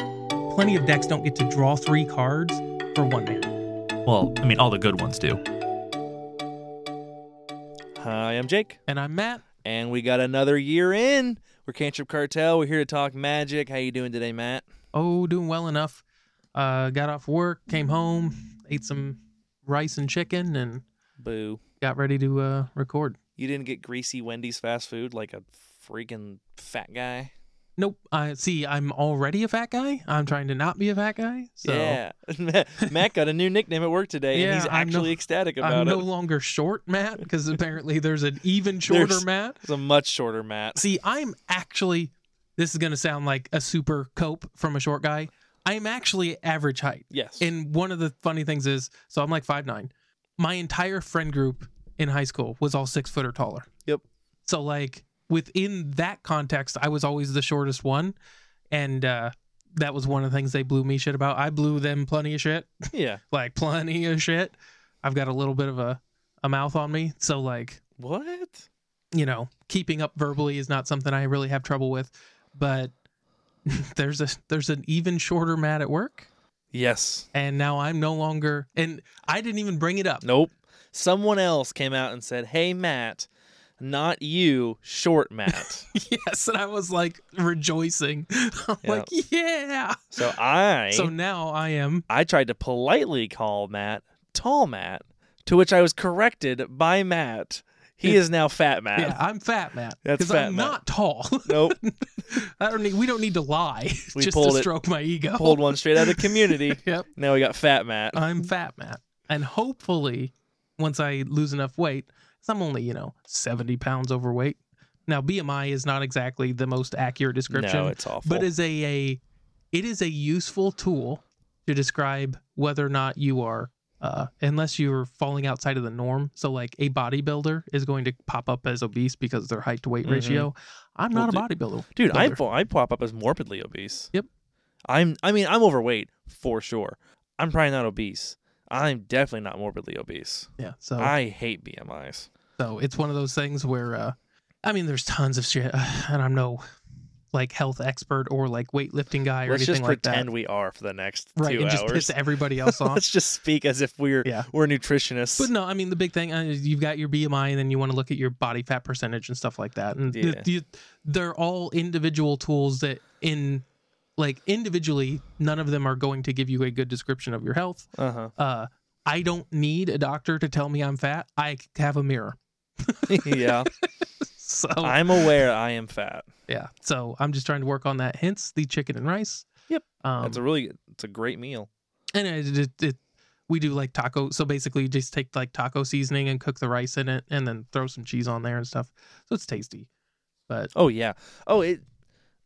plenty of decks don't get to draw three cards for one mana. Well, I mean, all the good ones do. Hi, I'm Jake, And I'm Matt. and we got another year in. We're Cantrip Cartel. We're here to talk magic. How you doing today, Matt? Oh, doing well enough. Uh, got off work, came home, ate some rice and chicken, and Boo. got ready to uh, record. You didn't get greasy Wendy's fast food like a freaking fat guy. Nope. I see. I'm already a fat guy. I'm trying to not be a fat guy. So Yeah. Matt got a new nickname at work today, and Yeah, he's I'm no- actually ecstatic about I'm it. no longer short, Matt, because apparently there's an even shorter There's- Matt. It's a much shorter Matt. See, I'm actually. This is gonna sound like a super cope from a short guy. I am actually average height. Yes. And one of the funny things is, so I'm like five nine. My entire friend group in high school was all six foot or taller. Yep. So like within that context, I was always the shortest one, and uh, that was one of the things they blew me shit about. I blew them plenty of shit, yeah. like plenty of shit. I've got a little bit of a a mouth on me, so like What? you know, keeping up verbally is not something I really have trouble with, but. There's a there's an even shorter Matt at work Yes. and now I'm no longer and I didn't even bring it up. Nope. Someone else came out and said, "Hey, Matt, not you, short Matt." Yes, and I was like rejoicing. I'm Yeah. like, yeah. so I So now I am I tried to politely call Matt tall Matt, to which I was corrected by Matt. He is now fat Matt. yeah, I'm fat Matt. That's Because fat I'm Matt. not tall. Nope. I don't need we don't need to lie We just to pulled it. stroke my ego. Pulled one straight out of community. Yep. Now we got fat Matt. I'm fat Matt. And hopefully once I lose enough weight, 'cause I'm only, you know, 70 pounds overweight. Now BMI is not exactly the most accurate description. No, it's awful. but is a, a it is a useful tool to describe whether or not you are uh, unless you're falling outside of the norm so like a bodybuilder is going to pop up as obese because their height to weight Mhm. ratio i'm Well, not a dude- bodybuilder Dude, I, builder. po- I pop up as morbidly obese. Yep. I'm I mean, I'm overweight for sure. I'm probably not obese. I'm definitely not morbidly obese. yeah so I hate BMIs. so it's one of those things where uh, i mean there's tons of shit and i'm no like health expert or like weightlifting guy or Let's just anything like pretend that we are for the next right two and just hours. piss everybody else off Let's just speak as if we're Yeah. we're nutritionists. But no, I mean the big thing uh, is you've got your BMI, and then you want to look at your body fat percentage and stuff like that. And th- Yeah. th- they're all individual tools that, in like individually, none of them are going to give you a good description of your health. Uh Uh, I don't need a doctor to tell me I'm fat. I c- have a mirror, huh. yeah. so I'm aware I am fat. yeah. So I'm just trying to work on that. Hence the chicken and rice. Yep. Um, That's a really it's a great meal. and it, it, it we do like taco so basically you just take like taco seasoning and cook the rice in it and then throw some cheese on there and stuff so it's tasty but Oh yeah. Oh it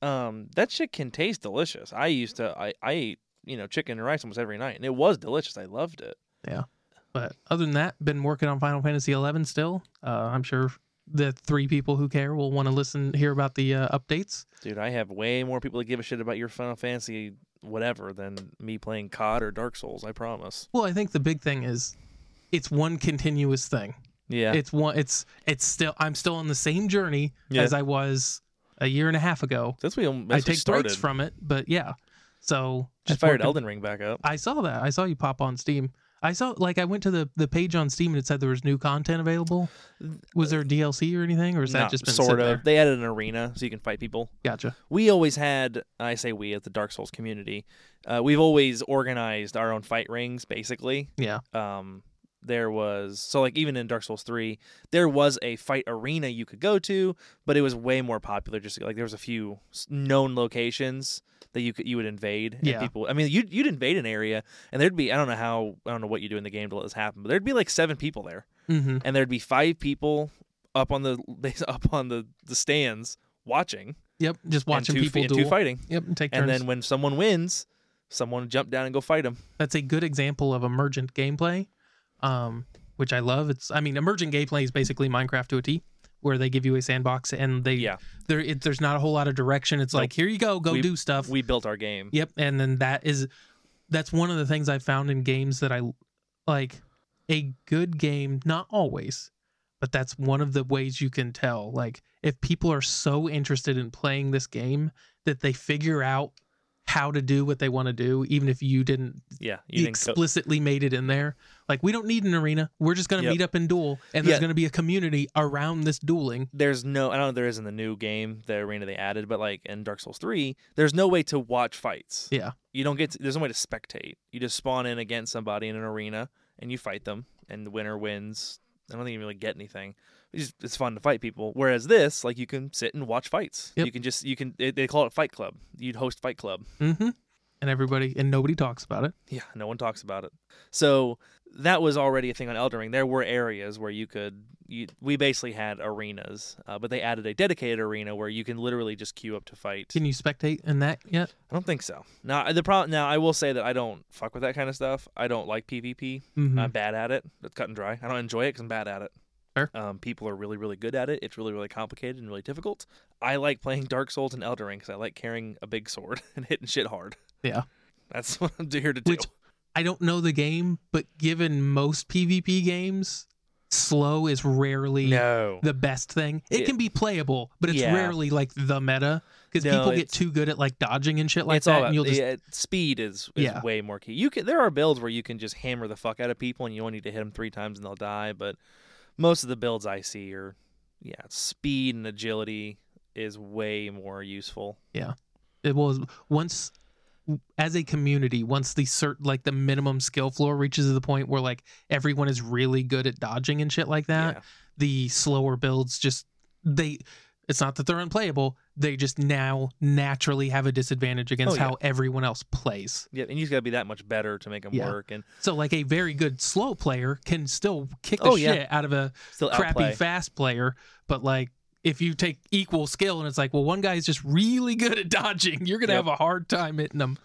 um that shit can taste delicious. I used to I I ate, you know, chicken and rice almost every night and it was delicious. I loved it. but other than that been working on final fantasy 11 still uh, i'm sure the three people who care will want to listen hear about the uh, updates Dude, I have way more people that give a shit about your Final Fantasy whatever than me playing COD or Dark Souls, I promise. well i think the big thing is it's one continuous thing Yeah. it's one it's it's still i'm still on the same journey Yeah. as i was a year and a half ago Since we almost i take started, breaks from it but yeah so that's just fired working- Elden Ring back up. I saw that. I saw you pop on Steam. I saw like I went to the the page on Steam and it said there was new content available. Was there DLC or anything, or is that Not just been sort sitting of. There? They added an arena so you can fight people. Gotcha. we always had i say we as the dark souls community uh, we've always organized our own fight rings basically Yeah. um, there was so like even in dark souls 3 there was a fight arena you could go to but it was way more popular just like there was a few s- known locations that you could you would invade and Yeah. people i mean you'd, you'd invade an area and there'd be i don't know how i don't know what you do in the game to let this happen but there'd be like seven people there Mm-hmm. and there'd be five people up on the up on the, the stands watching Yep. Just and watching two- people and duel. two fighting Yep. And take and turns. then when someone wins, someone jump down and go fight them. That's a good example of emergent gameplay, um, which I love. It's I mean emergent gameplay is basically Minecraft to a T, where they give you a sandbox and they Yeah. there it, there's not a whole lot of direction. It's like here you go, go We- do stuff. We built our game. Yep, and then that is that's one of the things I found in games that I like a good game, not always, but that's one of the ways you can tell like if people are so interested in playing this game that they figure out how to do what they want to do, even if you didn't Yeah, you didn't co- explicitly made it in there. Like we don't need an arena. We're just gonna Yep. meet up and duel, and there's Yeah. gonna be a community around this dueling. there's no I don't know if there is in the new game the arena they added, but like in Dark Souls three, there's no way to watch fights. Yeah. you don't get to, there's no way to spectate. You just spawn in against somebody in an arena and you fight them, and the winner wins. I don't think you really get anything. It's, just- it's fun to fight people. Whereas this, like you can sit and watch fights. Yep. You can just you can they, they call it Fight Club. You'd host Fight Club. Mm-hmm. And everybody and nobody talks about it. Yeah, no one talks about it. So that was already a thing on Elden Ring. There were areas where you could, you, we basically had arenas, uh, but they added a dedicated arena where you can literally just queue up to fight. Can you spectate in that yet? I don't think so. Now the problem. Now I will say that I don't fuck with that kind of stuff. I don't like PvP. Mm-hmm. I'm bad at it. That's cut and dry. I don't enjoy it because I'm bad at it. Fair. Um, people are really, really good at it. It's really, really complicated and really difficult. I like playing Dark Souls and Elden Ring because I like carrying a big sword and hitting shit hard. Yeah. That's what I'm here to do. Which I don't know the game, but given most PvP games, slow is rarely no. the best thing. It, It- can be playable, but it's Yeah. rarely like the meta because No, people get it's- too good at like dodging and shit like it's that, all about, and you'll just yeah, speed is, is Yeah. way more key. You can there are builds where you can just hammer the fuck out of people and you only need to hit them three times and they'll die. But most of the builds I see are yeah, speed and agility is way more useful. it was once as a community once the cert like the minimum skill floor reaches the point where like everyone is really good at dodging and shit like that yeah. the slower builds just they it's not that they're unplayable they just now naturally have a disadvantage against Oh, yeah. how everyone else plays yeah, and you just gotta be that much better to make them Yeah. work and so like a very good slow player can still kick the Oh, yeah. shit out of a still crappy outplay. fast player but like if you take equal skill and it's like well one guy's just really good at dodging you're gonna Yep. have a hard time hitting them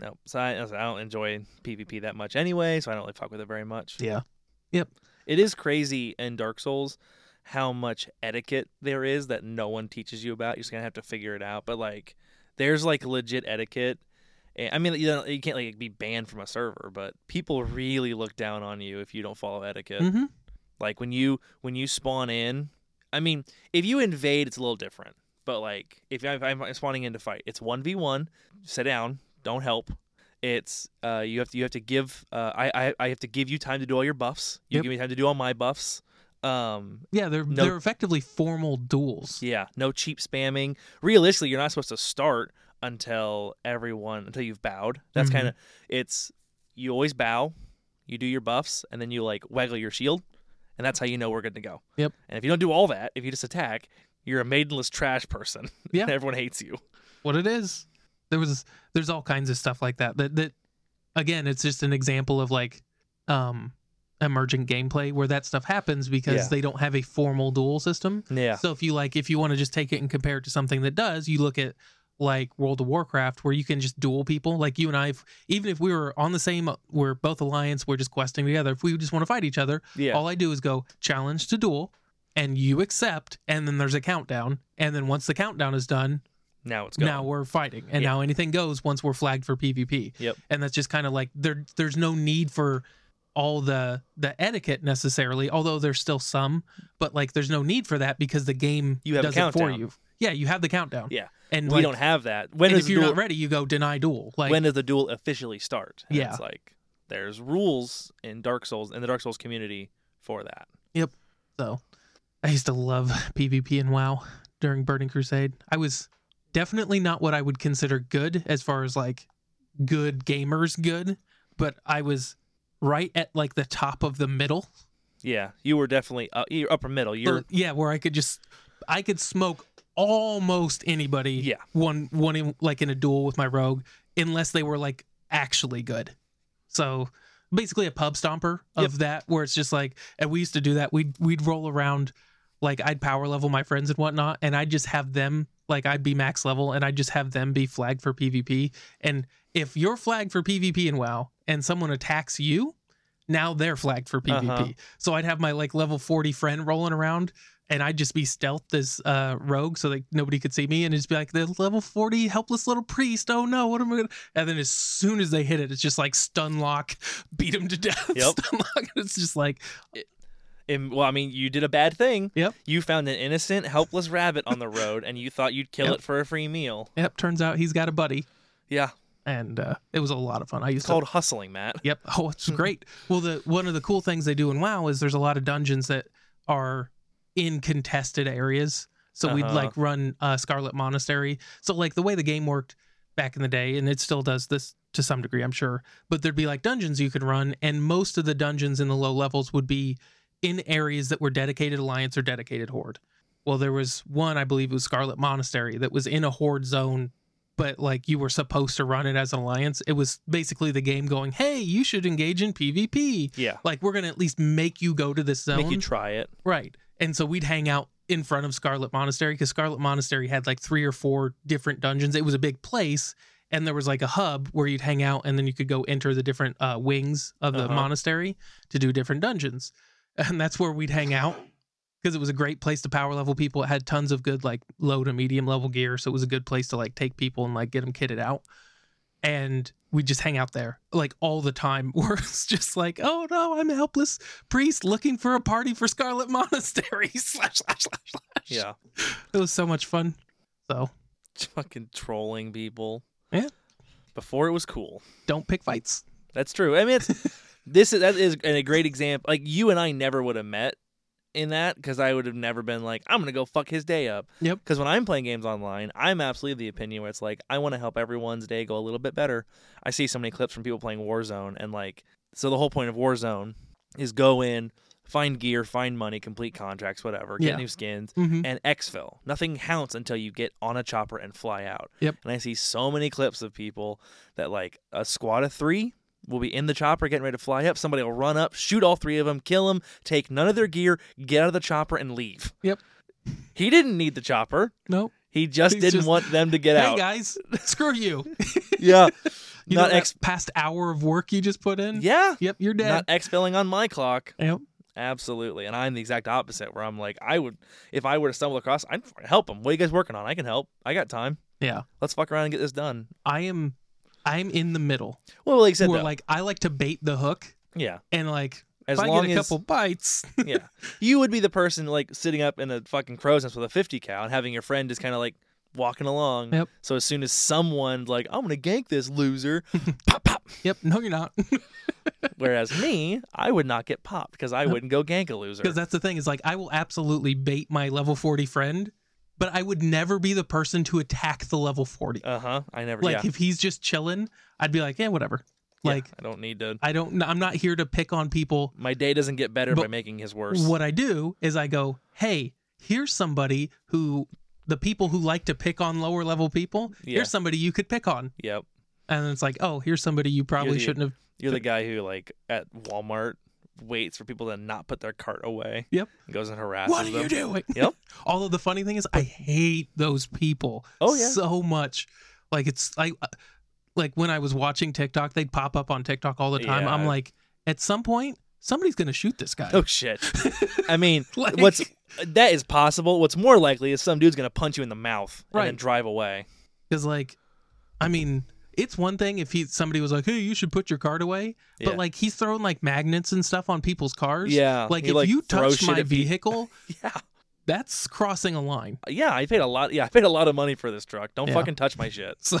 no, so I, I don't enjoy PvP that much anyway, so I don't really fuck with it very much. yeah yep It is crazy in Dark Souls how much etiquette there is that no one teaches you about. You're just gonna have to figure it out. But like, there's like legit etiquette. And- I mean, you know, you can't like be banned from a server, but people really look down on you if you don't follow etiquette. mm-hmm Like when you when you spawn in, I mean, if you invade, it's a little different. But like, if I'm, I'm spawning in to fight, it's one v one. Sit down. Don't help. It's uh, you have to you have to give uh, I, I I have to give you time to do all your buffs. You Yep. give me time to do all my buffs. Um, Yeah, they're No- they're effectively formal duels. yeah, no cheap spamming. Realistically, you're not supposed to start until everyone until you've bowed. That's Mhm. kind of it's you always bow, you do your buffs, and then you like waggle your shield, and that's how you know we're good to go. Yep. And if you don't do all that, if you just attack, you're a maidenless trash person. Yeah. and everyone hates you. What it is. There was there's all kinds of stuff like that. That that again, it's just an example of like um emergent gameplay where that stuff happens because Yeah. they don't have a formal duel system. Yeah. So if you like if you want to just take it and compare it to something that does, you look at like World of Warcraft where you can just duel people. Like you and I if, even if we were on the same we're both alliance, we're just questing together. If we just want to fight each other, Yeah. All I do is go challenge to duel, and you accept, and then there's a countdown, and then once the countdown is done, now it's going. now we're fighting, and Yeah. now anything goes once we're flagged for PvP. Yep. And that's just kind of like there. There's no need for all the the etiquette necessarily, although there's still some, but like there's no need for that because the game You have a does it for countdown. you. Yeah, you have the countdown. Yeah. and we like, don't have that. When and if does the you're duel, not ready, you go deny duel. Like when does the duel officially start? And Yeah. It's like there's rules in Dark Souls in the Dark Souls community for that. So I used to love PvP and WoW during Burning Crusade. I was definitely not what I would consider good as far as like good gamers good, but I was right at like the top of the middle. Yeah, you were definitely uh, you're upper middle. You're Or- yeah, where I could just I could smoke almost anybody Yeah. one one in like in a duel with my rogue unless they were like actually good. So basically a pub stomper of that where it's just like and we used to do that. We'd we'd roll around like I'd power level my friends and whatnot, and I'd just have them like I'd be max level and I'd just have them be flagged for PvP. And if you're flagged for PvP in WoW and someone attacks you, now they're flagged for PvP. Uh-huh. So I'd have my like level 40 friend rolling around and I'd just be stealthed as uh rogue so that nobody could see me and just be like the level 40 helpless little priest. Oh no, what am I gonna and then as soon as they hit it, it's just like stun lock, beat him to death. Yep. Stun lock. It's just like And, well, I mean, you did a bad thing. Yep. You found an innocent, helpless rabbit on the road, and you thought you'd kill Yep. it for a free meal. Yep, turns out he's got a buddy. Yeah. and uh, it was a lot of fun. I used It's to called hustling, Matt. Yep. Oh, it's great. Well, the one of the cool things they do in WoW is there's a lot of dungeons that are in contested areas. So we'd Uh-huh. like run uh, Scarlet Monastery. So like the way the game worked back in the day, and it still does this to some degree, I'm sure. But there'd be like dungeons you could run, and most of the dungeons in the low levels would be in areas that were dedicated Alliance or dedicated Horde. Well, there was one, I believe it was Scarlet Monastery, that was in a Horde zone but like you were supposed to run it as an alliance. It was basically the game going, "Hey, you should engage in PvP. Yeah. Like we're gonna at least make you go to this zone, Make you try it. right?" And so we'd hang out in front of Scarlet Monastery because Scarlet Monastery had like three or four different dungeons. It was a big place, and there was like a hub where you'd hang out, and then you could go enter the different uh, wings of the Uh-huh. monastery to do different dungeons, and that's where we'd hang out. Because it was a great place to power level people. It had tons of good like low to medium level gear, so it was a good place to like take people and like get them kitted out and we just hang out there like all the time. Where it's just like, oh no, I'm a helpless priest looking for a party for Scarlet Monastery. slash slash slash slash. Yeah. it was so much fun. So Fucking trolling people. Yeah. Before it was cool. don't pick fights. That's true. I mean, it's, this is that is a great example. Like you and I never would have met in that because I would have never been like, I'm gonna go fuck his day up. Yep. Because when I'm playing games online, I'm absolutely of the opinion where it's like I want to help everyone's day go a little bit better. I see so many clips from people playing Warzone and like, so the whole point of Warzone is go in, find gear, find money, complete contracts, whatever, get Yeah. new skins, Mm-hmm. and exfil. Nothing counts until you get on a chopper and fly out. Yep. And I see so many clips of people that like a squad of three will be in the chopper getting ready to fly up. Somebody will run up, shoot all three of them, kill them, take none of their gear, get out of the chopper, and leave. Yep. He didn't need the chopper. No, He just He's didn't just, want them to get hey out. guys, screw you. Yeah. You Not know that ex- past hour of work you just put in. yeah. Yep, you're dead. Not exfilling on my clock. yep. Absolutely. And I'm the exact opposite where I'm like, I would, if I were to stumble across, I'd help him. What are you guys working on? I can help. I got time. Yeah, Let's fuck around and get this done. I am. I'm in the middle. Well, like I said, Where though, like I like to bait the hook yeah, and like as if I long get a as couple bites. yeah, you would be the person like sitting up in a fucking crow's nest with a fifty cal and having your friend just kind of like walking along. Yep. So as soon as someone like I'm gonna gank this loser, pop pop. yep. No, you're not. Whereas me, I would not get popped because I wouldn't go gank a loser. Because that's the thing is like I will absolutely bait my level 40 friend, but I would never be the person to attack the level 40. Uh huh. I never. Like yeah. if he's just chilling, I'd be like, yeah, whatever. Yeah, Like I don't need to. I don't I'm not here to pick on people. My day doesn't get better But by making his worse. What I do is I go, "Hey, here's somebody who the people who like to pick on lower level people, Yeah. here's somebody you could pick on." Yep. And it's like, "Oh, here's somebody you probably the- shouldn't have You're the guy who like at Walmart waits for people to not put their cart away. Yep. And goes and harasses What are them. you doing? Yep. Although the funny thing is, I hate those people. Oh, yeah. So much. Like it's like, like when I was watching TikTok, they'd pop up on TikTok all the time. I'm Yeah. like, at some point, somebody's gonna shoot this guy. Oh shit. I mean, Like- what's that is possible. What's more likely is some dude's gonna punch you in the mouth and then Right. drive away. Because like, I mean, it's one thing if he somebody was like, hey, you should put your card away, Yeah. but like he's throwing like magnets and stuff on people's cars. Yeah, Like he, if like, you throw touch shit my at pe- vehicle, Yeah, that's crossing a line. yeah. I paid a lot. Yeah, I paid a lot of money for this truck. Don't Yeah. fucking touch my shit. So,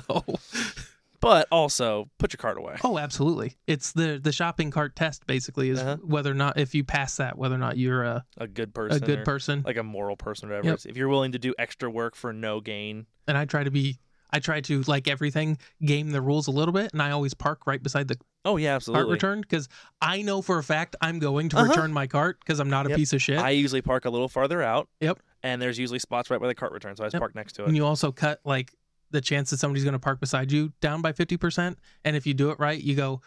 But also, put your cart away. Oh, absolutely. It's the the shopping cart test basically is Uh-huh. whether or not if you pass that, whether or not you're a, A good person. a good or, person. Like a moral person, or whatever. Yep. it is. If you're willing to do extra work for no gain. and I try to be I try to like everything, game the rules a little bit, and I always park right beside the Oh yeah, absolutely. cart return because I know for a fact I'm going to Uh-huh. return my cart because I'm not a Yep. piece of shit. I usually park a little farther out. Yep. And there's usually spots right by the cart return, so I just Yep. park next to it. and you also cut like the chance that somebody's going to park beside you down by 50% and if you do it right you go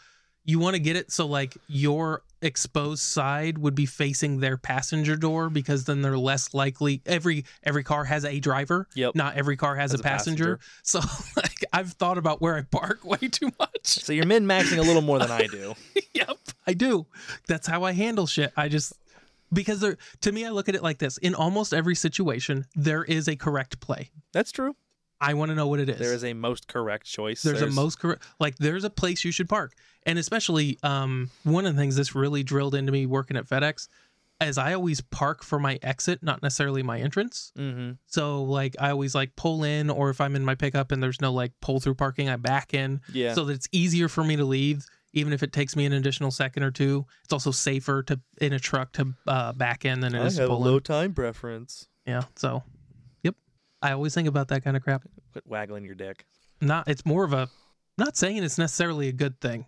you want to get it so like your exposed side would be facing their passenger door because then they're less likely every every car has a driver Yep. not every car has, a, passenger. so like i've thought about where i park way too much So you're min maxing a little more than I do. yep i do that's how i handle shit i just because there to me i look at it like this in almost every situation there is a correct play That's true. i want to know what it is There is a most correct choice. there's, a most correct like there's a place you should park and especially um one of the things this really drilled into me working at fedex as I always park for my exit, not necessarily my entrance. Mm-hmm. So like I always like pull in, or if I'm in my pickup and there's no like pull through parking, I back in Yeah. so that it's easier for me to leave, even if it takes me an additional second or two. It's also safer to in a truck to uh, back in than it is to pull in. time preference. Yeah. So, yep. I always think about that kind of crap. Quit waggling your dick. Not it's more of a not saying it's necessarily a good thing.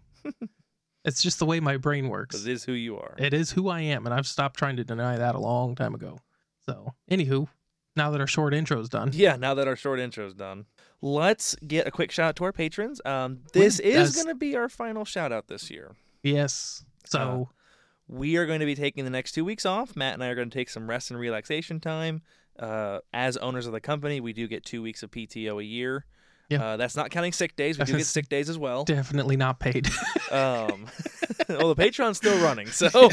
it's just the way my brain works. Because it is who you are. It is who I am, and I've stopped trying to deny that a long time ago. So, anywho, now that our short intro's done, Yeah, now that our short intro's done, let's get a quick shout out to our patrons. Um, this is that's- going to be our final shout out this year. yes. So, Uh, We are going to be taking the next two weeks off. Matt and I are going to take some rest and relaxation time. Uh, as owners of the company, we do get two weeks of PTO a year. Yeah. Uh, that's not counting sick days. We do get sick days as well. definitely not paid. Um, well, the Patreon's still running, so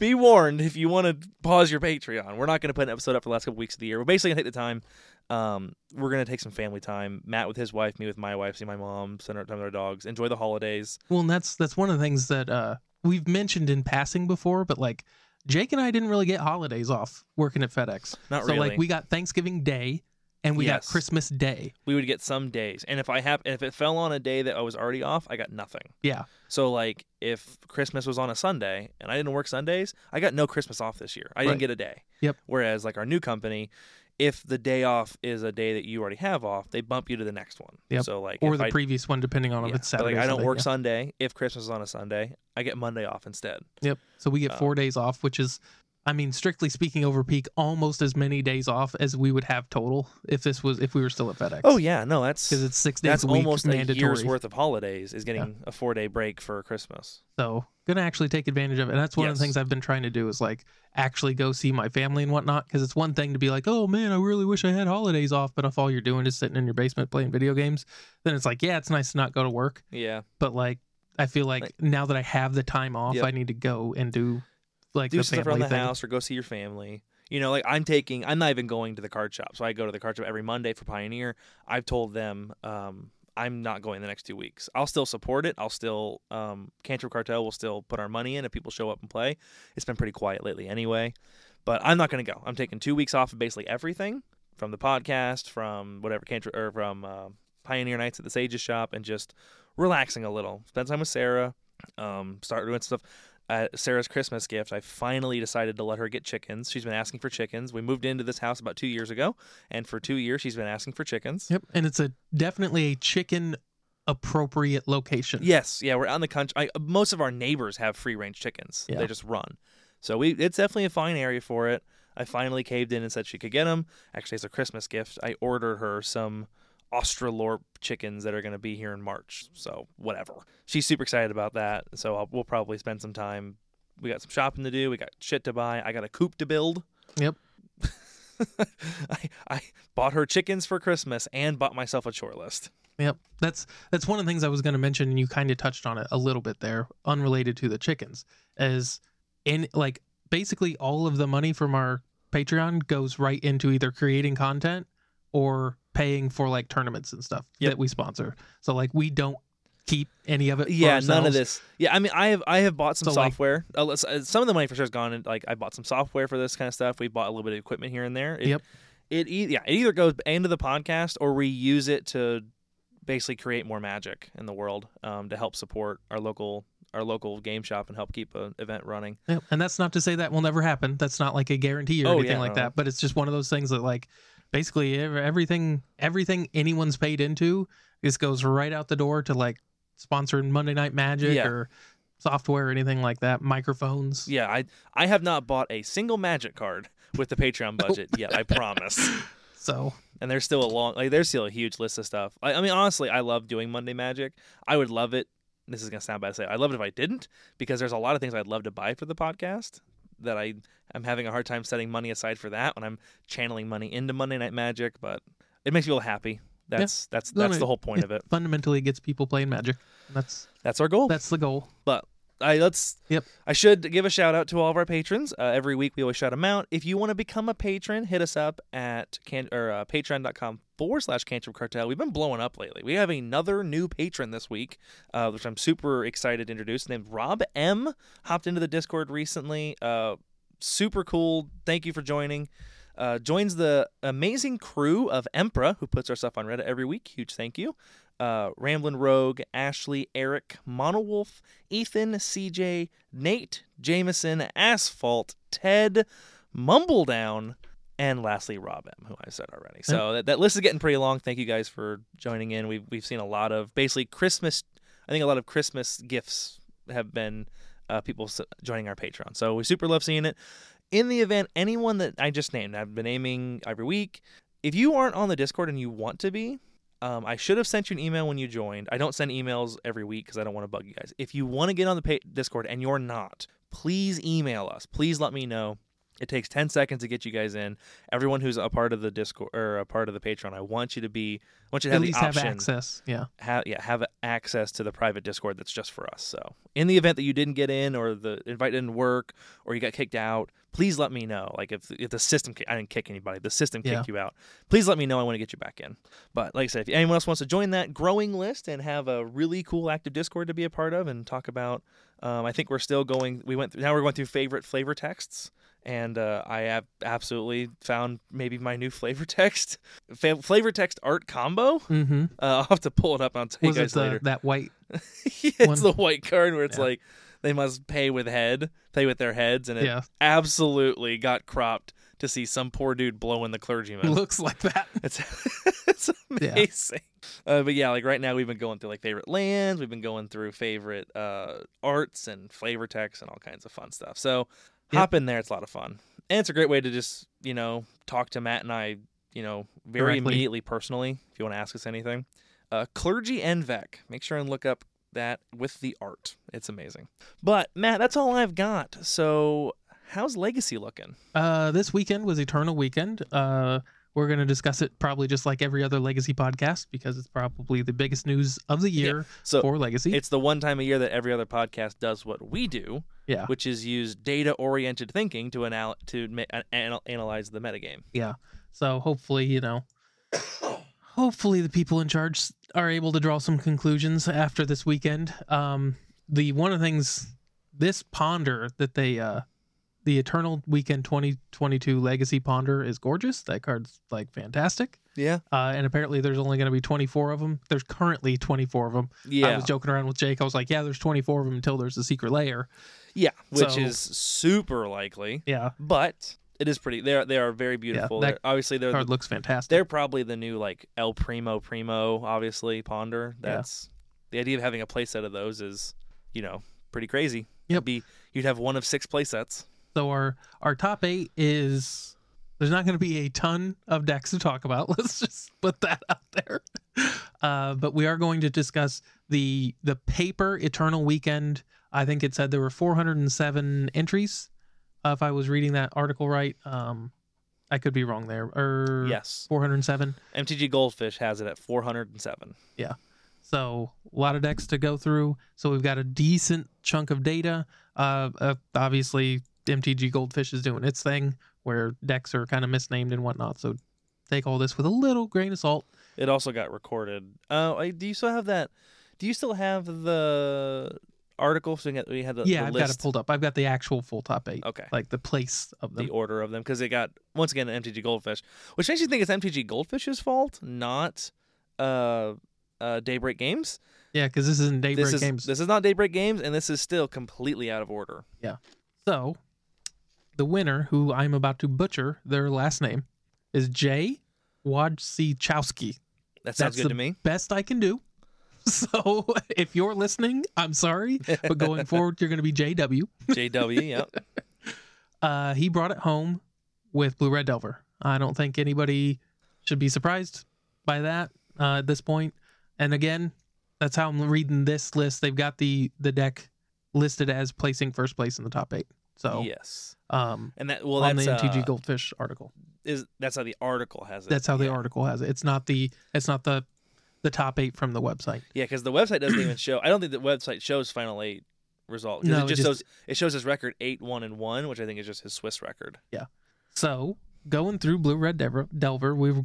be warned if you want to pause your Patreon. We're not going to put an episode up for the last couple weeks of the year. We're basically going to take the time. Um, we're going to take some family time. Matt with his wife, me with my wife, see my mom, spend our time with our dogs, enjoy the holidays. well, and that's that's one of the things that uh, we've mentioned in passing before, but like Jake and I didn't really get holidays off working at FedEx. Not so, really. like, we got Thanksgiving Day and we Yes. got Christmas Day. we would get some days, and if I have, if it fell on a day that I was already off, I got nothing. Yeah. So like, if Christmas was on a Sunday and I didn't work Sundays, I got no Christmas off this year. I didn't Right. get a day. Yep. Whereas like our new company, if the day off is a day that you already have off, they bump you to the next one. Yep. So like, Or if the I, previous one, depending on yeah, if it's but, Saturday. like I or don't Sunday, work yeah. Sunday. If Christmas is on a Sunday, I get Monday off instead. Yep. So we get Uh, four days off, which is, I mean, strictly speaking, over peak, almost as many days off as we would have total if this was if we were still at FedEx. Oh yeah, no, that's because it's six days that's a week, almost a mandatory. year's worth of holidays is getting a four day break for Christmas. So gonna actually take advantage of it. And that's one of Yes. the things I've been trying to do is like actually go see my family and whatnot. Because it's one thing to be like, oh man, I really wish I had holidays off, but if all you're doing is sitting in your basement playing video games, then it's like, yeah, it's nice to not go to work. Yeah. But like, I feel like, Like- now that I have the time off, Yep. I need to go and do like do the stuff family around the thing. house or go see your family. You know, like I'm taking, I'm not even going to the card shop. So I go to the card shop every Monday for Pioneer. I've told them um, I'm not going the next two weeks. I'll still support it. I'll still, um, Cantrip Cartel will still put our money in if people show up and play. It's been pretty quiet lately anyway. But I'm not going to go. I'm taking two weeks off of basically everything from the podcast, from whatever Cantrip, or from uh, Pioneer Nights at the Sages shop and just relaxing a little. Spend time with Sarah, um, start doing stuff uh, Sarah's Christmas gift, I finally decided to let her get chickens. She's been asking for chickens. We moved into this house about two years ago, and for two years she's been asking for chickens. Yep, and it's a definitely a chicken appropriate location. Yes, yeah, we're out in the country. I, most of our neighbors have free range chickens. Yeah. They just run, so we it's definitely a fine area for it. I finally caved in and said she could get them. Actually, it's a Christmas gift. I ordered her some Australorp chickens that are going to be here in March. So whatever. She's super excited about that. So I'll, we'll probably spend some time. We got some shopping to do. We got shit to buy. I got a coop to build. Yep. I, I bought her chickens for Christmas and bought myself a chore list. Yep. That's that's one of the things I was going to mention and you kind of touched on it a little bit there unrelated to the chickens is in like basically all of the money from our Patreon goes right into either creating content or paying for like tournaments and stuff Yep. that we sponsor. So like we don't keep any of it. for Yeah, none of ourselves. this. Yeah, I mean, I have I have bought some So, like- software. Uh, let's- uh, some of the money for sure has gone. In, like I bought some software for this kind of stuff. We bought a little bit of equipment here and there. It, Yep. It e- yeah, it either goes into the podcast or we use it to basically create more magic in the world um, to help support our local our local game shop and help keep an event running. Yep. And that's not to say that will never happen. That's not like a guarantee or Oh, anything yeah, like no. that. But it's just one of those things that like basically ev- everything everything anyone's paid into just goes right out the door to like sponsoring Monday Night Magic Yeah. or software or anything like that. Microphones. Yeah, I I have not bought a single magic card with the Patreon budget yet. I promise. So and there's still a long like there's still a huge list of stuff I, I mean honestly i love doing monday magic i would love it this is gonna sound bad to say i love it if i didn't because there's a lot of things i'd love to buy for the podcast that i i'm having a hard time setting money aside for that when i'm channeling money into monday night magic but it makes people happy that's that's No, that's no, the whole point of it fundamentally gets people playing magic. That's that's our goal that's the goal. but I let's. Yep. I should give a shout out to all of our patrons. Uh, every week we always shout them out. If you want to become a patron, hit us up at can or uh, patreon.com forward slash cantrip cartel. We've been blowing up lately. We have another new patron this week, uh, which I'm super excited to introduce. Named Rob M. Hopped into the Discord recently. Uh, super cool. Thank you for joining. Uh, joins the amazing crew of Emperor, who puts our stuff on Reddit every week. Huge thank you. Uh, Ramblin' Rogue, Ashley, Eric, Monowolf, Ethan, CJ, Nate, Jameson, Asphalt, Ted, Mumbledown, and lastly Rob M, who I said already. So that, that list is getting pretty long. Thank you guys for joining in. We've we've seen a lot of basically Christmas. I think a lot of Christmas gifts have been uh, people s- joining our Patreon. So we super love seeing it. In the event anyone that I just named, I've been naming every week. If you aren't on the Discord and you want to be, um, I should have sent you an email when you joined. I don't send emails every week because I don't want to bug you guys. If you want to get on the pa- Discord and you're not, please email us. Please let me know. It takes 10 seconds to get you guys in. Everyone who's a part of the Discord or a part of the Patreon, I want you to be, I want you At to have least the have option access. Yeah. have yeah have access to the private discord that's just for us so in the event that you didn't get in or the invite didn't work or you got kicked out please let me know like if, if the system ki- i didn't kick anybody the system kicked Yeah. you out please let me know i want to get you back in but like i said if anyone else wants to join that growing list and have a really cool active discord to be a part of and talk about um, i think we're still going we went through now we're going through favorite flavor texts and uh, I have absolutely found maybe my new flavor text, fa- flavor text art combo. Mm-hmm. Uh, I'll have to pull it up and I'll tell Was you it guys the, later. that white? Yeah, one? it's the white card where it's Yeah. like they must pay with head, pay with their heads, and it Yeah. absolutely got cropped to see some poor dude blowing the clergyman. Looks like that. It's it's Yeah. amazing. Uh, but yeah, like right now we've been going through like favorite lands, we've been going through favorite uh, arts and flavor texts and all kinds of fun stuff. So Yep. hop in there; it's a lot of fun, and it's a great way to just you know talk to Matt and I, you know, very Directly. immediately personally if you want to ask us anything. Uh, clergy and vec. Make sure and look up that with the art. It's amazing. But Matt, that's all I've got. So how's Legacy looking? Uh, this weekend was Eternal Weekend. Uh, we're going to discuss it probably just like every other Legacy podcast because it's probably the biggest news of the year So for Legacy. It's the one time a year that every other podcast does what we do, Yeah. which is use data-oriented thinking to anal- to ma- an- anal- analyze the metagame. So hopefully, you know, hopefully the people in charge s- are able to draw some conclusions after this weekend. Um, the one of the things this ponder that they uh the Eternal Weekend 2022 Legacy Ponder is gorgeous. That card's like fantastic. Yeah, Uh, and apparently there's only going to be 24 of them. There's currently 24 of them. I yeah, was joking around with Jake. I was like, yeah, there's 24 of them until there's a secret layer. yeah, which So- is super likely, Yeah. but it is pretty. They are they are very beautiful. that They're- obviously, they're Card the, looks fantastic. they're probably the new like El Primo Primo. Obviously, ponder. That's the idea of having a playset of those is, you know, pretty crazy. Yep. It'd be you'd have one of six playsets. So our our top eight is there's not going to be a ton of decks to talk about. Let's just put that out there. Uh, but we are going to discuss the the paper Eternal Weekend. I think it said there were 407 entries. Uh, if I was reading that article right, um, I could be wrong there. Er, Or Yes, 407. MTG Goldfish has it at four hundred and seven. So a lot of decks to go through. So we've got a decent chunk of data. Uh, uh, obviously, MTG Goldfish is doing its thing where decks are kind of misnamed and whatnot. So take all this with a little grain of salt. It also got recorded. Uh, I- do you still have that? Do you still have the article? So we got- we had the, yeah, the I've got it list. pulled up. I've got the actual full top eight, Okay, like the place of them. the order of them because it got once again MTG Goldfish, which makes you think it's MTG Goldfish's fault, not uh, uh, Daybreak Games. yeah, because this isn't Daybreak this is Games. this is not Daybreak Games, and this is still completely out of order. So the winner, who I'm about to butcher their last name, is J. Wojciechowski. That That's sounds good the to me. Best I can do. So if you're listening, I'm sorry. but going forward, you're going to be JW. JW, yeah, Uh, he brought it home with Blue Red Delver. I don't think anybody should be surprised by that uh, at this point. And again, that's how I'm reading this list. They've got the the deck listed as placing first place in the top eight. So, yes, um, and that well, Oh. on that's the MTG uh, Goldfish article, is that's how the article has it. that's how the yeah. article has it. It's not the it's not the the top eight from the website. Yeah, because the website doesn't even show. I don't think the website shows final eight result. 'cause No, it it just, just- shows it shows his record eight one and one, which I think is just his Swiss record. So going through Blue Red Dever, Delver, we've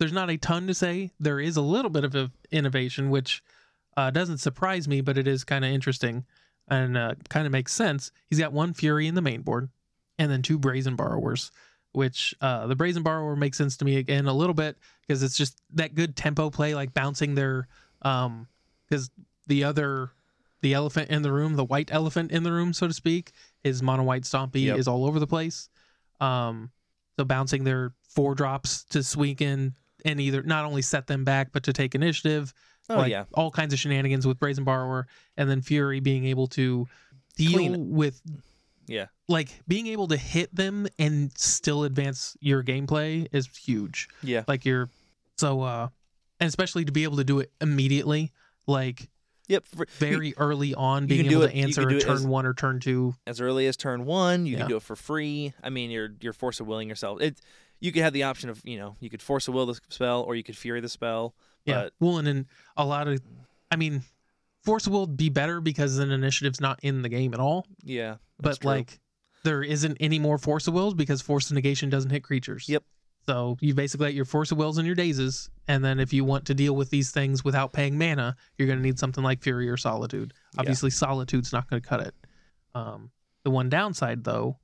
there's not a ton to say. There is a little bit of a- innovation, which uh, doesn't surprise me, but it is kind of interesting and uh, kind of makes sense. He's got one Fury in the main board. and then two brazen borrowers which uh, the brazen borrower makes sense to me again a little bit because it's just that good tempo play like bouncing their um because the other the elephant in the room the white elephant in the room so to speak is mono white stompy Yep. is all over the place um so bouncing their four drops to swing in and either not only set them back but to take initiative Oh like yeah, all kinds of shenanigans with Brazen Borrower, and then Fury being able to deal Clean. with Yeah. like being able to hit them and still advance your gameplay is huge. yeah, Like you're so uh, and especially to be able to do it immediately, like yep. For- very early on, you being can do able it- to you answer can do a it turn as- one or turn two. as early as turn one. You Yeah. can do it for free. I mean, you're you're force of willing yourself. It you could have the option of you know you could force a will the spell or you could fury the spell. Yeah, But- well, and then a lot of, I mean, Force will be better because then initiative's not in the game at all. Yeah, that's but true. like there isn't any more force of wills because force of negation doesn't hit creatures. Yep. So you basically got your force of wills and your dazes, and then if you want to deal with these things without paying mana, you're gonna need something like fury or solitude. Yeah. Obviously, solitude's not gonna cut it. Um, the one downside though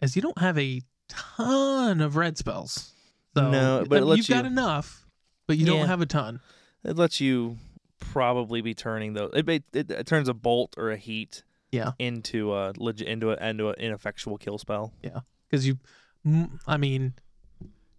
is you don't have a ton of red spells. So No, but it I mean, lets you've got you- enough, but you Yeah. don't have a ton. it lets you probably be turning those. It, ba- it, it turns a bolt or a heat. Yeah. Into a legit into a into an ineffectual kill spell. because you mm, i mean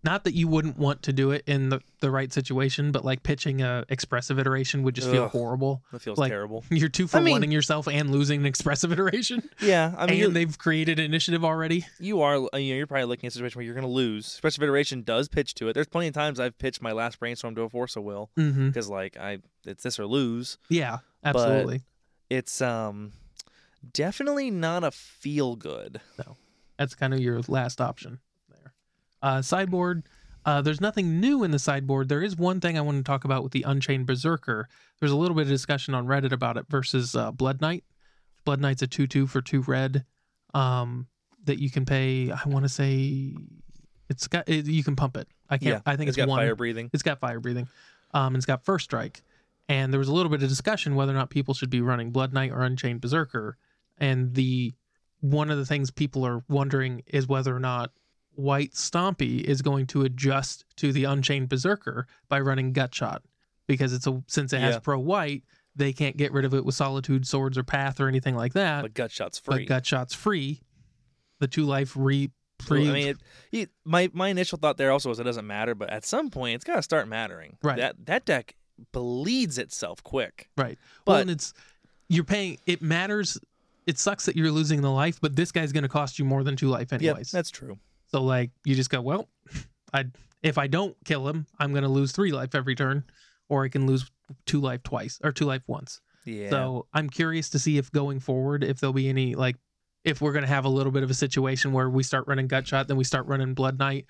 not that you wouldn't want to do it in the, the right situation but like pitching a expressive iteration would just feel Ugh. horrible That feels Like- terrible. you're two for mean- wanting yourself and losing an expressive iteration Yeah, I mean, you're- and they've created initiative already you are uh, you know, you're probably looking at a situation where you're going to lose. Special Federation does pitch to it. There's plenty of times I've pitched my last brainstorm to a Force of Will mm-hmm. because like I it's this or lose. yeah absolutely It's um definitely not a feel good. that's kind of your last option there uh, sideboard uh, there's nothing new in the sideboard there is one thing i want to talk about with the unchained berserker there's a little bit of discussion on reddit about it versus uh, blood knight Blood Knight's a 2 2 for 2 red um, that you can pay. I want to say it's got, it, you can pump it. I can't, I think it's it's, got one. fire breathing. It's got fire breathing. Um, and it's got first strike. And there was a little bit of discussion whether or not people should be running Blood Knight or Unchained Berserker. And the one of the things people are wondering is whether or not White Stompy is going to adjust to the Unchained Berserker by running Gutshot because it's a since it has Yeah. pro white, they can't get rid of it with Solitude, Swords, or Path or anything like that. But gut shots But free. Gut Shot's free. The two life re So, pre I mean, it, you- my my initial thought there also was it doesn't matter, but at some point it's got to start mattering. Right. That that deck bleeds itself quick. Right. well, But and it's you're paying. It matters. It sucks that you're losing the life, but this guy's going to cost you more than two life yeah, anyways. that's true. so like you just go, well, I if I don't kill him, I'm going to lose three life every turn, or I can lose two life twice or two life once. Yeah. So I'm curious to see if going forward, if there'll be any like, if we're gonna have a little bit of a situation where we start running gut shot, then we start running blood knight,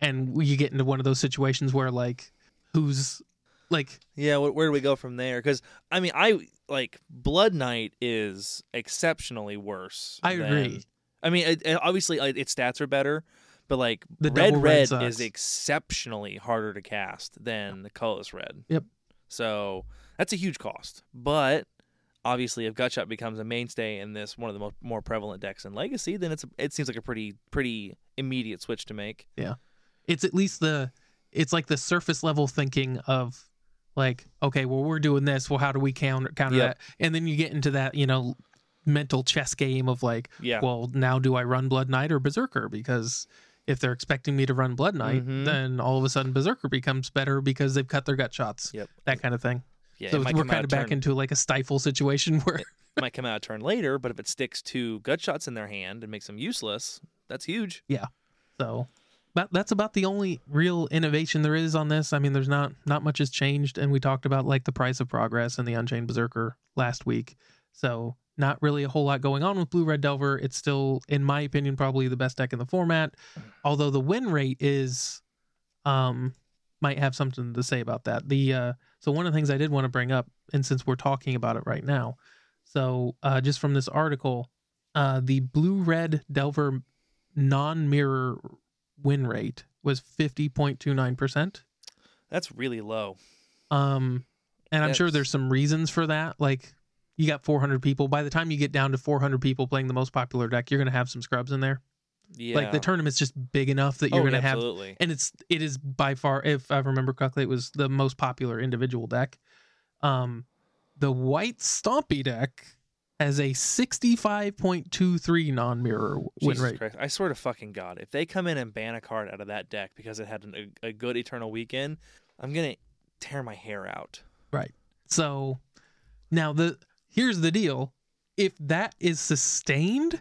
and you get into one of those situations where like, who's like, Yeah, where, where do we go from there? Because I mean, I like Blood Knight is exceptionally worse. I agree. than- I mean, it, it- obviously, like, its stats are better, but like The red double red red, sucks. is exceptionally harder to cast than the colorless red. Yep. So that's a huge cost, but obviously, if Gutshot becomes a mainstay in this one of the mo- more prevalent decks in Legacy, then it's a, it seems like a pretty pretty immediate switch to make. it's at least the, it's like the surface level thinking of, like, okay, well we're doing this, well how do we counter counter Yep. that, and then you get into that you know, mental chess game of like, Yeah. well now do I run blood knight or berserker because. If they're expecting me to run Blood Knight, Mhm. then all of a sudden Berserker becomes better because they've cut their gut shots. Yep. that kind of thing. yeah, so it it's- might we're come out kind of back turn- into like a stifle situation where might come out a turn later, but if it sticks to gut shots in their hand and makes them useless, that's huge. so that, that's about the only real innovation there is on this. I mean, there's not not much has changed, and we talked about like the price of progress and the Unchained Berserker last week. So not really a whole lot going on with Blue Red Delver. It's still, in my opinion, probably the best deck in the format. Although the win rate is, um, might have something to say about that. The uh, so one of the things I did want to bring up, and since we're talking about it right now, so uh, just from this article, uh, the Blue Red Delver non-mirror win rate was 50.29%. That's really low. Um and I'm sure That's- there's some reasons for that. Like you got 400 people. By the time you get down to 400 people playing the most popular deck, you're going to have some scrubs in there. Yeah. Like the tournament's just big enough that Oh, you're gonna have absolutely. and it's it is by far if i remember correctly it was the most popular individual deck um the white stompy deck has a 65.23 non-mirror win Jesus rate Christ. I swear to fucking God, if they come in and ban a card out of that deck because it had an, a, a good Eternal Weekend, I'm going to tear my hair out. so now the here's the deal if that is sustained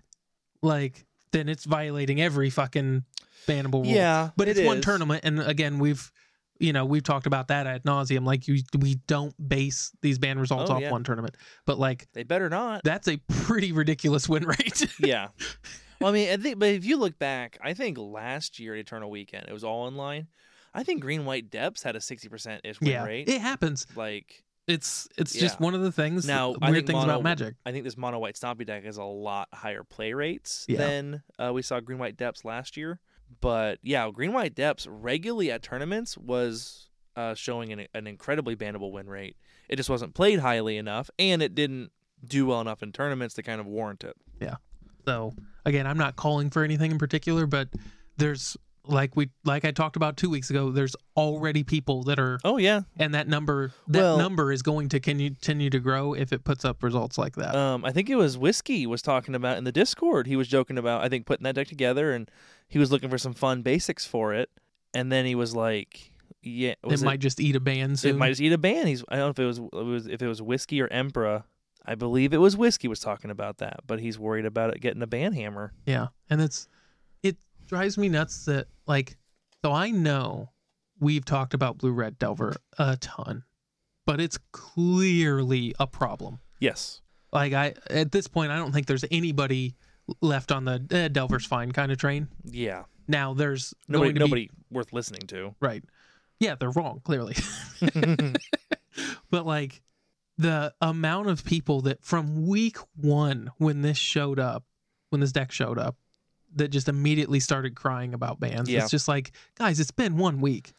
like then it's violating every fucking bannable rule Yeah. but it's it one is. tournament and again we've you know we've talked about that ad nauseum like you we don't base these ban results Oh, off yeah. one tournament but like They better not. that's a pretty ridiculous win rate. yeah. Well, I mean, I think, but if you look back, I think last year at Eternal Weekend, it was all online. I think Green White Depths had a 60% ish win yeah, rate. it happens. like, It's it's just Yeah. one of the things. Now, weird I think things mono- about Magic. I think this mono white stompy deck has a lot higher play rates Yeah. than uh, we saw green white depths last year. But yeah, green white depths regularly at tournaments was uh, showing an, an incredibly bannable win rate. It just wasn't played highly enough, and it didn't do well enough in tournaments to kind of warrant it. So again, I'm not calling for anything in particular, but there's like we like I talked about two weeks ago. There's already people that are, Oh yeah, and that number that Well- number is going to continue to grow if it puts up results like that. um, I think it was whiskey was talking about in the Discord. He was joking about I think putting that deck together, and he was looking for some fun basics for it. And then he was like, "Yeah, it was might just eat a ban soon. It might just eat a ban. He's I don't know if it was, it was if it was whiskey or Emperor. I believe it was whiskey was talking about that, but he's worried about it getting a ban hammer. Yeah, and it's it drives me nuts that like so I know we've talked about blue red delver a ton, but it's clearly a problem. Yes. Like I at this point I don't think there's anybody left on the eh, delver's fine kind of train. Yeah. Now there's Nobody going to nobody worth listening to. be, right. Yeah, they're wrong clearly, but like the amount of people that from week 1 when this showed up, when this deck showed up that just immediately started crying about bans. Yeah. It's just like, guys, it's been one week.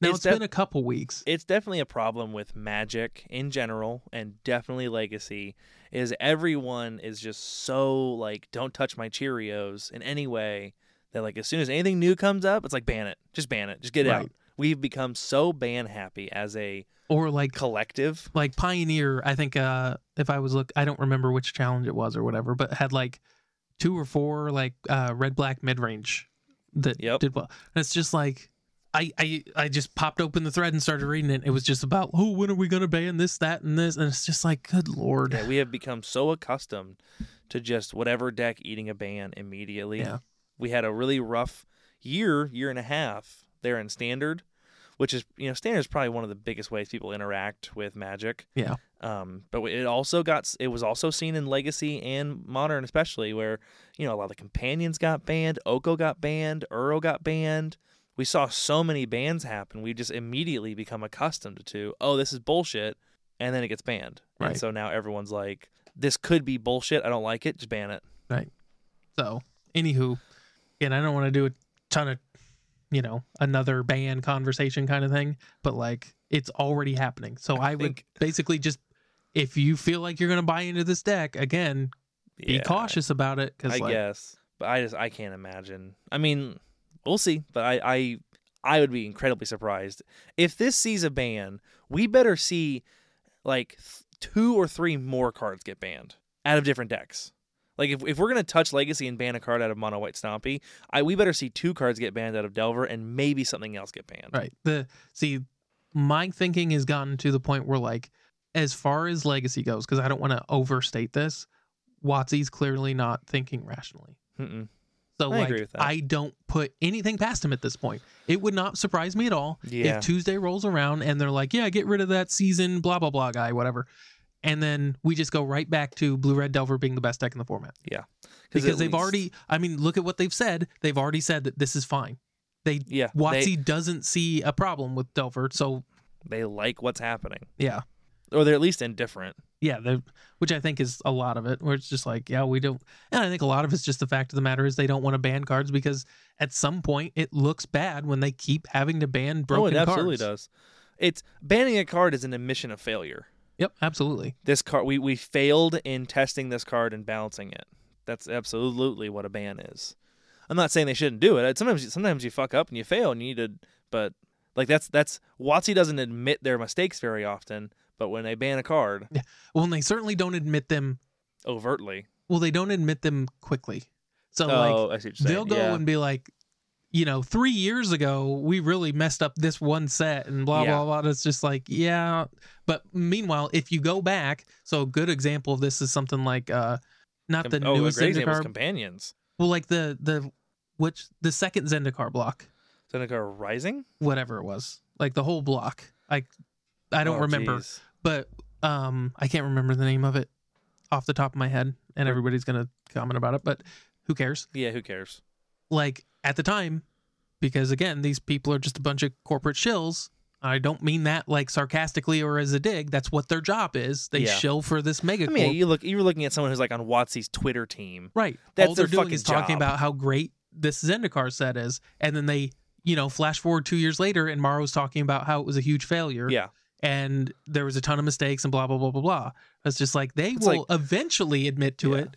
Now It's it's def- been a couple weeks. it's definitely a problem with magic in general and definitely legacy is everyone is just so like don't touch my Cheerios in any way that like as soon as anything new comes up, it's like ban it. Just ban it. Just get it out. Right. We've become so ban happy as a Or like collective. like Pioneer, I think uh if I was look I don't remember which challenge it was or whatever, but had like two or four like uh red black mid range that Yep. did well. And it's just like I, I I just popped open the thread and started reading it. It was just about oh when are we gonna ban this, that, and this and it's just like good lord. Yeah, we have become so accustomed to just whatever deck eating a ban immediately. Yeah. We had a really rough year, year and a half there in standard, which is you know standard is probably one of the biggest ways people interact with Magic. Yeah. Um, but it also got s- it was also seen in Legacy and Modern especially where you know a lot of the companions got banned, Oko got banned, Uro got banned. We saw so many bans happen. We just immediately become accustomed to oh this is bullshit, and then it gets banned. And Right. so now everyone's like this could be bullshit. I don't like it. Just ban it. So, anywho, and I don't want to do a ton of, you know, another ban conversation kind of thing, but like it's already happening. So I, would think- basically just, if you feel like you're going to buy into this deck, again, be Yeah, cautious about it I because like, guess, but I just I can't imagine. I mean, we'll see. But I I I would be incredibly surprised if this sees a ban. We better see like th- two or three more cards get banned out of different decks. Like if, if we're gonna touch Legacy and ban a card out of Mono White Stompy, I we better see two cards get banned out of Delver and maybe something else get banned. right. The, see, my thinking has gotten to the point where like, as far as legacy goes, because I don't want to overstate this, Watsy's clearly not thinking rationally. Mm-mm. So I like agree with that. I don't put anything past him at this point. It would not surprise me at all Yeah. if Tuesday rolls around and they're like, "Yeah, get rid of that season blah blah blah guy, whatever," and then we just go right back to Blue Red Delver being the best deck in the format because at they've least- already. I mean, look at what they've said. They've already said that this is fine. They yeah Watsy they, doesn't see a problem with Delver, so they like what's happening yeah, or they're at least indifferent. yeah, they're- which I think is a lot of it. Where it's just like, yeah, we don't, and I think a lot of it's just the fact of the matter is they don't want to ban cards because at some point it looks bad when they keep having to ban broken oh, it absolutely cards. does. It's banning a card is an admission of failure. Yep, absolutely. This card, we, we failed in testing this card and balancing it. That's absolutely what a ban is. I'm not saying they shouldn't do it. Sometimes sometimes you fuck up and you fail and you need to but like that's that's Watsy doesn't admit their mistakes very often, but when they ban a card Well, and they certainly don't admit them. overtly. Well, they don't admit them quickly. So oh, like I see what you're saying. they'll go yeah. and be like, you know, three years ago we really messed up this one set and blah Yeah. blah blah. It's just like yeah. But meanwhile, if you go back, so a good example of this is something like uh, not Com- the oh, a newest great example is Zendikar. companions. well, like the the which the second Zendikar block. Zendikar Rising? whatever it was, like the whole block. I I don't Oh, remember, jeez. but um, I can't remember the name of it off the top of my head, and everybody's gonna comment about it, but who cares? Yeah, who cares? Like at the time, because again, these people are just a bunch of corporate shills. I don't mean that like sarcastically or as a dig. That's what their job is. They Yeah. shill for this mega I corp. mean, you look you were looking at someone who's like on Watsy's Twitter team. Right. That's All they're their doing is fucking talking job. about how great this Zendikar set is, and then they, you know, flash forward two years later, and Morrow's talking about how it was a huge failure. Yeah. and there was a ton of mistakes and blah blah blah blah blah. It's just like they It's will like- eventually admit to Yeah. it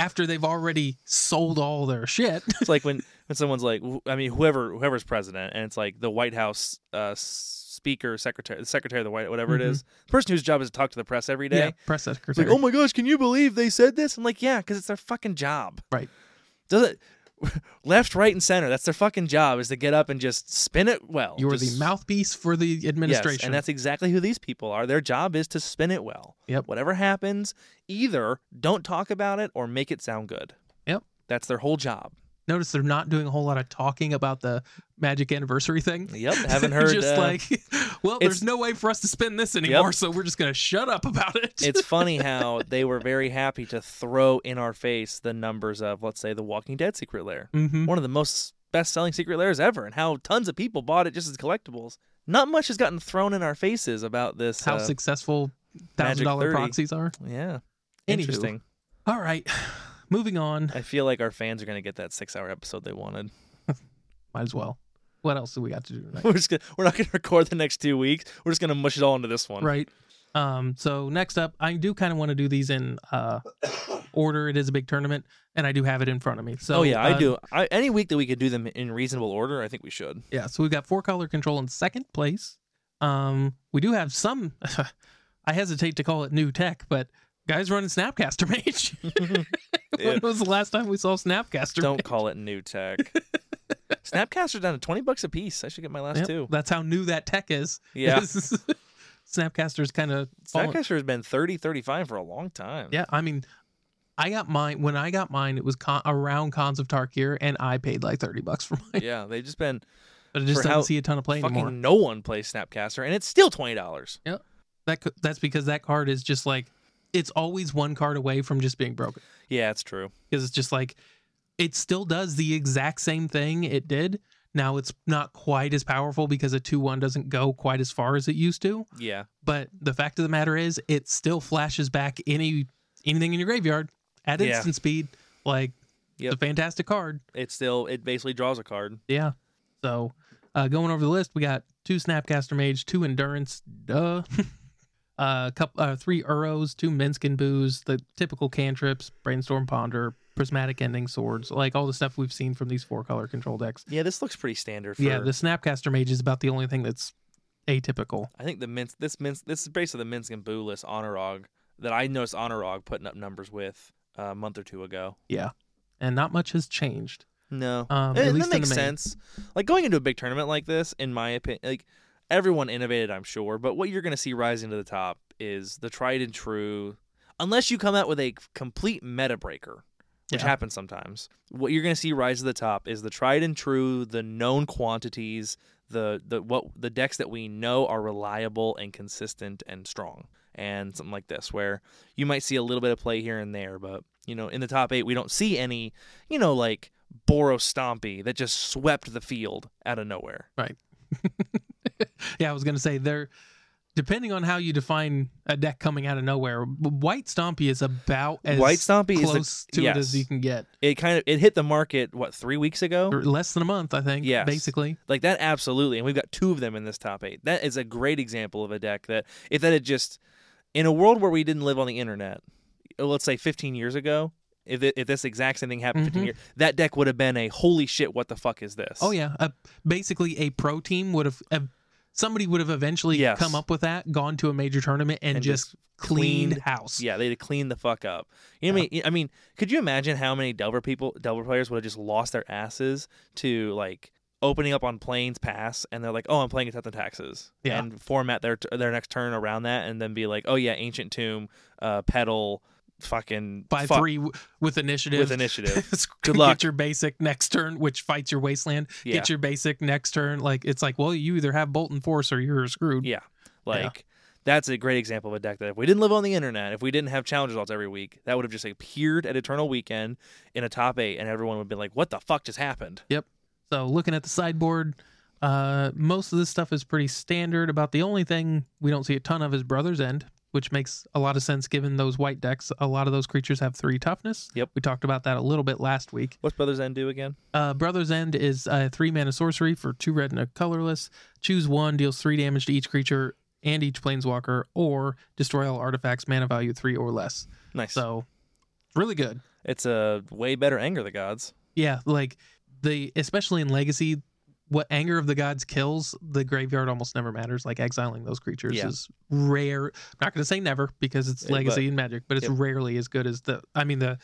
after they've already sold all their shit. It's like when, when someone's like, wh- I mean, whoever whoever's president, and it's like the White House uh, speaker, secretary, the secretary of the White, whatever it is, the person whose job is to talk to the press every day. Mm-hmm. yeah, press It's like, secretary. oh my gosh, can you believe they said this? I'm like, yeah, because it's their fucking job. Right. Does it left, right, and center? That's their fucking job is to get up and just spin it well. you are Just- the mouthpiece for the administration. Yes, and that's exactly who these people are. Their job is to spin it well. Yep. Whatever happens, either don't talk about it or make it sound good. Yep. That's their whole job. Notice they're not doing a whole lot of talking about the magic anniversary thing. Yep. Haven't heard. just uh, like, well, it's- there's no way for us to spin this anymore, so we're just gonna shut up about it. it's funny how they were very happy to throw in our face the numbers of, let's say, the Walking Dead secret lair, hmm one of the most best-selling secret lairs ever, and how tons of people bought it just as collectibles. Not much has gotten thrown in our faces about this. how uh, successful thousand Magic dollar 30. proxies are. yeah. Anywho. Interesting. All right, moving on. I feel like our fans are going to get that six-hour episode they wanted. Might as well. What else do we got to do tonight? We're just gonna, we're not gonna record the next two weeks. We're just gonna mush it all into this one. right. Um. So next up, I do kind of want to do these in uh order. It is a big tournament, and I do have it in front of me. So oh yeah, uh, I do. I, any week that we could do them in reasonable order, I think we should. Yeah, so we've got four color control in second place. Um, we do have some. I hesitate to call it new tech, but guys running Snapcaster Mage. when was the last time we saw Snapcaster? Don't call it new tech. Snapcaster's down to twenty bucks a piece. I should get my last Yep, two. That's how new that tech is. Yeah, Snapcaster's kind of Snapcaster has been 30, 35 for a long time. Yeah, I mean, I got mine when I got mine. It was con- around Cons of Tarkir, and I paid like thirty bucks for mine. yeah. They've just been But I just For don't how see a ton of play fucking anymore. no one plays Snapcaster, and it's still twenty dollars. That co- that's because that card is just like it's always one card away from just being broken. Yeah, it's true. because it's just like it still does the exact same thing it did. Now it's not quite as powerful because a 2 1 doesn't go quite as far as it used to. Yeah, But the fact of the matter is, it still flashes back any anything in your graveyard at Yeah. instant speed. Like Yep. it's a fantastic card. it's still it basically draws a card. Yeah. So uh, going over the list, we got two Snapcaster Mage, two Endurance, duh. Uh, cup, uh, three Uros, two Minskin Boos, the typical cantrips, Brainstorm Ponder, Prismatic Ending Swords, like all the stuff we've seen from these four color control decks. Yeah, this looks pretty standard. For, Yeah, the Snapcaster Mage is about the only thing that's atypical. I think the Minsk, this Minsk, this is basically the Minsk and Boo list Honorog that I noticed Honorog putting up numbers with uh, a month or two ago. And not much has changed. No, Um, and, at and least Eh, that in the makes main. sense. Like going into a big tournament like this, in my opinion, like everyone innovated, I'm sure, but what you're going to see rising to the top is the tried and true. Unless you come out with a complete meta breaker, which Yeah. happens sometimes, what you're going to see rise to the top is the tried and true, the known quantities, the the what the decks that we know are reliable and consistent and strong and something like this where you might see a little bit of play here and there but you know in the top 8 we don't see any you know like Boros Stompy that just swept the field out of nowhere Yeah, I was going to say, they're, depending on how you define a deck coming out of nowhere, White Stompy is about as White Stompy is the- close to it as yes. you can get. it kind of it hit the market what 3 weeks ago or less than a month, I think. Yes. basically. Like that, absolutely. And we've got two of them in this top eight. That is a great example of a deck that, uh, if that had just, in a world where we didn't live on the internet, let's say 15 years ago, if, it, if this exact same thing happened 15 Mhm. years, that deck would have been a holy shit, what the fuck is this? Oh yeah, a, basically a pro team would have ev- somebody would have eventually Yes. come up with that, gone to a major tournament, and, And just, just cleaned, cleaned- house. Yeah, they'd have cleaned the fuck up. You know what I mean? I mean, could you imagine how many Delver people, Delver players would have just lost their asses to like opening up on Plains Pass, and they're like, "Oh, I'm playing Attack on Taxes," Yeah. and format their their next turn around that, and then be like, "Oh yeah, Ancient Tomb, uh, Pedal, fucking Five fuck three w- with initiative. with initiative." Good Good luck. luck. Get your basic next turn, which fights your wasteland. Yeah, Get your basic next turn. Like it's like, well, you either have Bolton Force or you're screwed. yeah, like. That's a great example of a deck that if we didn't live on the internet, if we didn't have challenge results every week, that would have just appeared at Eternal Weekend in a top eight, and everyone would be like, "What the fuck just happened?" So looking at the sideboard, uh, most of this stuff is pretty standard. About the only thing we don't see a ton of is Brother's End, which makes a lot of sense given those white decks. A lot of those creatures have three toughness. Yep. We talked about that a little bit last week. What's Brothers End do again? Uh, Brother's End is a three mana sorcery for two red and a colorless. Choose one, deals three damage to each creature and each planeswalker, or destroy all artifacts, mana value three or less. Nice. So, really good. It's a way better anger of the gods. Yeah, like the especially in Legacy, what anger of the gods kills, the graveyard almost never matters. Like exiling those creatures Yeah. is rare. I'm not going to say never because it's Yeah, but- Legacy and Magic, but it's yeah. rarely as good as the. I mean the,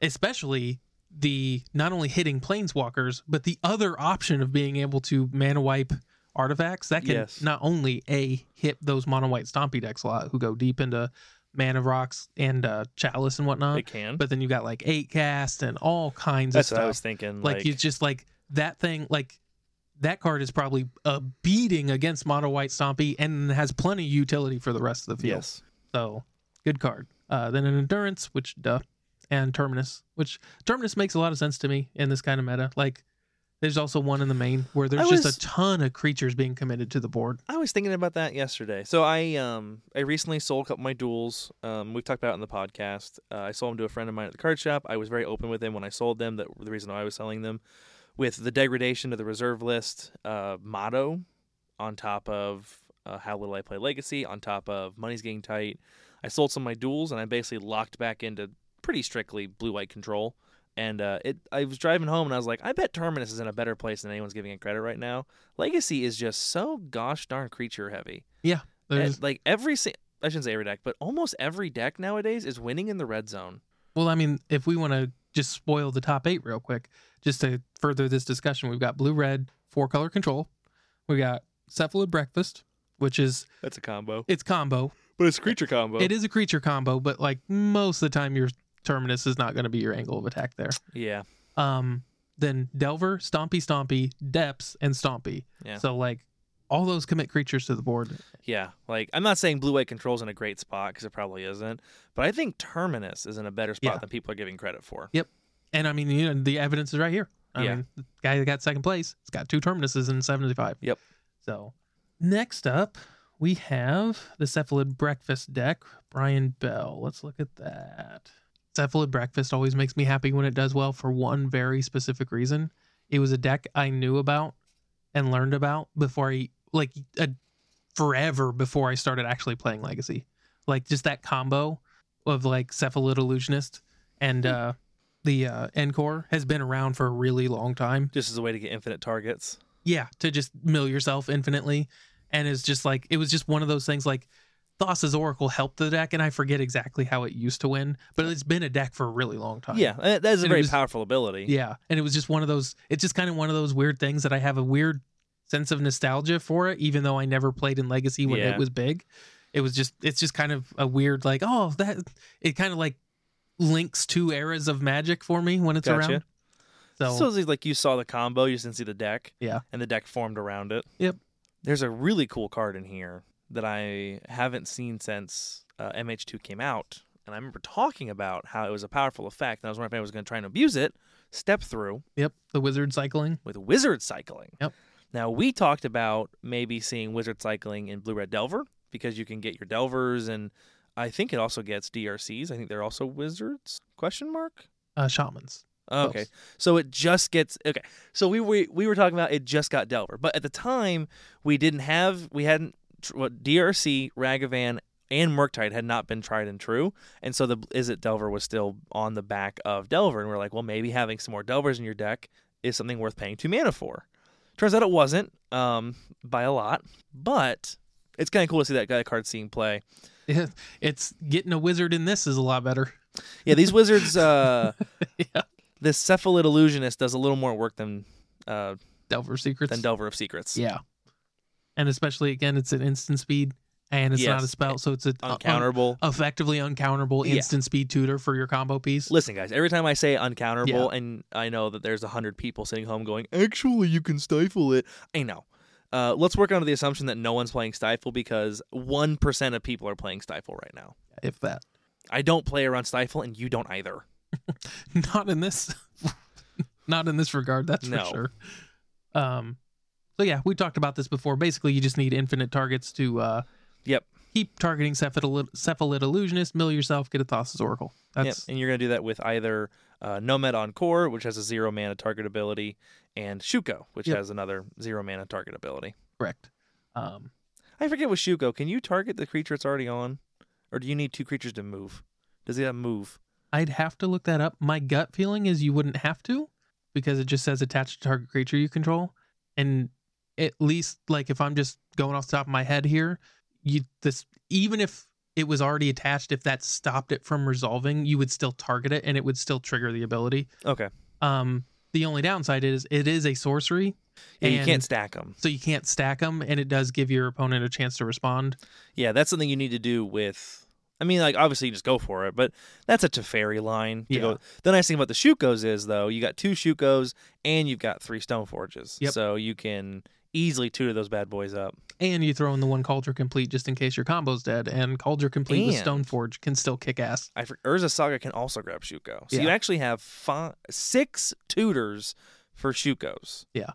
especially the not only hitting planeswalkers, but the other option of being able to mana wipe artifacts that can Yes. not only a hit those mono white stompy decks a lot who go deep into mana rocks and uh, chalice and whatnot. It can. but then you got like eight cast and all kinds Mm-hmm. that's of what stuff I was thinking. like, Like, you just like that thing like that card is probably a beating against mono white stompy and has plenty of utility for the rest of the field yes, so good card uh, then an endurance which duh and terminus which terminus makes a lot of sense to me in this kind of meta like there's also one in the main where there's I was- just a ton of creatures being committed to the board I was thinking about that yesterday. So I um I recently sold a couple of my duels. Um, we've talked about it in the podcast. Uh, I sold them to a friend of mine at the card shop. I was very open with him when I sold them. That the reason why I was selling them, with the degradation to the reserve list uh, motto, on top of uh, how little I play Legacy, on top of money's getting tight. I sold some of my duels and I basically locked back into pretty strictly blue white control. And uh, it, I was driving home and I was like, I bet Terminus is in a better place than anyone's giving it credit right now. Legacy is just so gosh darn creature heavy. there's And, like every, si- I shouldn't say every deck, but almost every deck nowadays is winning in the red zone. Well, I mean, if we want to just spoil the top eight real quick, just to further this discussion, we've got blue red, four color control. We got Cephalid Breakfast, which is That's a combo, its combo. but it's creature combo. It is a creature combo, but like most of the time, your terminus is not going to be your angle of attack there. Yeah, Um, then Delver, Stompy, Stompy, Depths, and Stompy. Yeah. So like all those commit creatures to the board. yeah. Like I'm not saying blue white control's in a great spot because it probably isn't, but I think Terminus is in a better spot Yeah. than people are giving credit for. And I mean, you know, the evidence is right here. I Yeah. mean, the guy that got second place, it's got two terminuses in 75. Yep. So, next up, we have the Cephalid Breakfast deck, Brian Bell. Let's look at that. Cephalid Breakfast always makes me happy when it does well for one very specific reason. It was a deck I knew about and learned about before I, like, a, forever before I started actually playing Legacy. Like, just that combo of, like, Cephalid Illusionist and, Hmm. uh, the uh, Encore has been around for a really long time. Just as a way to get infinite targets. Yeah, to just mill yourself infinitely, and it's just like it was just one of those things. Like Thassa's Oracle helped the deck, and I forget exactly how it used to win, but it's been a deck for a really long time. Yeah, uh, that is Oh, And a it very was- powerful ability. yeah, and it was just one of those. It's just kind of one of those weird things that I have a weird sense of nostalgia for it, even though I never played in Legacy when Yeah. it was big. It was just it's just kind of a weird like oh that it kind of like links two eras of Magic for me when it's Gotcha. around. So, it's like you saw the combo, you just didn't see the deck. Yeah. And the deck formed around it. Yep. There's a really cool card in here that I haven't seen since uh, MH2 came out. And I remember talking about how it was a powerful effect. And I was wondering if I was going to try and abuse it. Step through Yep, the wizard cycling. with wizard cycling. Yep. Now we talked about maybe seeing wizard cycling in blue red delver because you can get your delvers and I think it also gets DRCs. I think they're also wizards? Question mark. Oh, Uh, shamans. Okay. Both. So it just gets okay. So we we we were talking about it just got Delver, but at the time we didn't have we hadn't tr- what DRC Ragavan and Murktide had not been tried and true, and so the is it Delver was still on the back of Delver, and we are like, well, maybe having some more Delvers in your deck is something worth paying two mana for. Turns out it wasn't um, by a lot, but it's kind of cool to see that guy card seeing play. It's getting a wizard in this is a lot better. Yeah, these wizards. Uh, Yeah. This cephalid illusionist does a little more work than uh, Delver Secrets. than Delver of Secrets. Yeah. And especially again, it's an instant speed and it's not a Yes. spell, so it's a a- Uh, un- Uncounterable. effectively uncounterable Yeah. instant speed tutor for your combo piece. Listen, guys. Every time I say uncounterable, and I know that there's a hundred people sitting home going, "Actually, you can stifle it." I know. Uh, let's work under the assumption that no one's playing stifle because one percent of people are playing stifle right now. If that, I don't play around stifle, and you don't either. not in this, not in this regard. That's No. for sure. Um, so yeah, we talked about this before. Basically, you just need infinite targets to uh, Yep. keep targeting cephalid, cephalid illusionist, mill yourself, get a Thassa's Oracle. Yep, That's and you're gonna do that with either uh, Nomad Encore, which has a zero mana target ability, and Shuko, which Yep. has another zero mana target ability. correct. Um, I forget with Shuko, can you target the creature it's already on, or do you need two creatures to move? Does it have move? I'd have to look that up. My gut feeling is you wouldn't have to because it just says attach to target creature you control. And at least like if I'm just going off the top of my head here, you this even if it was already attached, if that stopped it from resolving, you would still target it and it would still trigger the ability. Okay, Um the only downside is it is a sorcery. yeah, you can't and stack them. so you can't stack them and it does give your opponent a chance to respond. Yeah, that's something you need to do with. I mean, like obviously you just go for it, but that's a Teferi line. to Yeah. go- The nice thing about the Shukos is though, you got two Shukos and you've got three Stone Forges, Yep. so you can easily tutor those bad boys up. And you throw in the one Cauldron Complete just in case your combo's dead, and Cauldron Complete with And- Stoneforge can still kick ass. I for, Urza Saga can also grab Shuko. So you Yeah. actually have five, six tutors for Shukos. Yeah.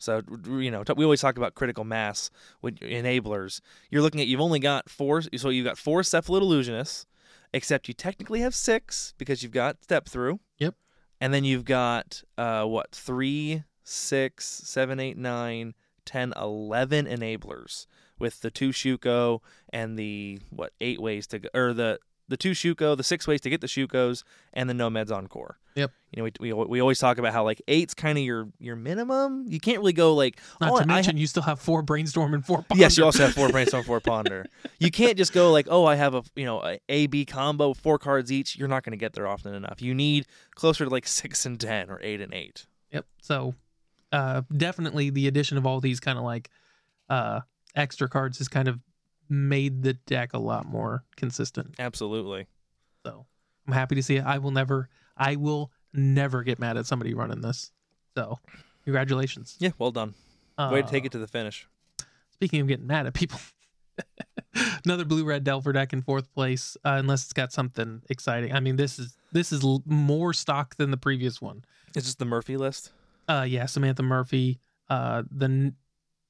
So you know, t- we always talk about critical mass with your enablers. You're looking at you've only got four. So you've got four cephalid illusionists, except you technically have six because you've got step through. Yep. And then you've got uh, what three, six, seven, eight, nine, ten, eleven enablers with the two Shuko and the what eight ways to go, or the the two Shuko, the six ways to get the Shukos, and the Nomads Encore. Yep. You know, we, we, we always talk about how like eight's kind of your your minimum. You can't really go like Not oh, to I mention, you still have four brainstorm and four. Ponder. Yes, you also have four brainstorm, four ponder. You can't just go like, oh, I have a you know a A B combo, four cards each. You're not going to get there often enough. You need closer to like six and ten or eight and eight. Yep. So, uh, definitely the addition of all these kind of like uh, extra cards has kind of made the deck a lot more consistent. Absolutely. So, I'm happy to see it. I will never, I will never get mad at somebody running this. So, congratulations. Uh, Yeah. Well done. Way to take it to the finish. Speaking of getting mad at people, another blue red Delver deck in fourth place, uh, unless it's got something exciting. I mean, this is this is l- more stock than the previous one. It's just the Murphy list. Uh, yeah, Samantha Murphy. Uh, the n-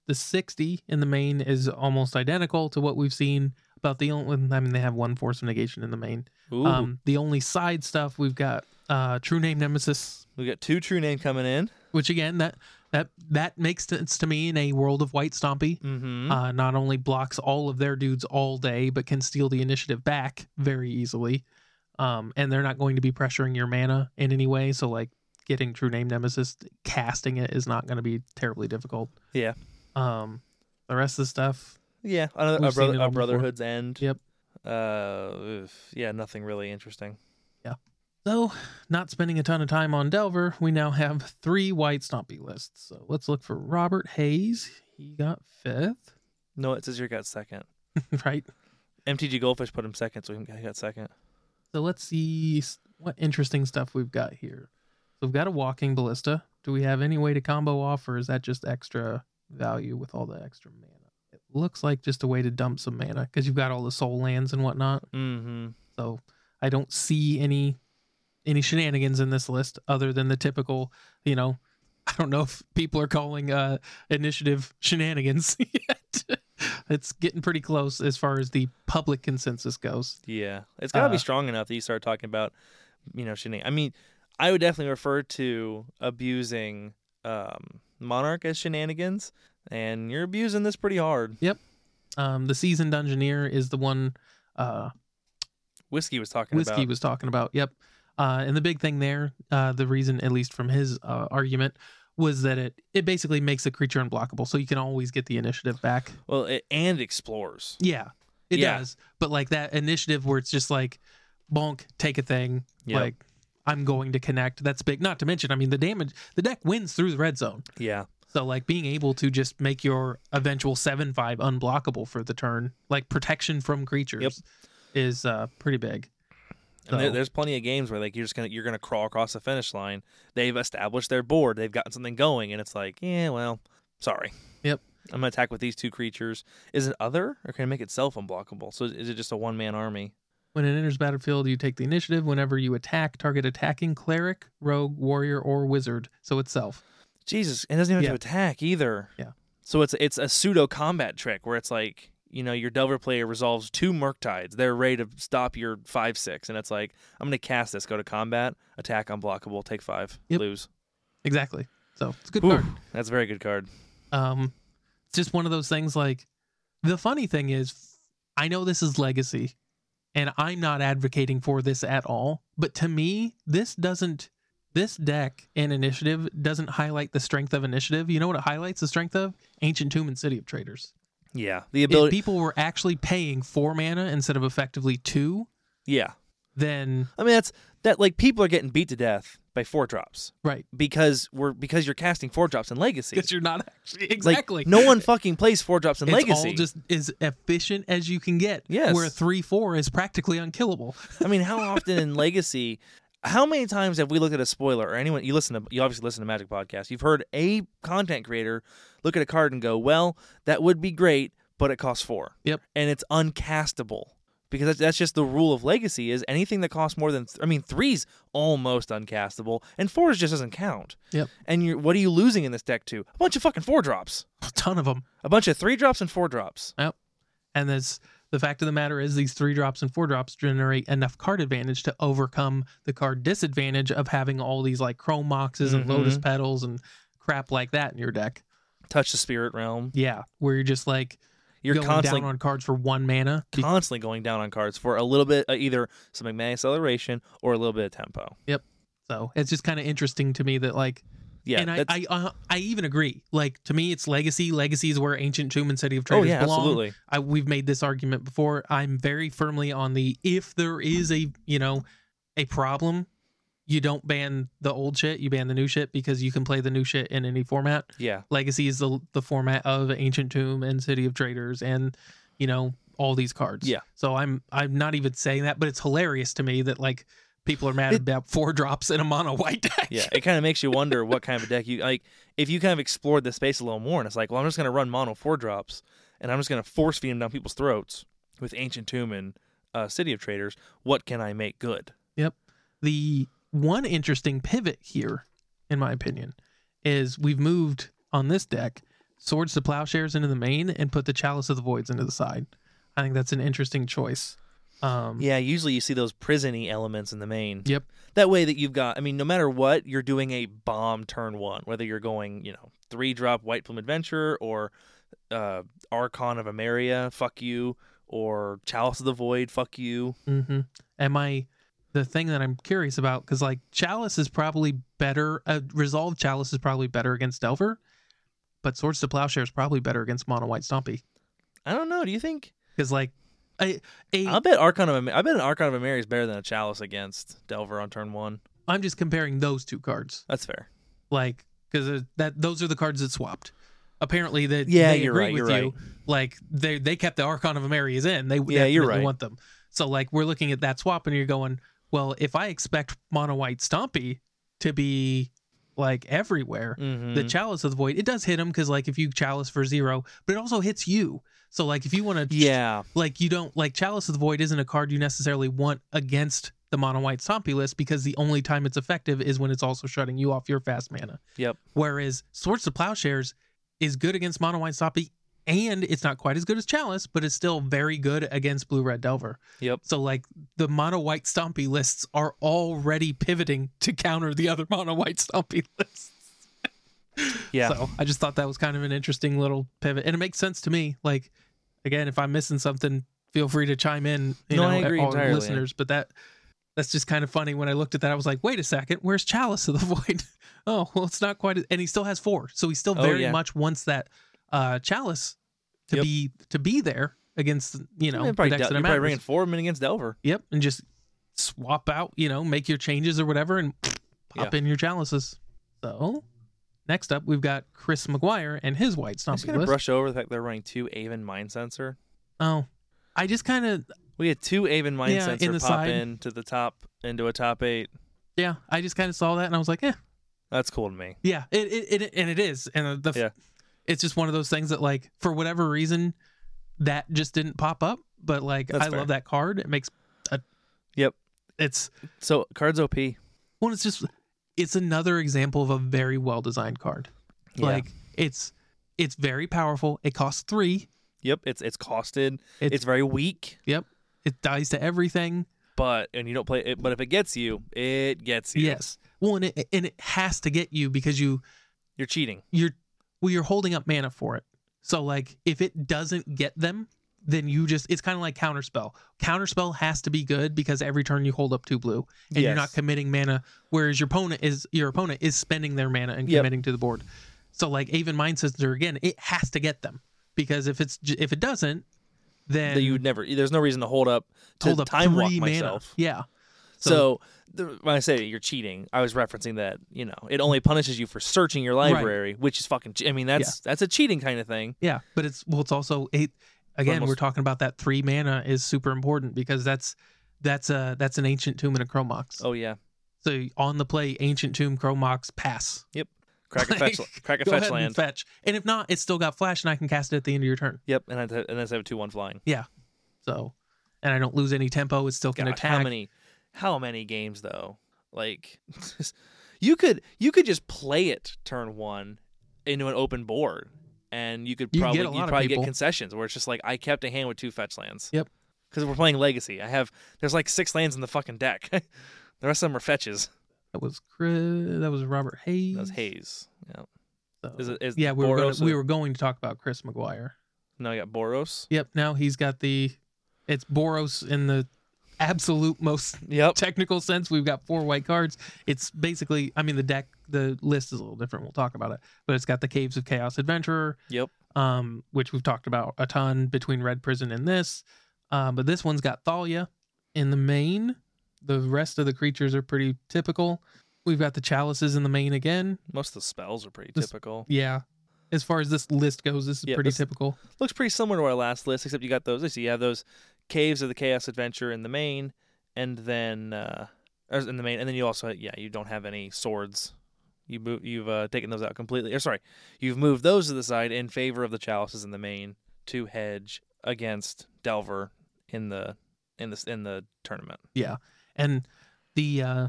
the sixty in the main is almost identical to what we've seen. About the only, I mean, they have one force of negation in the main. Ooh, Um, the only side stuff we've got, uh, True Name Nemesis, we got two true name coming in. which again that that that makes sense to me in a world of white stompy. Mm-hmm. Uh, not only blocks all of their dudes all day, but can steal the initiative back very easily. Um, and they're not going to be pressuring your mana in any way. So, like, getting True Name Nemesis, casting it is not going to be terribly difficult. Yeah. Um, the rest of the stuff, yeah. Another we've a, seen brother, it a all before. Brotherhood's End. Yep. Uh, oof, yeah. Nothing really interesting. so not spending a ton of time on Delver, we now have three white stompy lists. So let's look for Robert Hayes. He got fifth, No, it says you got second. right? MTG Goldfish put him second, so he got second. So let's see s- what interesting stuff we've got here. So we've got a walking ballista. Do we have any way to combo off, or is that just extra value with all the extra mana? It looks like just a way to dump some mana because you've got all the soul lands and whatnot. Mm-hmm. So I don't see any any shenanigans in this list other than the typical, you know, I don't know if people are calling uh initiative shenanigans yet. it's getting pretty close as far as the public consensus goes. Yeah, it's got to be Uh, strong enough that you start talking about, you know, shenan. I mean, I would definitely refer to abusing um, Monarch as shenanigans, and you're abusing this pretty hard. Um, the seasoned dungeoneer is the one uh, Whiskey was talking Whiskey about. was talking about. Yep. Uh, and the big thing there, uh, the reason, at least from his uh, argument, was that it it basically makes the creature unblockable, so you can always get the initiative back. well, it, and explores. Yeah, it Yeah. does. But like that initiative where it's just like, bonk, take a thing. Yep. Like I'm going to connect. That's big. Not to mention, I mean, the damage the deck wins through the red zone. Yeah. So like being able to just make your eventual seven five unblockable for the turn, like protection from creatures, is uh, pretty big. And there, So- there's plenty of games where like you're just gonna you're gonna crawl across the finish line. They've established their board. They've gotten something going, and it's like, yeah, well, sorry. Yep. I'm gonna attack with these two creatures. Is it other, or can I make itself unblockable? So is- is it just a one man army? When it enters battlefield, you take the initiative. Whenever you attack, target attacking cleric, rogue, warrior, or wizard. So itself. Jesus, it doesn't even have to attack either. Yeah. So it's it's a pseudo combat trick where it's like you know your Delver player resolves two Murktides. They're ready to stop your five six, and it's like I'm gonna cast this, go to combat, attack, unblockable, take five, Yep. lose. Exactly. So it's a good Whew. card. That's a very good card. Um, it's just one of those things. Like the funny thing is, I know this is legacy, and I'm not advocating for this at all. But to me, this doesn't. This deck and initiative doesn't highlight the strength of initiative. You know what it highlights the strength of? Ancient Tomb and City of Traders. Yeah, the If ability. people were actually paying four mana instead of effectively two, yeah, then I mean that's that like people are getting beat to death by four drops right, because we're because you're casting four drops in Legacy. because you're not actually Like, exactly. no one fucking plays four drops in it's Legacy. all just as efficient as you can get. Yes. where three four is practically unkillable. I mean, how often in Legacy, how many times have we looked at a spoiler or anyone? You listen to, you obviously listen to Magic Podcast. You've heard a content creator look at a card and go, "Well, that would be great, but it costs four. Yep. and it's uncastable because that's, that's just the rule of Legacy. Is anything that costs more than th- I mean, three's almost uncastable, and fours just doesn't count. Yep. And you're what are you losing in this deck to? A bunch of fucking four drops, A ton of them. a bunch of three drops and four drops. And that's the fact of the matter is these three drops and four drops generate enough card advantage to overcome the card disadvantage of having all these like chrome boxes and lotus Mm-hmm. petals and crap like that in your deck. Touch the Spirit Realm. Yeah, where you're just like You're going constantly down on cards for one mana. Be- constantly going down on cards for a little bit, uh, either some magnetic acceleration or a little bit of tempo. So it's just kind of interesting to me that like, Yeah, and I that's- I, uh, I even agree. Like to me, it's legacy. Legacy is where ancient tomb and city of oh traders yeah, belong. absolutely. I, we've made this argument before. I'm very firmly on the if there is a you know a problem, you don't ban the old shit, you ban the new shit because you can play the new shit in any format. Yeah, Legacy is the the format of Ancient Tomb and City of Traders and you know all these cards. Yeah. So I'm I'm not even saying that, but it's hilarious to me that like people are mad It- about four drops in a mono white deck. yeah. It kind of makes you wonder what kind of a deck you like. If you kind of explored the space a little more, and it's like, well, I'm just gonna run mono four drops, and I'm just gonna force feed them down people's throats with Ancient Tomb and uh, City of Traders. What can I make good? the one interesting pivot here, in my opinion, is we've moved on this deck swords to plowshares into the main and put the chalice of the voids into the side. I think that's an interesting choice. Um, Yeah, usually you see those prisony elements in the main. Yep. That way that you've got, I mean, no matter what, you're doing a bomb turn one, whether you're going, you know, three drop White Plume Adventure or uh, Archon of Ameria, fuck you, or Chalice of the Void, fuck you. hmm And my the thing that I'm curious about because like chalice is probably better. Uh, resolve chalice is probably better against Delver, but swords to plowshare is probably better against mono white stompy I don't know. Do you think? because like a a I'll bet Archon of Amer- I bet an Archon of Ameria is better than a Chalice against Delver on turn one. I'm just comparing those two cards. That's fair. like because that those are the cards that swapped. Apparently, that Yeah, they you're agree right, with you're you. right. Like they they kept the Archon of Amerias in. They Yeah, you're definitely right. Want them. So like we're looking at that swap, and you're going, well, if I expect Mono White Stompy to be like everywhere, Mm-hmm. the Chalice of the Void it does hit him because like if you Chalice for zero, but it also hits you. So like if you want to, yeah. like you don't like Chalice of the Void isn't a card you necessarily want against the mono white stompy list because the only time it's effective is when it's also shutting you off your fast mana. Yep. Whereas Swords to Plowshares is good against mono white stompy and it's not quite as good as Chalice, but it's still very good against blue red Delver. Yep. So like the mono white stompy lists are already pivoting to counter the other mono white stompy lists. Yeah. So I just thought that was kind of an interesting little pivot. And it makes sense to me. Like, again, if I'm missing something, feel free to chime in, you No, know, I agree all the entirely. listeners. But that that's just kind of funny. When I looked at that, I was like, wait a second, where's Chalice of the Void? oh, well, it's not quite. And he still has four, so he still Oh, very yeah. much wants that uh, Chalice to Yep. be to be there against you know Yeah, probably, the decks that Del- you're are probably matters. bringing Foreman against Delver. Yep, and just swap out, you know, make your changes or whatever, and pop in your chalices. So, next up, we've got Chris McGuire and his white I'm just stomping gonna list. brush over the fact they're running two Aven Mind Sensor. Oh, I just kind of We had two Aven Mind Yeah, Sensor in the pop side. in to the top into a top eight. yeah, I just kind of saw that and I was like, eh, That's cool to me. yeah, it, it, it and it is, and the f- Yeah. it's just one of those things that like for whatever reason that just didn't pop up, but like That's I fair. love that card. It makes a Yep. It's So cards OP. well, it's just it's another example of a very well designed card. Yeah. Like it's it's very powerful. It costs three. Yep, it's it's costed. It's- It's, very weak, It dies to everything. but and you don't play it. But if it gets you, it gets you. Yes. Well, and it and it has to get you because you you're cheating. you're well you're holding up mana for it. So like if it doesn't get them, then you just it's kind of like counterspell. Counterspell has to be good because every turn you hold up two blue and you're not Yes. committing mana, whereas your opponent is your opponent is spending their mana and Yep. committing to the board. So like Aven Mind Sister again, it has to get them because if it's j- if it doesn't, then that you would never. There's no reason to hold up to hold up time walk three myself. mana. Yeah, So, the, when I say you're cheating, I was referencing that you know it only punishes you for searching your Right. library, which is fucking. che- I mean, that's that's a cheating kind of thing. yeah, but it's well, it's also eight. Again, we're Almost- talking about that three mana is super important because that's that's a that's an ancient tomb and a chromox. Oh yeah, So on the play, ancient tomb, chromox, pass. crack a Like, fetch, crack a Go fetch ahead and land. fetch, and if not, it's still got flash, and I can cast it at the end of your turn. Yep, and I have to- and then I have two one flying. So, and I don't lose any tempo. It still can Gosh, attack. how many, how many games though? Like, you could you could just play it turn one into an open board, and you could You can probably get a you'd lot of probably people. get concessions where it's just like I kept a hand with two fetch lands. Yep. Because we're playing Legacy, I have there's like six lands in the fucking deck. the rest of them are fetches. That was Chris. That was Robert Hayes. That was Hayes. Yeah. So- Is it, is yeah, we were gonna, Boros we a- were going to talk about Chris McGuire. No, I got Boros. Yep. Now he's got the. It's Boros in the absolute most Yep. technical sense. We've got four white cards. It's basically, I mean, the deck, the list is a little different. We'll talk about it, but it's got the Caves of Chaos Adventurer. Yep. Um, which we've talked about a ton between Red Prison and this. Um, but this one's got Thalia in the main. The rest of the creatures are pretty typical. We've got the chalices in the main again. Most of the spells are pretty This- typical. Yeah. As far as this list goes, this is Yeah, pretty this- typical. looks pretty similar to our last list, except you got those. I see you have those caves of the chaos adventure in the main, and then uh, or in the main, and then you also yeah you don't have any swords. You move, you've uh, taken those out completely. Or sorry, you've moved those to the side in favor of the chalices in the main to hedge against Delver in the in the in the tournament. and the uh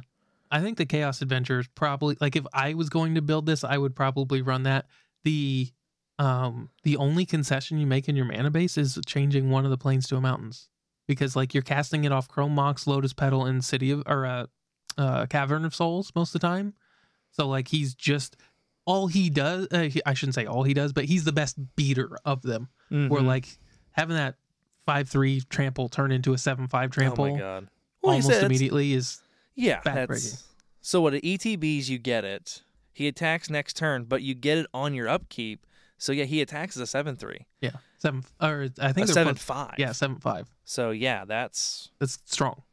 i think the chaos adventure is probably like if i was going to build this i would probably run that the um the only concession you make in your mana base is changing one of the planes to a mountains because like you're casting it off chrome mox lotus petal and city of or uh, uh cavern of souls most of the time so like he's just all he does uh, he, i shouldn't say all he does but he's the best beater of them Mm-hmm. where like having that 5-3 trample turn into a 7-5 trample oh my god, Well, he almost said it's- immediately is Yeah, backbreaking. that's so. What it ETBs, you get it. He attacks next turn, but you get it on your upkeep. So yeah, he attacks as a seven three, yeah seven or I a think they're seven plus- five. yeah seven five. So yeah, that's That's strong.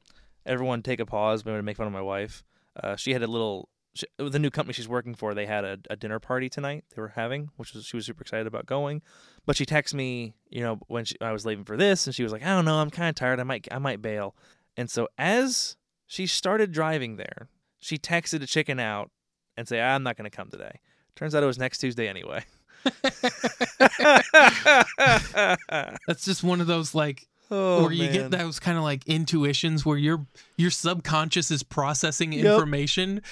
everyone take a pause. Maybe to make fun of my wife. Uh, she had a little. She, the new company she's working for, they had a, a dinner party tonight. They were having, which was she was super excited about going. But she texted me, you know, when she, I was leaving for this, and she was like, I don't know, I'm kind of tired. I might I might bail. And so as she started driving there, she texted a chicken out and say, I'm not going to come today. Turns out it was next Tuesday anyway. That's just one of those like oh, where you man. get those kind of like intuitions where your your subconscious is processing Yep. information,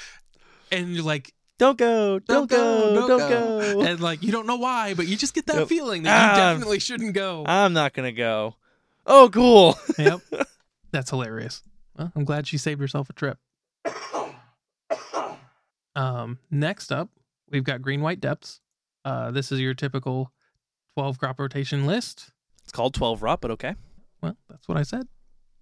and you're like Don't go, don't, go, don't, go. and like you don't know why, but you just get that Oh. Yep. feeling that you Ah, definitely shouldn't go. I'm not gonna go. Oh, cool. yep, that's hilarious. Well, I'm glad she saved herself a trip. Um, next up, we've got green white depths. Uh, this is your typical 12 crop rotation list. It's called 12 Rot, but okay. Well, that's what I said.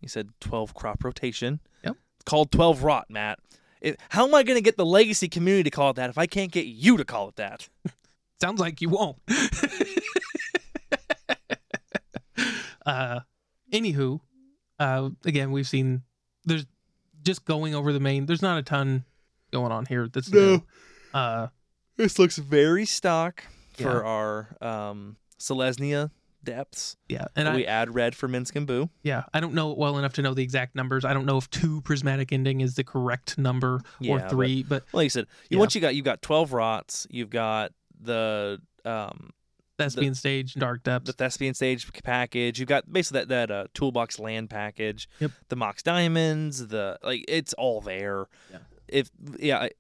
He said 12 crop rotation. Yep. It's called 12 rot, Matt. It, how am I going to get the legacy community to call it that if I can't get you to call it that? Sounds like you won't. uh, anywho, uh, again, we've seen there's just going over the main. There's not a ton going on here. That's No. new. Uh, This looks very stock Yeah. for our um, Selesnya depths. yeah, and I, we add red for Minsk and Boo. yeah, I don't know it well enough to know the exact numbers. I don't know if two prismatic ending is the correct number Yeah, or but- three, but, Like you said, you, Yeah. once you got you've got 12 rots, you've got the um, that's the- being staged. Dark depths. the Thespian stage package. You've got basically that that uh, toolbox land package. Yep. The Mox diamonds. The like, it's all there. Yeah. If yeah, I-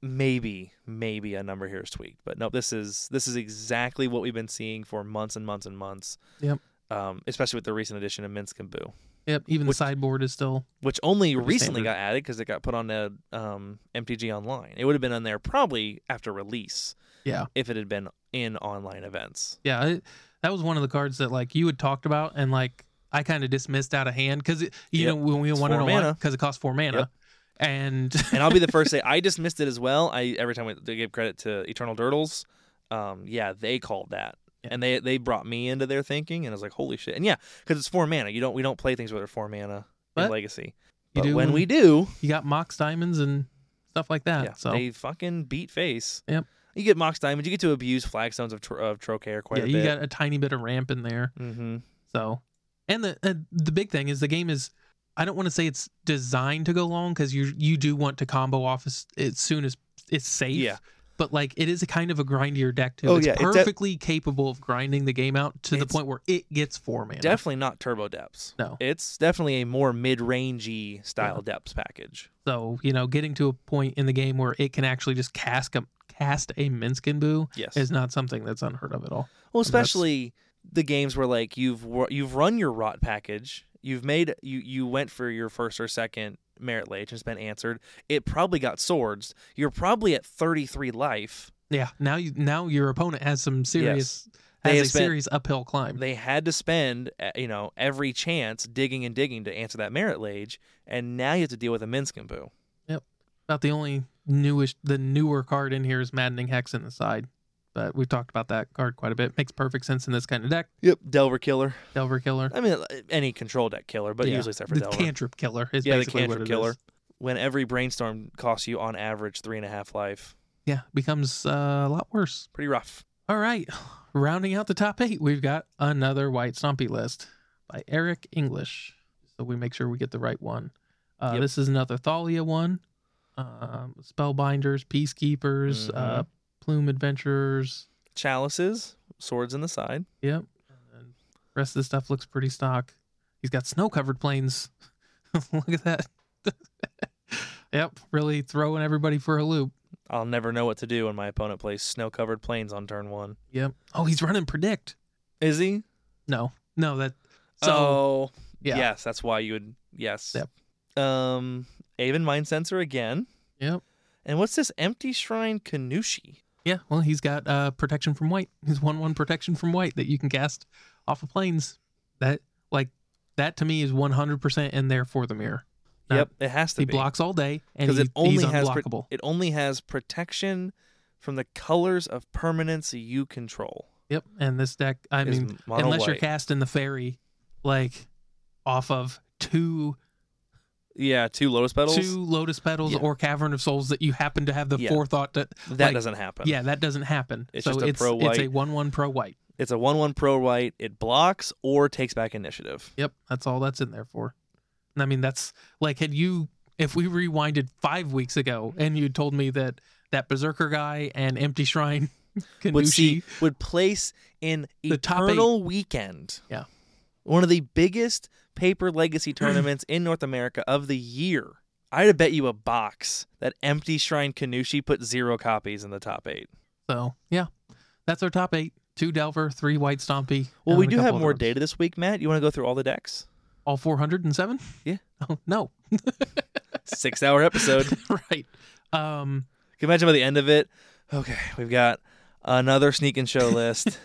maybe maybe a number here is tweaked, but no, this is this is exactly what we've been seeing for months and months and months. Yep. Um, especially with the recent addition of Minsk and Boo, yep, even which- the sideboard is still which only Pretty recently standard. got added because it got put on the um, MTG Online. It would have been on there probably after release. Yeah. If it had been in online events. Yeah, it, that was one of the cards that like you had talked about, and like I kind of dismissed out of hand because you Yep. know when we It's want to four know mana. because it costs four mana, Yep. and and I'll be the first to say I dismissed it as well. I every time we they give credit to Eternal Dirtles, um, yeah, they called that, Yeah. and they they brought me into their thinking, and I was like, holy shit, and yeah, because it's four mana. You don't we don't play things where they're four mana in But Legacy, you but do when we do, you got Mox diamonds and stuff like that. yeah, so they fucking beat face. Yep. You get Mox Diamond, you get to abuse Flagstones of, tro- of Trocair quite yeah, a you bit. got a tiny bit of ramp in there. mm-hmm. So, and the uh, the big thing is the game is. I don't want to say it's designed to go long because you you do want to combo off as, as soon as it's safe. Yeah. But like it is a kind of a grindier deck too. Oh, it's yeah, it def- perfectly capable of grinding the game out to the It's point where it gets four mana. Definitely not Turbo Depths. No. It's definitely a more mid-rangey style depths package. So you know, getting to a point in the game where it can actually just cast a cast a Minskin Boo Yes. is not something that's unheard of at all. Well, And that's- especially the games where like you've wor- you've run your rot package, you've made you you went for your first or second merit lage and it's been answered. It probably got swords. You're probably at 33 life. Yeah. Now you now your opponent has some serious They has have a spent- serious uphill climb. They had to spend uh, you know every chance digging and digging to answer that merit lage, and now you have to deal with a Minskin boo. About the only newish the newer card in here is Maddening Hex in the side. But we've talked about that card quite a bit. Makes perfect sense in this kind of deck. Yep, Delver killer. Delver Killer. I mean, uh, any control deck killer, but Yeah. usually it's there for the Delver. Cantrip Killer is yeah, the basically what cantrip it is. killer. When every brainstorm costs you on average three and a half life, Yeah, becomes uh, a lot worse. pretty rough. All right, rounding out the top eight, we've got another White Stompy list by Eric English. So we make sure we get the right one. Uh, Yep. This is another Thalia one. Um, Spellbinders, Peacekeepers, uh, Plume Adventurers. chalices, swords in the side. Yep. And rest of the stuff looks pretty stock. He's got snow covered planes. Look at that. yep, really throwing everybody for a loop. I'll never know what to do when my opponent plays snow covered plains on turn one. Yep. Oh, he's running Predict. Is he? No, no, that. So, oh, yeah. yes, that's why you would. Yes. Yep. Um, Avon Mind Sensor again. Yep. And what's this empty shrine Kanushi? Yeah, well, he's got uh, protection from white. He's one one protection from white that you can cast off of planes. That like that to me is one hundred percent in there for the mirror. No, Yep, it has to He be blocks all day and because he, it only he's has pro- unblockable. it only has protection from the colors of permanence you control. yep, and this deck, I Is mean, mono unless you're white. casting the fairy, like off of two yeah, two lotus petals. two lotus petals Yeah. or cavern of souls that you happen to have the Yeah. forethought to that like- doesn't happen. yeah that doesn't happen It's so just a it's pro it's a white. one one pro white it's a one one pro white. It blocks or takes back initiative. Yep, that's all that's in there for. And I mean, that's like had you if we rewinded five weeks ago and you told me that that Berserker guy and Empty Shrine would Kanushi, see would place in The top eight. Eternal Weekend. Yeah. One of the biggest paper legacy tournaments in North America of the year. I'd have bet you a box that Empty Shrine Kanushi put zero copies in the top eight. so yeah, that's our top eight: two Delver, three White Stompy. Well, and we a do couple have other more ones. data this week, Matt. You want to go through all the decks? All four hundred and seven. Yeah. Oh no. Six hour episode. Can right. Um. you imagine by the end of it? Okay, we've got another sneak and show list.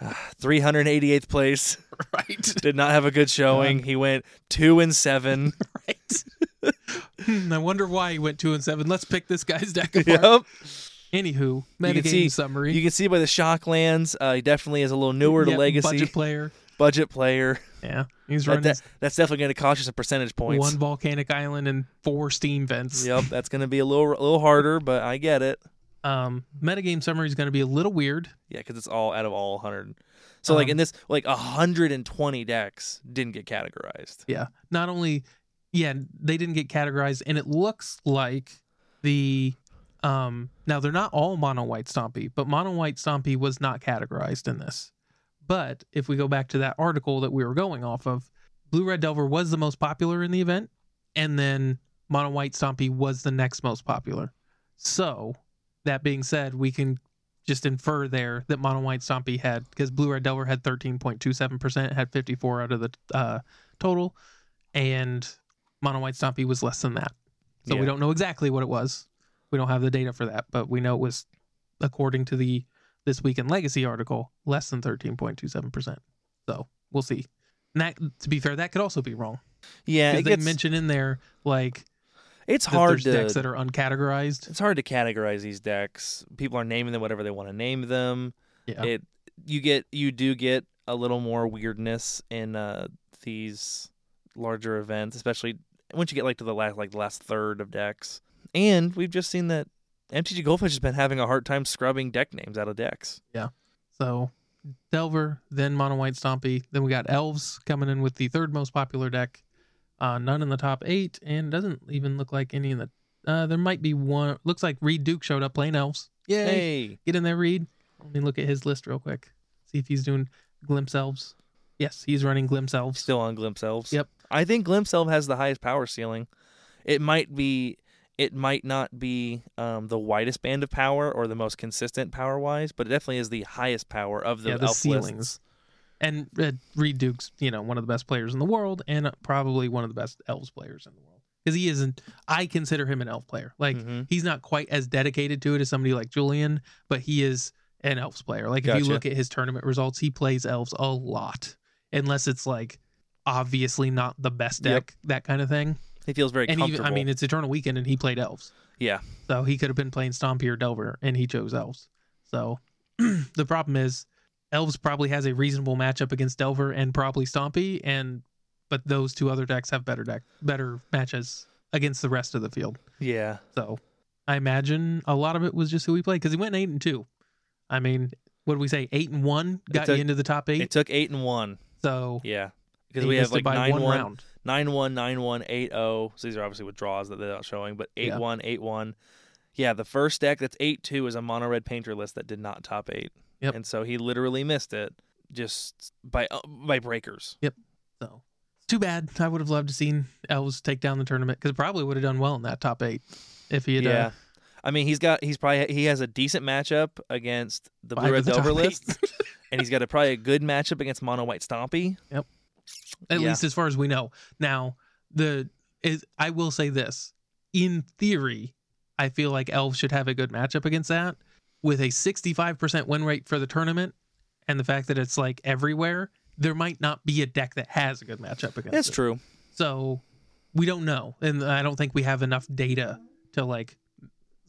Ah, Three hundred eighty-eighth place. right? Did not have a good showing. He went two and seven. Hmm, I wonder why he went two and seven. Let's pick this guy's deck apart. yep. Anywho, can metagame see- summary. You can see by the Shocklands, uh, he definitely is a little newer to Yep, Legacy. budget player. budget player. Yeah, he's That, running that- that's definitely going to cost you some percentage points. one volcanic island and four steam vents. Yep, that's going to be a little a little harder, but I get it. Um, metagame summary is going to be a little weird. Yeah, because it's all out of all 100. So like in Um, this, like 120 decks didn't get categorized. Yeah. Not only, yeah, they didn't get categorized, and it looks like the um now they're not all mono white stompy, but mono white stompy was not categorized in this. But if we go back to that article that we were going off of, blue red delver was the most popular in the event, and then mono white stompy was the next most popular. So that being said, we can just infer there that mono white stompy had because blue red delver had 13.27% had 54 out of the uh, total, and Mono White Stompy was less than that. So Yeah. we don't know exactly what it was. We don't have the data for that, but we know it was, according to the This Week in Legacy article, less than 13.27%. So we'll see. And that, to be fair, that could also be wrong. Yeah, Because it they gets, mention in there, like, it's that hard there's to decks that are uncategorized. it's hard to categorize these decks. People are naming them whatever they want to name them. Yeah. It you get you do get a little more weirdness in uh, these larger events, especially once you get like to the last like the last third of decks. And we've just seen that MTG Goldfish has been having a hard time scrubbing deck names out of decks. So Delver, then Mono White Stompy, then we got Elves coming in with the third most popular deck. Uh, none in the top eight, and doesn't even look like any in the. Uh, there might be one. Looks like Reed Duke showed up playing Elves. Yay! Hey, Get in there, Reed. Let me look at his list real quick. See if he's doing Glimpse Elves. Yes, he's running Glimpse Elves. still on Glimpse Elves. Yep. I think Glimpse Elf has the highest power ceiling. It might be it might not be um, the widest band of power or the most consistent power wise, but it definitely is the highest power of the yeah, the elf ceilings. lists. And uh, Reed Duke's, you know, one of the best players in the world, and probably one of the best Elves players in the world. Because he isn't, I consider him an Elf player. Like Mhm. he's not quite as dedicated to it as somebody like Julian, but he is an Elves player. Like if Gotcha. you look at his tournament results, he plays Elves a lot, unless it's like obviously not the best Yep. deck, that kind of thing. He feels very and even comfortable. I mean, it's Eternal Weekend, and he played Elves. yeah, So he could have been playing Stompy or Delver, and he chose Elves. So the problem is, Elves probably has a reasonable matchup against Delver and probably Stompy, and but those two other decks have better deck, better matches against the rest of the field. yeah, So I imagine a lot of it was just who he played because he went eight and two. I mean, what did we say? Eight and one got took- you into the top eight. it took eight and one. so Yeah, he because we have missed it like by nine one, one, round. nine one, nine one, eight zero. So these are obviously withdrawals that they're not showing, but eight Yeah. one, eight one. Yeah, the first deck that's eight two is a mono red painter list that did not top eight. Yep. And so he literally missed it just by uh, by breakers. So it's too bad. I would have loved to seen Elves take down the tournament because probably would have done well in that top eight if he had. yeah. Uh, I mean, he's got he's probably he has a decent matchup against the Five Blue Red of the Dover top eight. list, and he's got a probably a good matchup against Mono White Stompy. at Yeah. least as far as we know. Now, the is I will say this: in theory, I feel like elves should have a good matchup against that. With a 65% win rate for the tournament, and the fact that it's like everywhere, there might not be a deck that has a good matchup against That's it. true. So we don't know, and I don't think we have enough data to like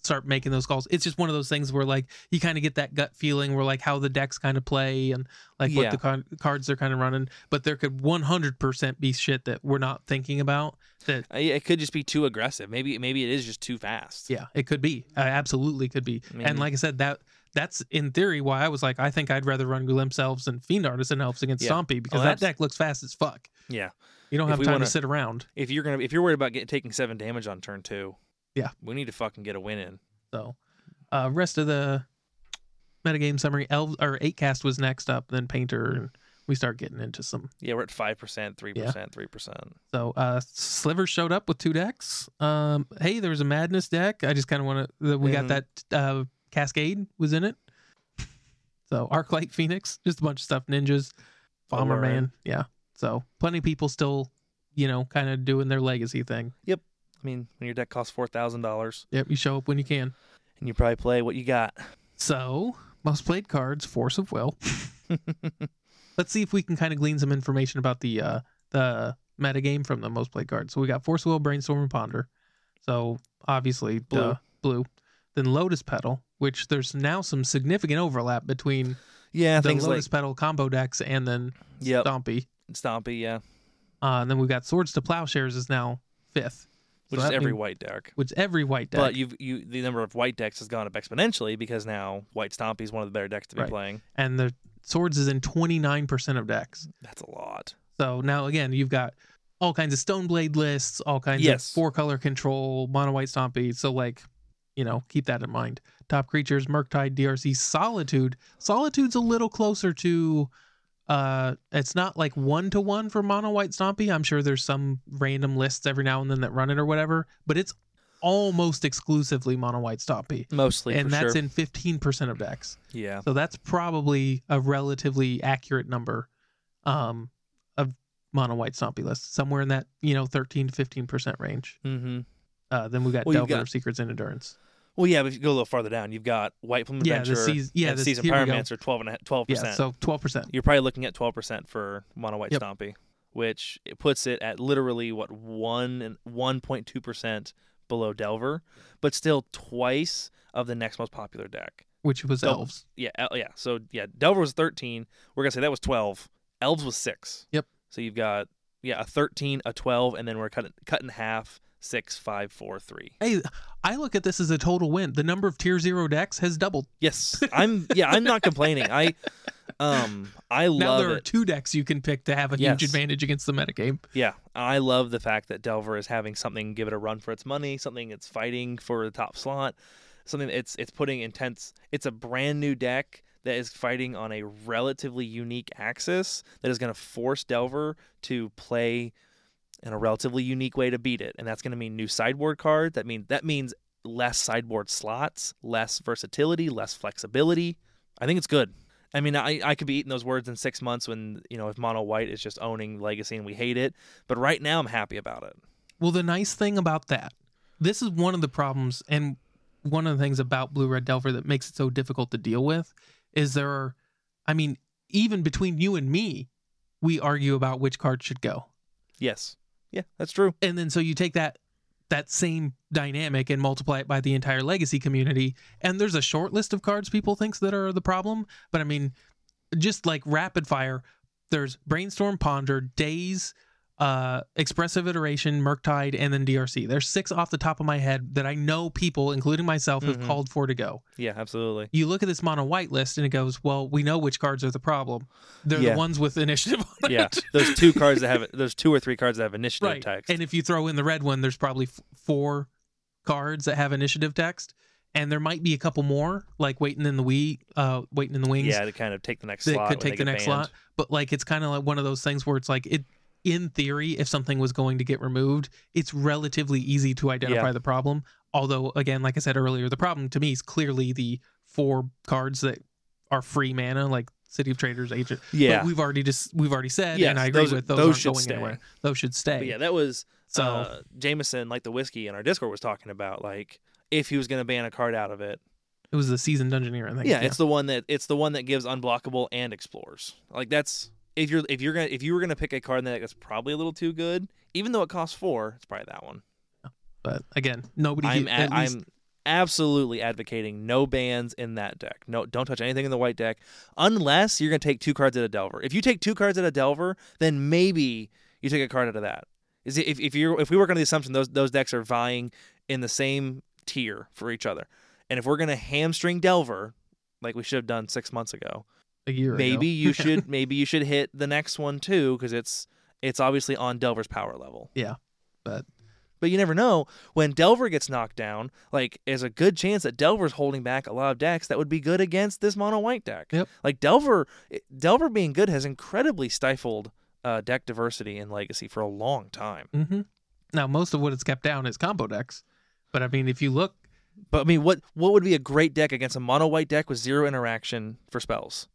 start making those calls. It's just one of those things where like you kind of get that gut feeling where like how the decks kind of play and like Yeah. what the con- cards they're kind of running, but there could 100% be shit that we're not thinking about that Uh, yeah, It could just be too aggressive. Maybe maybe it is just too fast. yeah, it could be. Uh, absolutely could be. I mean- and like I said, that that's in theory why I was like, I think I'd rather run Glimpse Elves and Fiend Artisan Elves against Yeah. Stompy because Oh, that abs- deck looks fast as fuck. Yeah. You don't If have we time wanna- to sit around. If you're gonna if you're worried about getting taking seven damage on turn two, Yeah. we need to fucking get a win in. So, uh, rest of the metagame summary, elves or eight cast was next up, then painter, and we start getting into some. Yeah, we're at five percent, three percent, three percent. So, uh, Sliver showed up with two decks. Um, hey, there was a madness deck. I just kind of want to. We Mhm. got that uh, Cascade was in it. So, Arclight Phoenix, just a bunch of stuff. Ninjas, Bomberman, Valorant. yeah. So, plenty of people still, you know, kind of doing their legacy thing. I mean, when your deck costs four thousand dollars Yep, you show up when you can. and you probably play what you got. So, most played cards, Force of Will. Let's see if we can kind of glean some information about the uh, the metagame from the most played card. So we got Force Will, Brainstorm, and Ponder. So obviously Blue. duh, blue. Then Lotus Petal, which there's now some significant overlap between yeah, the things Oh. like Lotus Petal combo decks and then yep, Stompy. Stompy, yeah, Uh, and then we've got Swords to Plowshares is now fifth, which So is that every mean- white deck. which every white deck. But you've you the number of white decks has gone up exponentially because now white Stompy is one of the better decks to be Right. playing. and the Swords is in 29% of decks. That's a lot. So now again, you've got all kinds of stone blade lists, all kinds Yes. of four color control, mono white stompy. So like, you know, keep that in mind. Top creatures, Murktide, DRC, Solitude. Solitude's a little closer to uh it's not like one to one for mono white stompy. I'm sure there's some random lists every now and then that run it or whatever, but it's almost exclusively mono white stompy. Mostly And for that's sure. in fifteen percent of decks. yeah. So that's probably a relatively accurate number um, of mono white stompy lists, somewhere in that you know 13 to 15 percent range. Mm-hmm. Uh, then we got Well, you've Delver got- of Secrets and Endurance. Well, yeah, but if you go a little farther down, you've got White Plume Yeah, Adventure the season. Yeah, and the Season here we go. Pyromancer, 12 and a, 12%. Yeah, so 12 percent. You're probably looking at 12% for Mono White Yep. Stompy, which it puts it at literally, what, 1 and 1.2% below Delver, but still twice of the next most popular deck. Which was Del- elves. Yeah, El- yeah. So, yeah, Delver was 13. We're going to say that was 12. Elves was 6. Yep. So you've got, yeah, a 13, a 12, and then we're cut, cut in half, 6, 5, 4, 3. Hey, I look at this as a total win. The number of tier zero decks has doubled. Yes, I'm. Yeah, I'm not complaining. I, um, I Now love there are it. two decks you can pick to have a Yes. huge advantage against the metagame. Yeah, I love the fact that Delver is having something give it a run for its money, something it's fighting for the top slot, something it's it's putting intense. It's a brand new deck that is fighting on a relatively unique axis that is going to force Delver to play in a relatively unique way to beat it, and that's going to mean new sideboard cards. That means that means less sideboard slots, less versatility, less flexibility. I think it's good. I mean, I, I could be eating those words in six months when, you know, if Mono White is just owning Legacy and we hate it. But right now, I'm happy about it. Well, the nice thing about that, this is one of the problems, and one of the things about Blue Red Delver that makes it so difficult to deal with is there are, I mean, even between you and me, we argue about which card should go. Yes. Yeah, that's true. And then so you take that that same dynamic and multiply it by the entire legacy community and there's a short list of cards people thinks that are the problem but i mean just like rapid fire there's brainstorm ponder days uh expressive iteration murktide and then drc there's six off the top of my head that i know people including myself have Mhm. called for to go Yeah, absolutely. you look at this mono white list and it goes well we know which cards are the problem they're Yeah. the ones with initiative on Yeah, it. those two cards that have those two or three cards that have initiative right. text. And if you throw in the red one, there's probably f- four cards that have initiative text, and there might be a couple more, like waiting in the we, uh, waiting in the wings. yeah, to kind of take the next that slot. could when they take the get next banned. slot. But like, it's kind of like one of those things where it's like it. In theory, if something was going to get removed, it's relatively easy to identify the problem. Although, again, like I said earlier, the problem to me is clearly the four cards that are free mana, like City of Traders, Agent. Yeah. but we've already just we've already said, Yes, and I agree those- with those, those aren't should going stay. anywhere. Those should stay. But yeah, that was so uh, Jameson, like the whiskey in our Discord, was talking about, like, if he was going to ban a card out of it. It was the seasoned dungeoneer, I think. Yeah, it's the one that it's the one that gives unblockable and explores. Like that's if you're if you're gonna if you were gonna pick a card in the deck that's probably a little too good, even though it costs four, it's probably that one. but again, nobody. I'm at, a- least, I'm absolutely advocating no bans in that deck. No, don't touch anything in the white deck unless you're gonna take two cards out of Delver. If you take two cards out of Delver, then maybe you take a card out of that. Is it- if if you are if we work on the assumption those those decks are vying in the same tier for each other, and if we're gonna hamstring Delver, like we should have done six months ago, a year ago. maybe you should maybe you should hit the next one too because it's it's obviously on Delver's power level. Yeah, but- but you never know when Delver gets knocked down. Like, there's a good chance that Delver's holding back a lot of decks that would be good against this mono white deck. Yep. Like Delver, Delver being good has incredibly stifled uh, deck diversity in Legacy for a long time. hmm Now most of what it's kept down is combo decks, but I mean, if you look, But I mean, what what would be a great deck against a mono white deck with zero interaction for spells?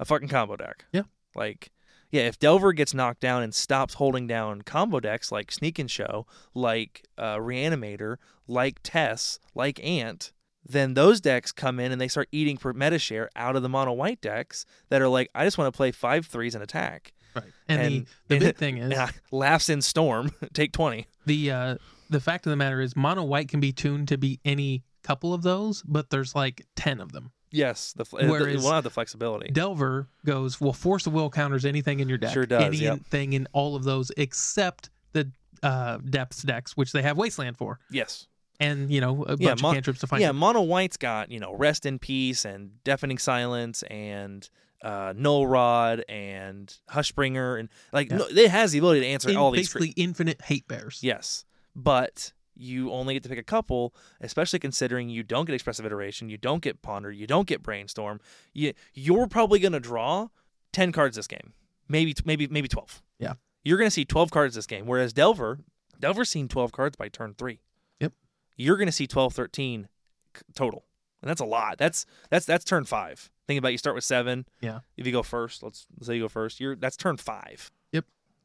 A fucking combo deck. Yeah. Like, yeah, if Delver gets knocked down and stops holding down combo decks like Sneak and Show, like uh, Reanimator, like Tess, like Ant, then those decks come in and they start eating per meta share out of the mono white decks that are like, I just want to play five threes and attack. Right. And, And- the, the and- big thing is Yeah, laughs in storm. Take twenty. the uh, the fact of the matter is mono white can be tuned to be any couple of those, but there's like ten of them. Yes, the, fl- uh, the Whereas- we'll have the flexibility. Delver goes, well, force of will counters anything in your deck. Sure does, yep. Anything in all of those except the uh, depths decks, which they have wasteland for, yes. and you know a Yeah, bunch mon- of cantrips to find. yeah, it. Mono White's got you know Rest in Peace and Deafening Silence and uh, Null Rod and Hushbringer and like Yeah. no, it has the ability to answer In- all these. basically infinite hate bears. Yes, but you only get to pick a couple, especially considering you don't get expressive iteration, you don't get ponder, you don't get brainstorm. You you're probably gonna draw ten cards this game, maybe maybe maybe twelve. Yeah. you're gonna see twelve cards this game, whereas Delver Delver's seen twelve cards by turn three. Yep. you're gonna see 12, 13 c- total, and that's a lot. That's that's that's turn five. Think about it, you start with seven. Yeah. if you go first, let's, let's say you go first. You're that's turn five.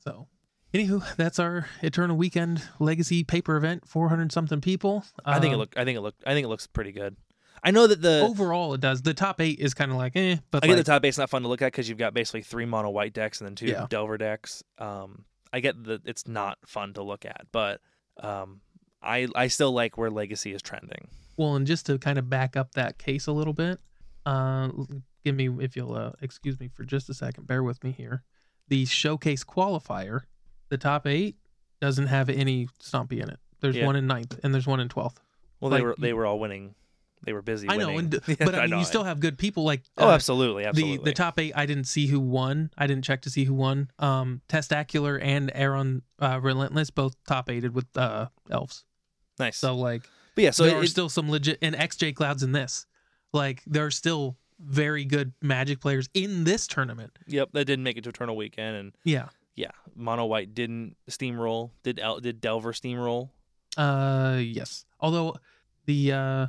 So, anywho, that's our Eternal Weekend Legacy paper event. Four hundred something people. I think it Um, look. I think it look. I think it looks pretty good. I know that the overall it does. The top eight is kind of like eh, but I get like- the top eight's not fun to look at because you've got basically three mono white decks and then two Yeah. Delver decks. Um, I get that it's not fun to look at, but um, I I still like where Legacy is trending. Well, and just to kind of back up that case a little bit, uh, l- give me if you'll uh, excuse me for just a second. Bear with me here. The showcase qualifier, the top eight doesn't have any stumpy in it. There's Yeah. one in ninth and there's one in twelth. Well, Like, they were you- they were all winning. They were busy. I know, winning. and, Yeah, but I mean, know. you still have good people like oh, uh, absolutely, absolutely. the the top eight. I didn't see who won. I didn't check to see who won. Um, Testacular and Aaron uh, Relentless both top aided with uh, elves. nice. So like but yeah, so so there it, are it- still some legit and XJ clouds in this. Like there are still very good Magic players in this tournament. yep, that didn't make it to Eternal Weekend, and Yeah. yeah, mono white didn't steamroll. Did El, did Delver steamroll? Uh yes. Although the uh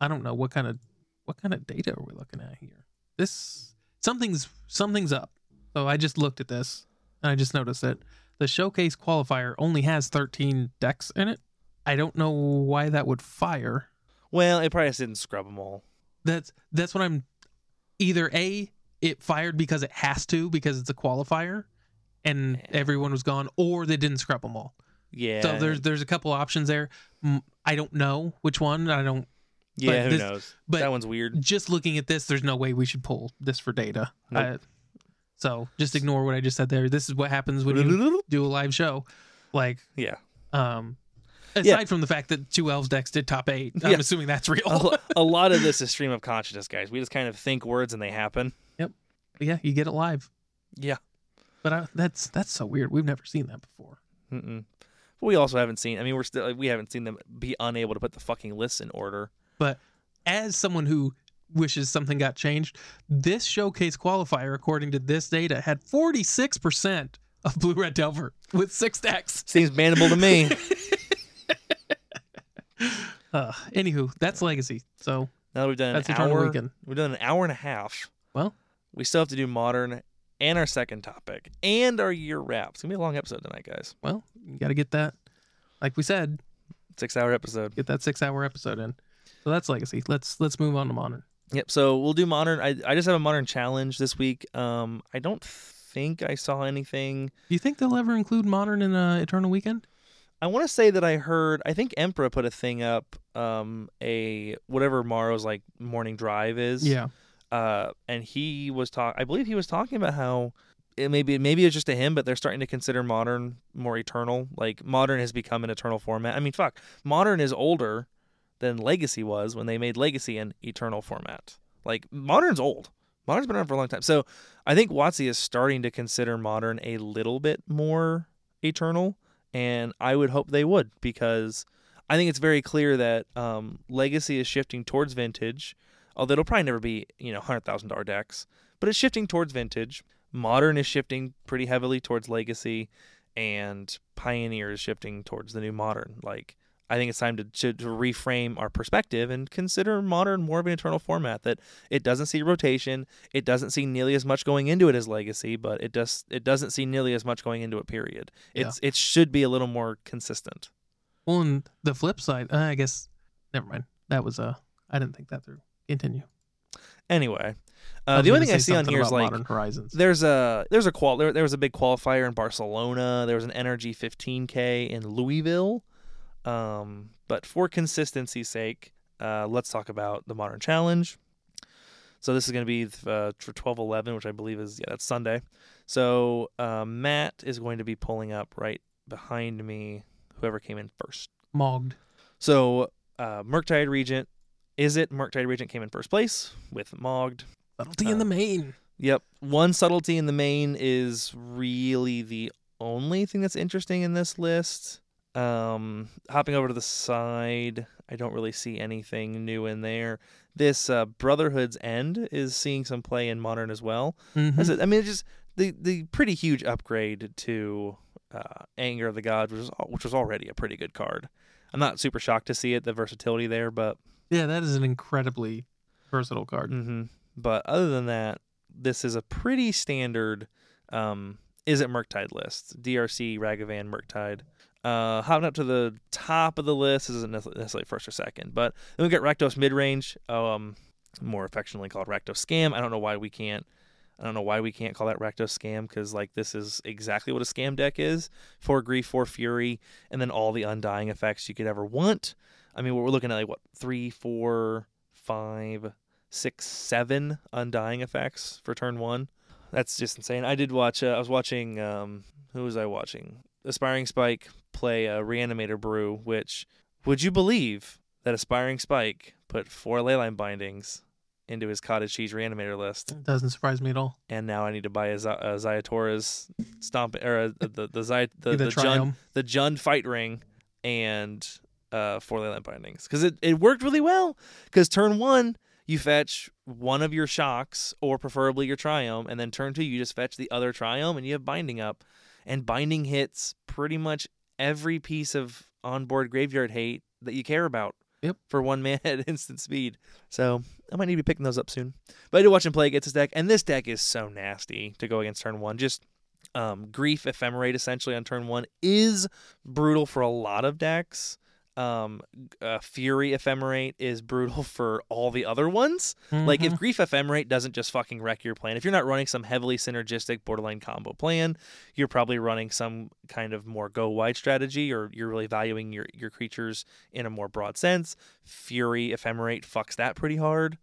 I don't know what kind of what kind of data are we looking at here? This something's something's up. So I just looked at this and I just noticed that the showcase qualifier only has 13 decks in it. I don't know why that would fire. Well, it probably just didn't scrub them all. That's that's what I'm either A, it fired because it has to because it's a qualifier and Yeah. everyone was gone or they didn't scrub them all. Yeah. So there's there's a couple options there. Mm, I don't know which one. I don't yeah. Who this- knows? but that one's weird. just looking at this, there's no way we should pull this for data. Nope. I- so just ignore what I just said there. This is what happens when you do a live show. Like, Yeah. um, aside Yeah. from the fact that two elves decks did top eight, I'm Yeah. assuming that's real. a, lo- a lot of this is stream of consciousness, guys. We just kind of think words and they happen. yeah, you get it live. Yeah. But I, that's that's so weird. We've never seen that before. Mm-mm. But we also haven't seen. I mean, we're still we haven't seen them be unable to put the fucking lists in order. But as someone who wishes something got changed, this showcase qualifier, according to this data, had 46% of Blue Red Delver with six decks. Seems bannable to me. Uh, anywho, that's legacy. So now that we've done an that's Eternal hour, Weekend. we've done an hour and a half. Well. we still have to do modern and our second topic and our year wrap. It's gonna be a long episode tonight, guys. Well, you got to get that, like we said, Six hour episode. get that six-hour episode in. So that's legacy. Let's let's move on to modern. Yep. So we'll do modern. I I just have a modern challenge this week. Um, I don't think I saw anything. Do you think they'll ever include modern in uh, Eternal Weekend? I want to say that I heard. I think Emperor put a thing up. Um, a whatever Morrow's like morning drive is. Uh, and he was talk. I believe he was talking about how it maybe maybe it's just to him, but they're starting to consider modern more eternal. Like modern has become an eternal format. I mean, fuck, modern is older than legacy was when they made legacy an eternal format. Like modern's old. Modern's been around for a long time. So I think Watsy is starting to consider modern a little bit more eternal, and I would hope they would because I think it's very clear that um, legacy is shifting towards vintage. Although it'll probably never be you know hundred thousand dollar decks, but it's shifting towards vintage. Modern is shifting pretty heavily towards legacy, and Pioneer is shifting towards the new modern. Like I think it's time to, to, to reframe our perspective and consider modern more of an eternal format that it doesn't see rotation, it doesn't see nearly as much going into it as legacy, but it does it doesn't see nearly as much going into it. Period. Yeah. It's it should be a little more consistent. Well, and the flip side, uh, I guess. Never mind. That was Uh, I I didn't think that through. Continue. Anyway, I uh, was the gonna only thing I say see on something here is about like Modern Horizons. there's a there's a qual there, there was a big qualifier in Barcelona. There was an energy 15k in Louisville. Um, but for consistency's sake, uh, let's talk about the Modern Challenge. So this is going to be uh, for 12:11, which I believe is yeah that's Sunday. So uh, Matt is going to be pulling up right behind me. Whoever came in first. Mogged. So uh, Merktide Regent, is it Merktide Regent came in first place with Mogged. Subtlety Uh, in the main. Yep. One subtlety in the main is really the only thing that's interesting in this list. Um, hopping over to the side, I don't really see anything new in there. This uh, Brotherhood's End is seeing some play in Modern as well. Hmm. That's it. I mean, it's just the the pretty huge upgrade to uh, Anger of the Gods, which was al- which was already a pretty good card. I'm not super shocked to see it, the versatility there, but Yeah, that is an incredibly versatile card. hmm But other than that, this is a pretty standard um, is it Murktide list. DRC, Ragavan, Murktide. Uh, hopping up to the top of the list this isn't nece- necessarily first or second, but then we got Rakdos midrange, um, more affectionately called Rakdos scam. I don't know why we can't. I don't know why we can't call that Rakdos scam because like this is exactly what a scam deck is: four grief, four fury, and then all the undying effects you could ever want. I mean, we're looking at like what three, four, five, six, seven undying effects for turn one. That's just insane. I did watch. Uh, I was watching. Um, who was I watching? Aspiring Spike play uh, Reanimator Brew. Which would you believe that Aspiring Spike put four leyline bindings into his cottage cheese reanimator list, Doesn't surprise me at all. and now I need to buy a, Z- a Zayatora's stomp or uh, the the Zy- the, Either the try Jund 'em. the Jund fight ring and uh, four ley line bindings because it, it worked really well. Because turn one, you fetch one of your shocks or preferably your triome, and then turn two, you just fetch the other triome and you have binding up. And binding hits pretty much every piece of onboard graveyard hate that you care about. Yep. For one man at instant speed. So I might need to be picking those up soon. But I did watch him play against this deck, and this deck is so nasty to go against turn one. Just um, grief ephemerate essentially on turn one is brutal for a lot of decks. Um, uh, Fury Ephemerate is brutal for all the other ones. Like if Mhm. Grief Ephemerate doesn't just fucking wreck your plan, if you're not running some heavily synergistic borderline combo plan, you're probably running some kind of more go wide strategy, or you're really valuing your your creatures in a more broad sense. Fury Ephemerate fucks that pretty hard.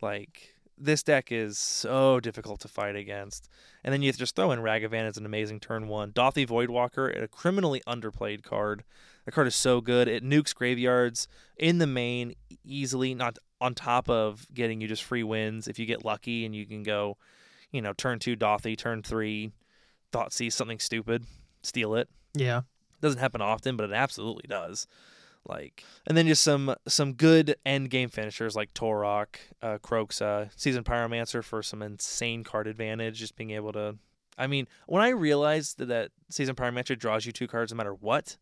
Like this deck is so difficult to fight against. And then you just throw in Ragavan as an amazing turn one. Dothy Voidwalker, a criminally underplayed card. That card is so good. It nukes graveyards in the main easily, not on top of getting you just free wins if you get lucky and you can go, you know, turn two Dothy, turn three, Thought sees something stupid, steal it Mm-hmm. yeah, doesn't happen often, but it absolutely does. Like, and then just some some good end game finishers like Torok, uh, Croxa, Season Pyromancer for some insane card advantage. Just being able to, I mean, when I realized that, that Season Pyromancer draws you two cards no matter what,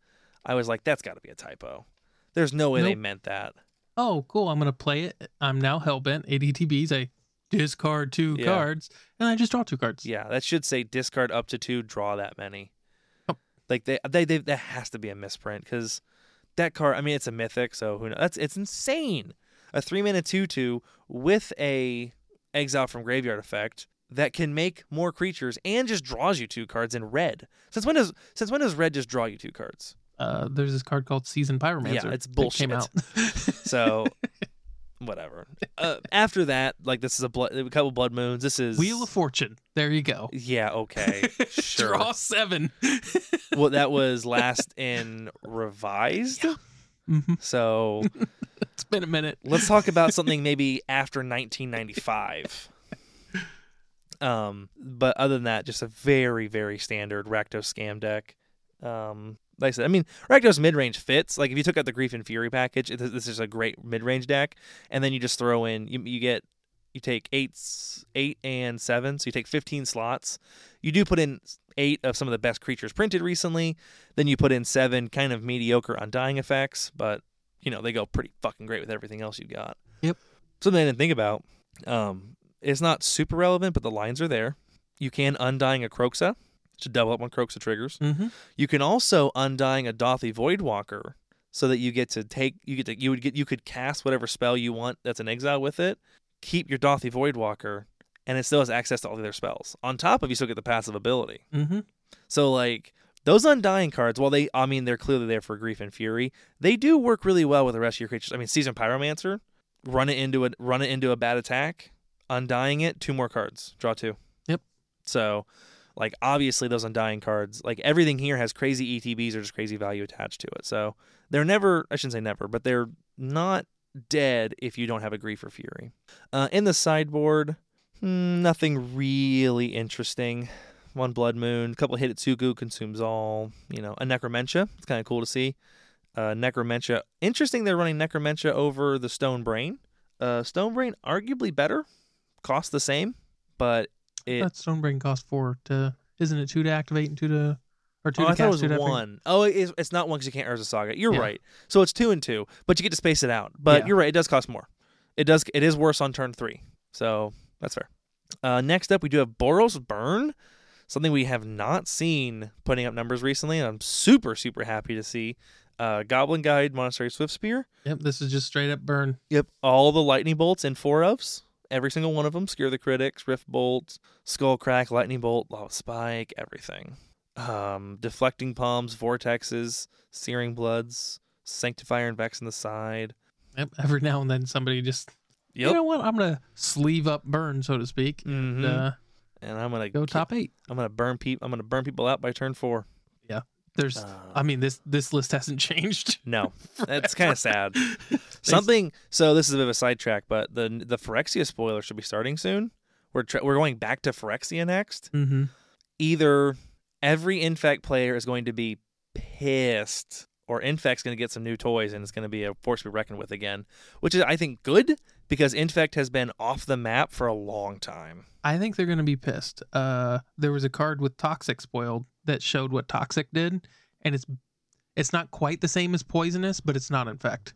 I was like, that's got to be a typo. There's no way they Nope. meant that. oh cool, I'm gonna play it. I'm now hellbent. ADTBs. I discard two Yeah. cards and I just draw two cards. Yeah, that should say discard up to two, draw that many. Oh. Like they, they, they, that has to be a misprint because that card. I mean, it's a mythic, so who knows? That's it's insane. A three mana two two with a exile from graveyard effect that can make more creatures and just draws you two cards in red. Since when does since when does red just draw you two cards? Uh, there's this card called Season Pyromancer. it's that Came bullshit. out. So. Whatever. Uh, after that, like this is a, blood, a couple blood moons. This is Wheel of Fortune. There you go. yeah. Okay, sure. Draw seven. well, that was last in revised. Mhm. So It's been a minute. Mm-hmm. let's talk about something maybe after 1995. Um, but other than that, just a very, very standard Rakdos scam deck. Um, like I said, I mean, Rakdos mid range fits. Like if you took out the Grief and Fury package, it, this is a great mid range deck. And then you just throw in, you, you get, you take eight, s- eight and seven, so you take 15 slots. You do put in eight of some of the best creatures printed recently. Then you put in seven kind of mediocre undying effects, but you know, they go pretty fucking great with everything else you've got. Yep. Something I didn't think about. Um, it's not super relevant, but the lines are there. You can undying a Croxa to double up on Croxa triggers. Mhm. You can also undying a Dothy Voidwalker so that you get to take you get to you would get you could cast whatever spell you want that's an exile with it. Keep your Dothy Voidwalker, and it still has access to all the other spells. On top of you still get the passive ability. Mm-hmm. So like those undying cards, while they I mean they're clearly there for grief and fury, they do work really well with the rest of your creatures. I mean, seasoned pyromancer, run it into a run it into a bad attack, undying it, two more cards, draw two. Yep. So like obviously those undying cards, like everything here has crazy ETBs or just crazy value attached to it. So they're never I shouldn't say never, but they're not dead if you don't have a grief or fury. Uh, in the sideboard, hmm, nothing really interesting one blood moon, a couple hit Hitotsugu consumes all, you know, a necromentia. It's kind of cool to see. Uh, necromentia. Interesting they're running necromentia over the stone brain. Uh, stone brain arguably better, cost the same, but it That Stonebrain costs four to isn't it two to activate and two to or two oh, to I cast thought it was two to activate? one. Oh, it is, it's not one because you can't Urza Saga. You're Yeah. right. So it's two and two, but you get to space it out. But Yeah. you're right. It does cost more. It does. It is worse on turn three. So that's fair. Uh, next up, we do have Boros Burn, something we have not seen putting up numbers recently, and I'm super super happy to see. Uh, Goblin Guide, Monastery Swift Spear. Yep, this is just straight up burn. Yep. All the lightning bolts in four ofs. Every single one of them. Scare the critics, rift bolt, skull crack, lightning bolt, lava spike, everything. Um, deflecting palms, vortexes, searing bloods, sanctifier and vex in the side. Yep, every now and then somebody just you know what? I'm gonna sleeve up burn, so to speak. And, hmm uh, and I'm gonna go ki- top eight. I'm gonna burn people. I'm gonna burn people out by turn four. There's, Uh, I mean, this this list hasn't changed. No, that's kind of sad. Something. So this is a bit of a sidetrack, but the the Phyrexia spoiler should be starting soon. We're tra- we're going back to Phyrexia next. Mm-hmm. either every infect player is going to be pissed or infect's going to get some new toys and it's going to be a force to be reckoned with again which is i think good because infect has been off the map for a long time I think they're gonna be pissed. Uh, there was a card with toxic spoiled that showed what toxic did, and it's it's not quite the same as poisonous, but it's not infect.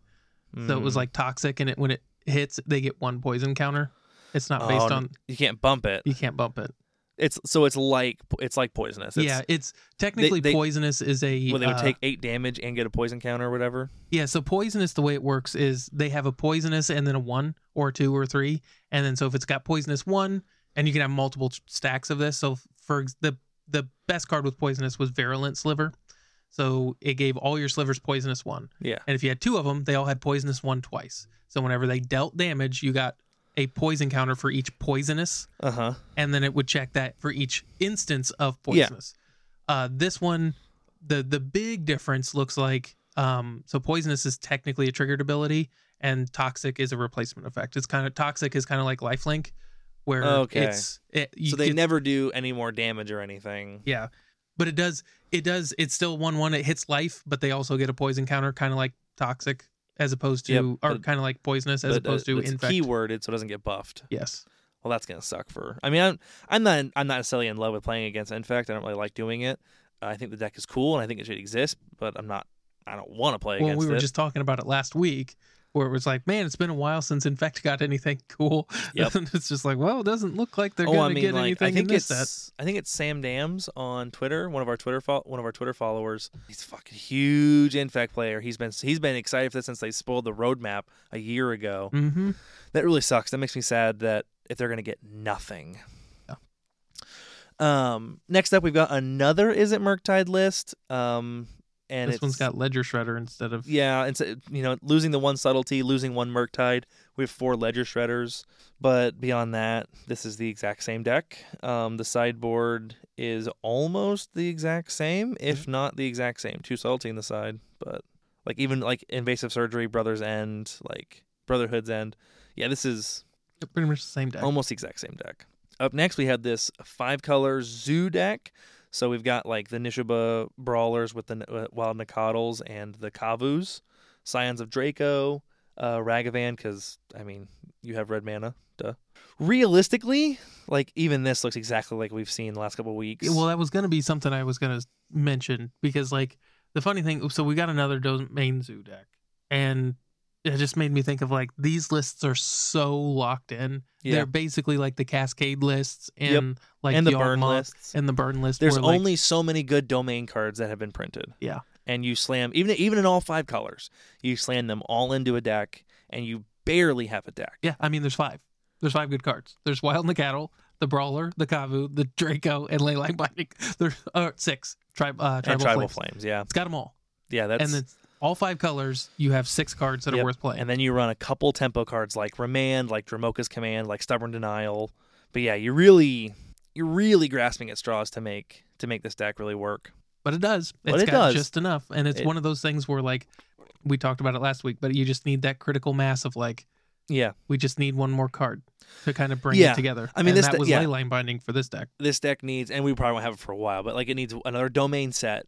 So it was Mm. like toxic, and it when it hits, they get one poison counter. It's not Oh, based n- on you can't bump it you can't bump it. it's so it's like it's like poisonous it's, yeah, it's technically they- poisonous is a well they would uh, take eight damage and get a poison counter or whatever Yeah, so poisonous, the way it works is they have a poisonous and then a one or a two or three. And then so if it's got poisonous one, and you can have multiple ch- stacks of this. So for ex- the the best card with poisonous was Virulent Sliver. So it gave all your slivers poisonous one. yeah And if you had two of them, they all had poisonous one twice. So whenever they dealt damage, you got a poison counter for each poisonous uh-huh and then it would check that for each instance of poisonous. Uh, this one, the the big difference looks like um, so poisonous is technically a triggered ability, and toxic is a replacement effect. It's kind of toxic is kind of like lifelink, where Okay. it's it, you, so they it- never do any more damage or anything yeah, but it does it does it's still one one. It hits life, but they also get a poison counter, kind of like toxic as opposed to Yep, or but- kind of like poisonous as But, uh, opposed to it's infect. keyworded so it doesn't get buffed Yes. well that's gonna suck for i mean i'm i'm not i'm not necessarily in love with playing against infect i don't really like doing it Uh, i think the deck is cool and i think it should exist but i'm not i don't want to play well, against we were it just talking about it last week, where it was like, man, it's been a while since Infect got anything cool. Yep. and it's just like, well, it doesn't look like they're oh gonna i mean get like anything i think in this it's set. i think it's sam dams on twitter one of our twitter fol- one of our twitter followers he's a fucking huge infect player he's been he's been excited for this since they spoiled the roadmap a year ago Mm-hmm. That really sucks. That makes me sad that if they're gonna get nothing. Yeah. Um. Next up, we've got another "Is It Murktide" list. Um. And This it's, one's got Ledger Shredder instead of yeah, and so, you know, losing the one subtlety, losing one Murktide. We have four Ledger Shredders, but beyond that, this is the exact same deck. Um, the sideboard is almost the exact same, if not the exact same. Two subtlety in the side, but like even like invasive surgery, Brothers End, like Brotherhood's End. Yeah, this is pretty much the same deck. Almost the exact same deck. Up next, we had this five color zoo deck. So we've got like the Nishiba Brawlers with the N- uh, Wild Nakatls and the Kavus, Scions of Draco, uh, Ragavan, because, I mean, you have red mana. Duh. Realistically, like even this looks exactly like we've seen the last couple weeks. Yeah, Well, that was gonna be something I was gonna mention because, like, the funny thing. So we got another domain zoo deck, and it just made me think of like these lists are so locked in. yeah. They're basically like the Cascade lists and like and the Yawgmoth burn lists. and the burn list. There's where, like, only so many good domain cards that have been printed. Yeah. and you slam even even in all five colors, you slam them all into a deck, and you barely have a deck. Yeah, I mean, there's five. There's five good cards. There's Wild and the Cattle, the Brawler, the Kavu, the Draco, and Leyline Binding. There's uh, six tribe, uh, tribal, and tribal flames. flames. yeah, It's got them all. yeah. That's and it's all five colors. You have six cards that Yep. are worth playing. and then you run a couple tempo cards like Remand, like Dramoka's Command, like Stubborn Denial. But yeah, you really you're really grasping at straws to make to make this deck really work. but it does. But It's it got does. just enough, and it's It- one of those things where like we talked about it last week, but you just need that critical mass of like Yeah, we just need one more card to kind of bring Yeah. it together. I mean, And this that de- was yeah. ley line binding for this deck. this deck needs, and we probably won't have it for a while, but like it needs another domain set,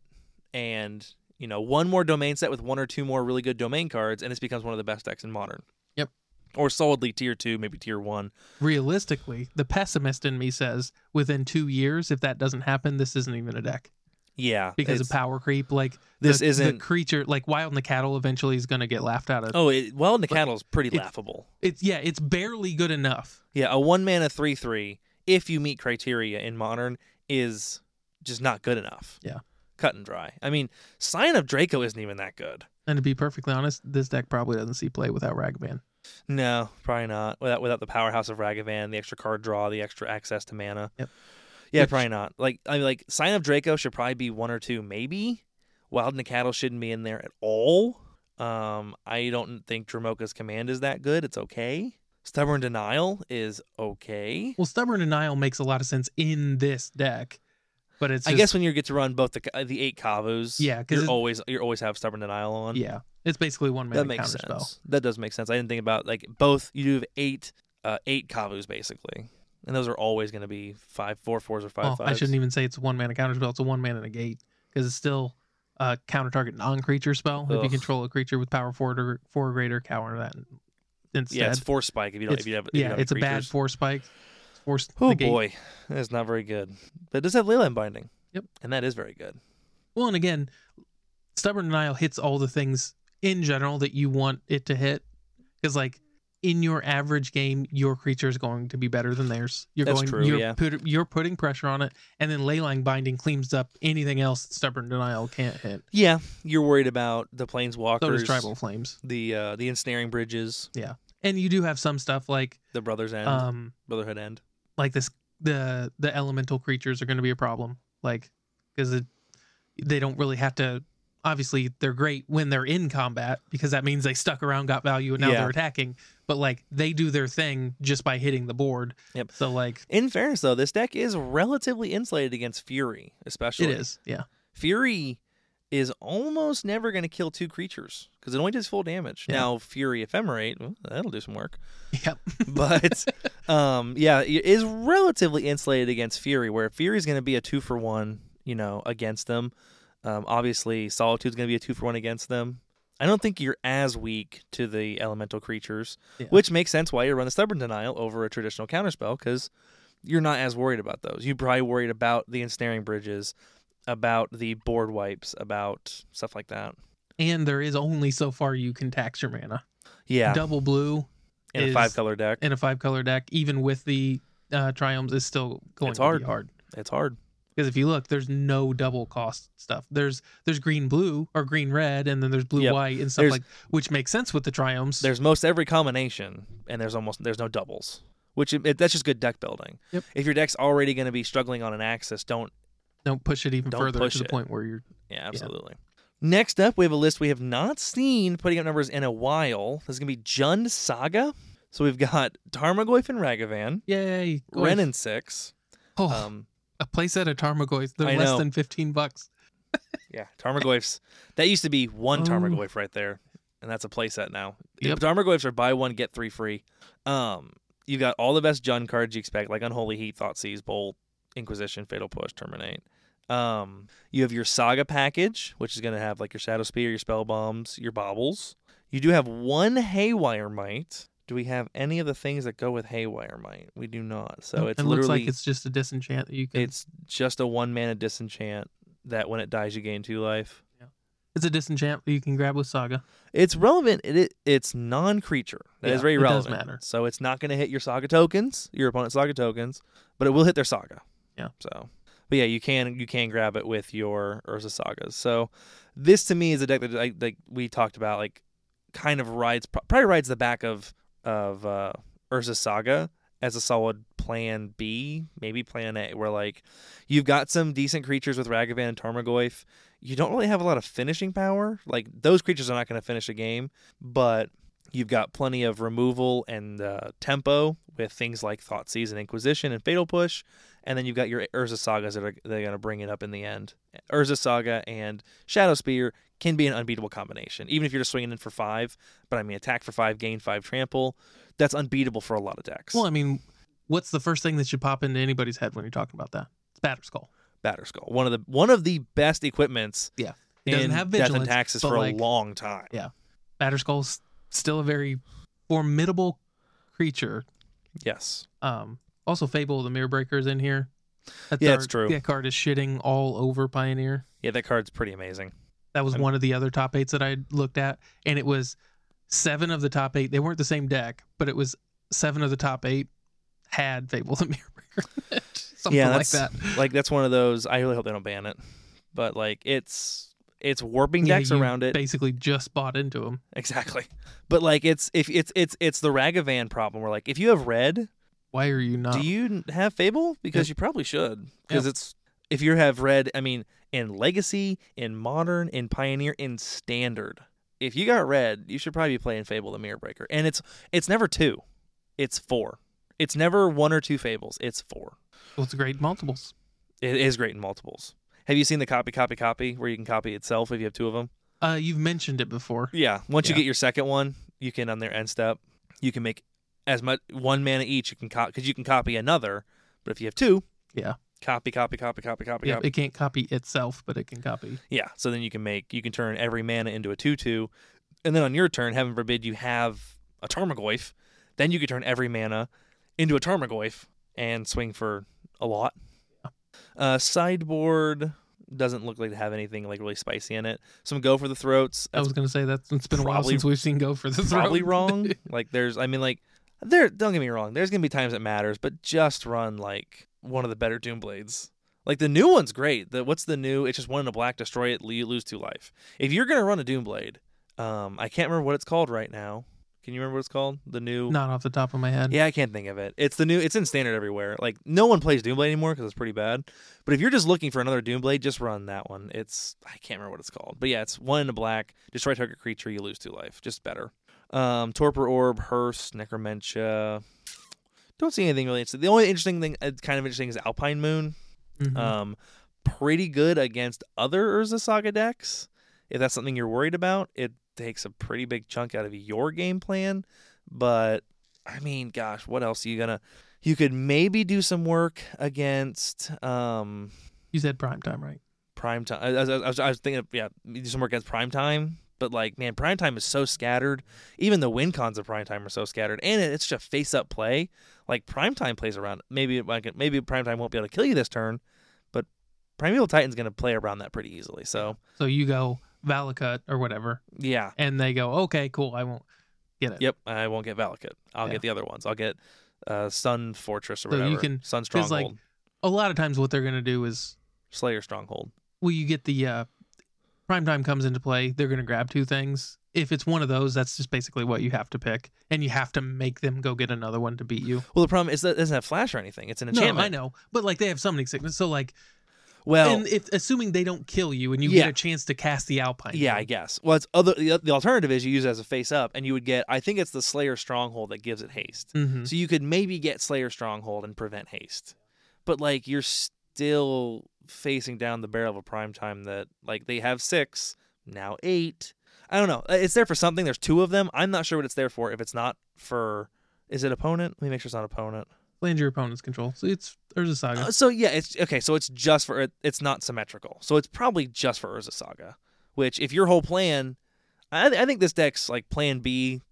and you know one more domain set with one or two more really good domain cards, and this becomes one of the best decks in modern. Yep. Or solidly tier two, maybe tier one. Realistically, the pessimist in me says within two years, if that doesn't happen, this isn't even a deck Yeah, because it's- of power creep. Like This the, isn't- the creature like wild and the cattle eventually is going to get laughed out of. Oh, it, well, Nicatl is pretty it- laughable. It's yeah, it's barely good enough. Yeah, a one mana three three, if you meet criteria in modern, is just not good enough. Yeah. Cut and dry. I mean, Sign of Draco isn't even that good. And to be perfectly honest, this deck probably doesn't see play without Ragman. No, probably not. Without without the powerhouse of Ragavan, the extra card draw, the extra access to mana. Yep. Yeah, Which- probably not. Like I mean, like Sign of Draco should probably be one or two, maybe. Wild Nicatl shouldn't be in there at all. Um, I don't think Dramoka's command is that good. It's okay. Stubborn Denial is okay. Well, stubborn denial makes a lot of sense in this deck, but it's I just- guess when you get to run both the uh, the eight Kavus, Yeah, 'cause you're it- always you always have stubborn denial on. yeah, it's basically one that man makes counter sense. spell. That does make sense. I didn't think about like both. You do have eight uh, eight Kavus basically, and those are always going to be five four fours or five Well, Oh, I fives. shouldn't even say it's a one man counter spell. It's a one man and a gate because it's still a counter target non creature spell. If you Ugh. control a creature with power four or four or greater, counter that instead. yeah, it's four spike if you don't It's- if you have if you yeah, don't have it's a bad creatures. four spike. Force Oh the gate. boy, that's not very good. But it does have Leyline Binding. Yep. and that is very good. Well, and again, stubborn denial hits all the things in general that you want it to hit. Because like in your average game, your creature is going to be better than theirs. You're That's going, true, You're, yeah. put, you're putting pressure on it, and then leyline binding cleans up anything else that stubborn denial can't hit. Yeah, you're worried about the planeswalkers, So does tribal flames, the uh, the ensnaring bridges, and you do have some stuff like the brothers end, um brotherhood end. like this the the elemental creatures are going to be a problem like because they don't really have to obviously they're great when they're in combat because that means they stuck around got value and now Yeah. they're attacking but like they do their thing just by hitting the board Yep. so like In fairness, though, this deck is relatively insulated against Fury, especially. it is yeah Fury is almost never going to kill two creatures because it only does full damage. Yeah. Now, Fury Ephemerate, well, that'll do some work. yep But um, yeah, it is relatively insulated against Fury, where Fury's going to be a two for one, you know, against them. Um, obviously, Solitude's going to be a two for one against them. I don't think you're as weak to the elemental creatures, Yeah. which makes sense why you run the Stubborn Denial over a traditional counterspell because you're not as worried about those. You're probably worried about the ensnaring bridges, about the board wipes, about stuff like that. and there is only so far you can tax your mana Yeah, double blue in a is- five color deck, in a five color deck even with the uh triomes is still going It's to hard. be hard it's hard. Because if you look, there's no double cost stuff. There's there's green blue or green red, and then there's blue Yep. white and stuff There's- like which makes sense with the triomes. There's most every combination, and there's almost there's no doubles, which it, that's just good deck building. Yep. If your deck's already going to be struggling on an axis, don't. Don't push it even Don't further push to the it. point where you're Yeah, absolutely. Next up, we have a list we have not seen putting up numbers in a while. This is going to be Jund Saga. So we've got Tarmogoyf and Ragavan, yay. Goif. Ren and Six. oh, Um, a playset of Tarmogoyf. They're I less know. than fifteen bucks. yeah, Tarmogoyfs. that used to be one Oh. Tarmogoyf right there, and that's a playset now. Yep. Tarmogoyfs are buy one get three free. Um, you got all the best Jund cards you expect, like Unholy Heat, Thought Seize, Bolt, Inquisition, Fatal Push, Terminate. Um, you have your Saga package, which is going to have like your Shadow Spear, your Spell Bombs, your Bobbles. You do have one Haywire Might. Do we have any of the things that go with Haywire Might? We do not. So it's it literally looks like it's just a disenchant that you can. It's, it's just a one mana disenchant that when it dies you gain two life. a disenchant that you can grab with Saga. It's relevant. It, it it's non-creature. That is Yeah, very it does relevant. matter. So it's not going to hit your saga tokens, your opponent's saga tokens, but it will hit their saga. Yeah. So But yeah, you can you can grab it with your Urza Sagas. So this to me is a deck that I, like we talked about, like kind of rides probably rides the back of of uh, Urza Saga as a solid plan B, maybe plan A, where like you've got some decent creatures with Ragavan and Tarmogoyf. You don't really have a lot of finishing power. Like those creatures are not going to finish a game, but you've got plenty of removal and uh, tempo with things like Thoughtseize and Inquisition and Fatal Push, and then you've got your Urza Sagas that are they're going to bring it up in the end. Urza Saga and Shadow Spear can be an unbeatable combination, even if you're just swinging in for five. But I mean, attack for five, gain five, trample. That's unbeatable for a lot of decks. Well, I mean, what's the first thing that should pop into anybody's head when you're talking about that? It's batter skull. Batter Skull, one of the one of the best equipments. Yeah. It doesn't in have Death and vigilance, Taxes but, for like- a long time. Yeah. Batter skull's still a very formidable creature. Yes, Um, also Fable of the Mirror Breaker is in here. That Yeah, card- it's true. That card is shitting all over Pioneer. yeah, that card's pretty amazing. That was I'm- one of the other top eights that I looked at, and it was seven of the top eight. They weren't the same deck, but it was seven of the top eight had Fable the Mirror Breaker, something Yeah, like that. that's- Like that's one of those. I really hope they don't ban it, but like it's it's warping Yeah, decks you around it. Basically, just bought into them. Exactly. But like it's if it's it's it's the Ragavan problem where like if you have red, Why are you not? do you n- have Fable? Because you probably should. Because it's if you have red, I mean, in Legacy, in Modern, in Pioneer, in Standard. If you got red, you should probably be playing Fable the Mirror Breaker. And it's it's never two. It's four. It's never one or two fables. It's four. well, it's great multiples. It is great in multiples. Have you seen the copy, copy, copy, where you can copy itself if you have two of them? Uh, you've mentioned it before. Yeah. Once you Yeah. get your second one, you can on their end step, you can make as much one mana each. You can copy because you can copy another, but if you have two, Yeah. copy, copy, copy, copy, copy, Yeah, copy. it can't copy itself, but it can copy. Yeah. So then you can make you can turn every mana into a two two, and then on your turn, heaven forbid, you have a Tarmogoyf, then you can turn every mana into a Tarmogoyf and swing for a lot. Uh, sideboard doesn't look like to have anything like really spicy in it. Some go for the throats. I was gonna say that's it's been a while Probably- since we've seen go for the throat. probably wrong. Like there's I mean like there don't get me wrong, there's gonna be times it matters, but just run like one of the better Doom Blades. Like the new one's great. The what's the new? It's just one in a black, destroy it, you lose two life. If you're gonna run a Doom Blade, um I can't remember what it's called right now. Can you remember what it's called? The new Not off the top of my head. yeah, I can't think of it. It's the new. It's in standard everywhere. Like no one plays Doomblade anymore because it's pretty bad. But if you're just looking for another Doomblade, just run that one. It's I can't remember what it's called. But yeah, it's one in a black. Destroy target creature, you lose two life. Just better. Um, Torpor Orb, Hearse, Necromancia. Don't see anything really interesting. The only interesting thing, uh, kind of interesting, is Alpine Moon. Mhm. Um, pretty good against other Urza Saga decks. If that's something you're worried about, it takes a pretty big chunk out of your game plan. But I mean, gosh, what else are you gonna? You could maybe do some work against um you said prime time, right? prime time. I, I, I was, I was thinking, of, yeah, do some work against prime time. But like, man, prime time is so scattered. Even the win cons of prime time are so scattered, and it- it's just a face up play. Like prime time plays around. Maybe like maybe prime time won't be able to kill you this turn, but primeval titan's gonna play around that pretty easily. So So you go Valakut or whatever, yeah, and they go, okay, cool, I won't get it. yep, I won't get Valakut. I'll Yeah. get the other ones. I'll get uh, Sun Fortress or So you whatever. can- Sun 'cause, Stronghold, like, a lot of times what they're going to do is Slayer Stronghold. well you get the uh prime time comes into play they're going to grab two things if it's one of those that's just basically what you have to pick and you have to make them go get another one to beat you Well, the problem is that it doesn't have flash or anything. It's an no enchantment. i know but like they have summoning sickness so like Well, and if assuming they don't kill you and you get Oh. Yeah. a chance to cast the alpine Yeah, I Moon. guess. Well, it's other the, the alternative is you use it as a face up, and you would get. I think it's the Slayer Stronghold that gives it haste. Mhm. So you could maybe get Slayer Stronghold and prevent haste, but like you're still facing down the barrel of a prime time that like they have six now eight. I don't know. Uh, It's there for something. There's two of them. I'm not sure what it's there for. If it's not for, is it opponent? Let me make sure it's not opponent. land your opponent's control so it's urza saga Uh, so yeah, it's okay. So it's just for it, it's not symmetrical. So it's probably just for Urza Saga. Which, if your whole plan, I, I think this deck's like Plan B,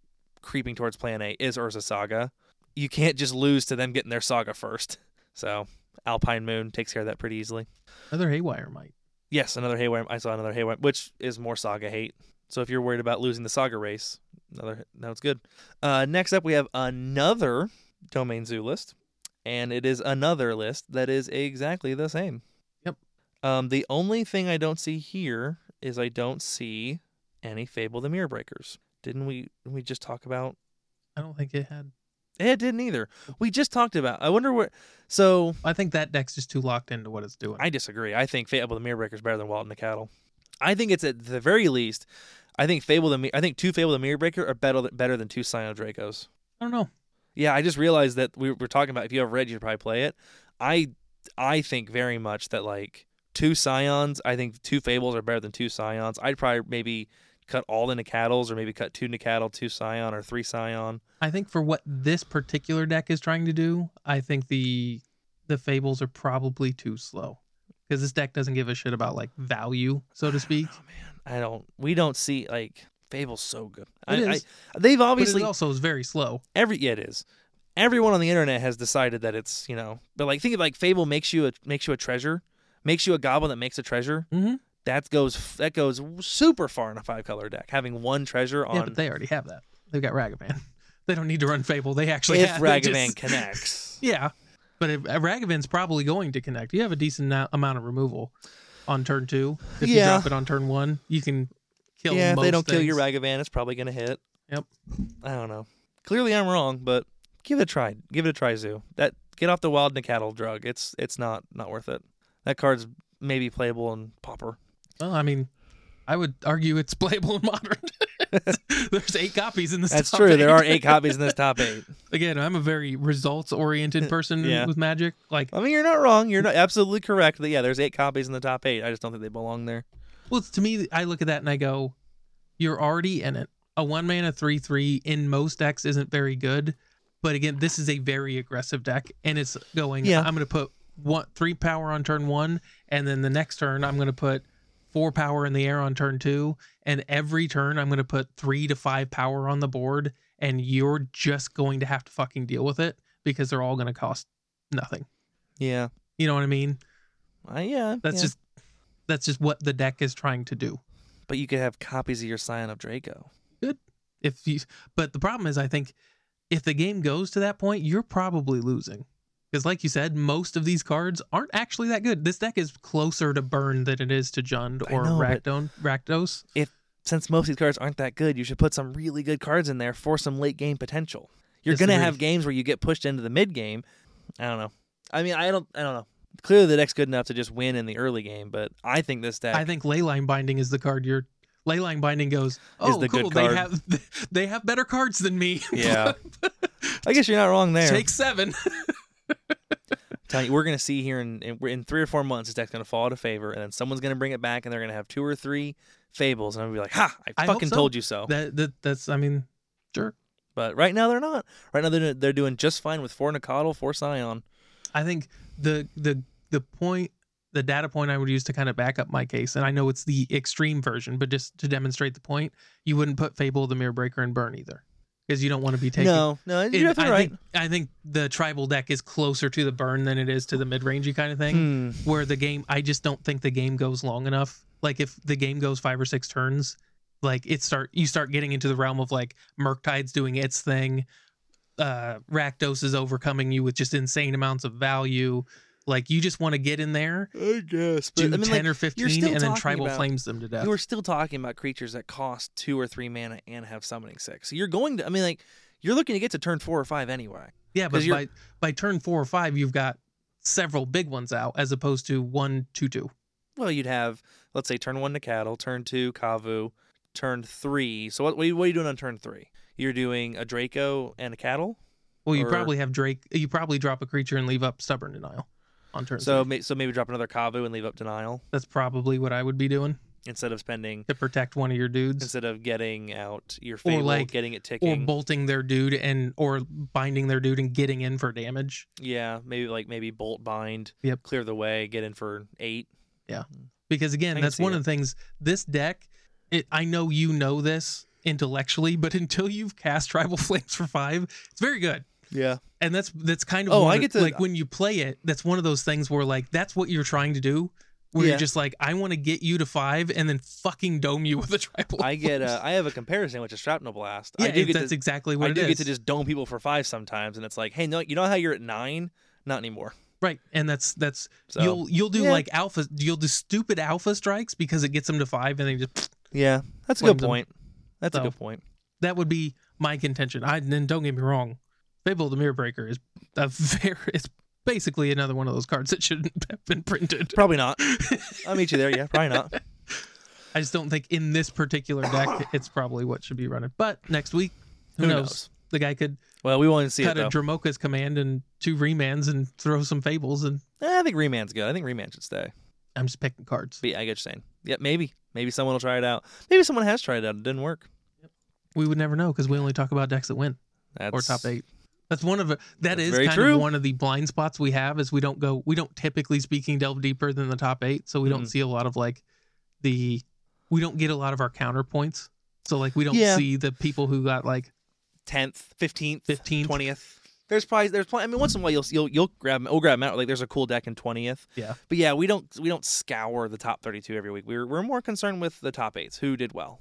creeping towards Plan A is Urza Saga. You can't just lose to them getting their Saga first. So Alpine Moon takes care of that pretty easily. another haywire might Yes, another Haywire. I saw another Haywire, which is more Saga hate. So if you're worried about losing the Saga race, another that's good. Uh, next up, we have another Domain Zoo list, and it is another list that is exactly the same. Um, the only thing I don't see here is I don't see any Fable the Mirror Breakers. Didn't we? didn't We just talk about I eh, don't think it had. it. Didn't either. We just talked about. I wonder where. So I think that deck's just too locked into what it's doing. I disagree. I think Fable the Mirror Breaker is better than Wild and the Cattle. I think it's at the very least. I think Fable the Mi- I think two Fable the Mirror Breaker are better than, better than two Sino Dracos. I don't know. Yeah, I just realized that we were talking about if you have red, you'd probably play it. I I think very much that like two scions, I think two fables are better than two scions. I'd probably maybe cut all the Nicattles or maybe cut two Nicattle, two scion, or three scion. I think for what this particular deck is trying to do, I think the the fables are probably too slow because this deck doesn't give a shit about like value, so to speak. Oh man, I don't. We don't see like Fable's so good. I, It I- is. they've Obviously, obviously but it also is very slow. every yeah, it is. Everyone on the internet has decided that it's you know, but like think of like Fable makes you a makes you a treasure, makes you a goblin that makes a treasure. Mhm. That goes that goes super far in a five color deck. Having one treasure on Yeah, but they already have that. They've got Ragavan. They don't need to run Fable. They actually if have they Ragavan just- connects. Yeah, but if, uh, Ragavan's probably going to connect. You have a decent na- amount of removal on turn two. If you Yeah. drop it on turn one, you can kill. yeah, if most they don't kill your things. Ragavan, it's probably gonna hit. Yep. I don't know. Clearly, I'm wrong, but give it a try. Give it a try, Zoo. That get off the wild Nicatl drug. It's it's not not worth it. That card's maybe playable in Popper. Well, I mean, I would argue it's playable in modern. There's eight copies in this. That's top true. There eight. are eight copies in this top eight. Again, I'm a very results-oriented person Yeah. with Magic. Like, I mean, you're not wrong. You're not absolutely correct. That yeah, there's eight copies in the top eight. I just don't think they belong there. well, it's- to me, I look at that and I go, "You're already in it." A one mana three three in most decks isn't very good, but again, this is a very aggressive deck, and it's going. Yeah. I'm going to put one three power on turn one, and then the next turn I'm going to put four power in the air on turn two, and every turn I'm going to put three to five power on the board, and you're just going to have to fucking deal with it because they're all going to cost nothing. Yeah. You know what I mean? Uh, yeah. That's yeah. just that's just what the deck is trying to do. But you could have copies of your Scion of Draco. If you, but the problem is, I think if the game goes to that point, you're probably losing because, like you said, most of these cards aren't actually that good. This deck is closer to burn than it is to Jund I or know, but- Rakdos. Rakdos. Since most of these cards aren't that good, you should put some really good cards in there for some late game potential. You're gonna Disagree. have games where you get pushed into the mid game. I don't know. I mean, I don't. I don't know. Clearly, the deck's good enough to just win in the early game, but I think this deck. I think Leyline Binding is the card you're. Leyline Binding goes. Oh, the good cool. They card." have they have better cards than me. yeah. I guess you're not wrong there. Take seven. Tell you, we're going to see here in, in in three or four months, this deck's going to fall out of favor, and then someone's going to bring it back, and they're going to have two or three fables, and I'm going to be like, "Ha! I I hope fucking so. told you so." that, that that's. I mean, sure. But right now, they're not. Right now, they're they're doing just fine with four Nicodle, four Scion. I think the the the point the data point I would use to kind of back up my case, and I know it's the extreme version, but just to demonstrate the point, you wouldn't put Fable, the Mirror Breaker, and Burn either, because you don't want to be taking. no, no, and you're definitely I right. think I think the tribal deck is closer to the burn than it is to the mid rangey kind of thing. Hmm. Where the game, I just don't think the game goes long enough. Like if the game goes five or six turns, like it start you start getting into the realm of like Murktide's doing its thing, uh Rakdos is overcoming you with just insane amounts of value. Like you just want to get in there, I guess. do I mean, ten like, or fifteen, still and then talking tribal about- flames them to death. you were still talking about creatures that cost two or three mana and have summoning six. So you're going to. I mean, like, you're looking to get to turn four or five anyway. yeah, 'cause but you're- by by turn four or five, you've got several big ones out as opposed to one two two. Well, you'd have, let's say, turn one to cattle, turn two Kavu, turn three. So what, what, are you, what are you doing on turn three? You're doing a Draco and a cattle. Well, you Or- probably have Drake. You probably drop a creature and leave up Stubborn Denial on turn. So So may, so maybe drop another Kavu and leave up denial that's probably what I would be doing instead of spending to protect one of your dudes, instead of getting out your fable, like- getting or it ticking. bolting their dude and or binding their dude and getting in for damage. yeah, maybe like maybe bolt bind. Yep. Clear the way. Get in for eight. Because I again, can that's see one it. of the things. This deck, it, I know you know this intellectually, but until you've cast Tribal Flames for five, it's very good. Yeah. And that's that's kind of Oh, one I of- get to- like when you play it. That's one of those things where like that's what you're trying to do. Where Yeah. you're just like, I want to get you to five and then fucking dome you with a tribal. I get. Flames. A, I have a comparison, which is shrapnel blast. Yeah, I do it- get that's to, exactly what I it do is. get to just dome people for five sometimes, and it's like, hey, no, you know how you're at nine? Not anymore. Right, and that's that's So you'll you'll do Yeah. like alpha, you'll do stupid alpha strikes because it gets them to five, and then just yeah, that's a good Blame them. point. That's So- a good point. that would be my contention. I and don't get me wrong, Fable the Mirror Breaker is a very it's basically another one of those cards that shouldn't have been printed. Probably not. I'll meet you there. Yeah, probably not. I just don't think in this particular deck it's probably what should be running. But next week, who, Who knows? knows? The guy could Well, we won't see it cut a though. Dramoka's command and two remands and throw some fables, and Eh, I think remand's good. I think remand should stay. I'm just picking cards. But yeah, I get you saying. Yeah, maybe. Maybe someone will try it out. Maybe someone has tried it out. It didn't work. We would never know because we only talk about decks that win. That's, or top eight. That's one of a, that That's is very kind true. of one of the blind spots we have is we don't go we don't typically speaking delve deeper than the top eight, so we don't Mhm. see a lot of like the we don't get a lot of our counterpoints. So like we don't Yeah. see the people who got like Tenth, fifteenth, 15th. twentieth. There's probably there's plenty. I mean, once in a while you'll you'll you'll grab we'll grab 'em out. Like there's a cool deck in twentieth. Yeah. But yeah, we don't we don't scour the top thirty two every week. We're we're more concerned with the top eights who did well.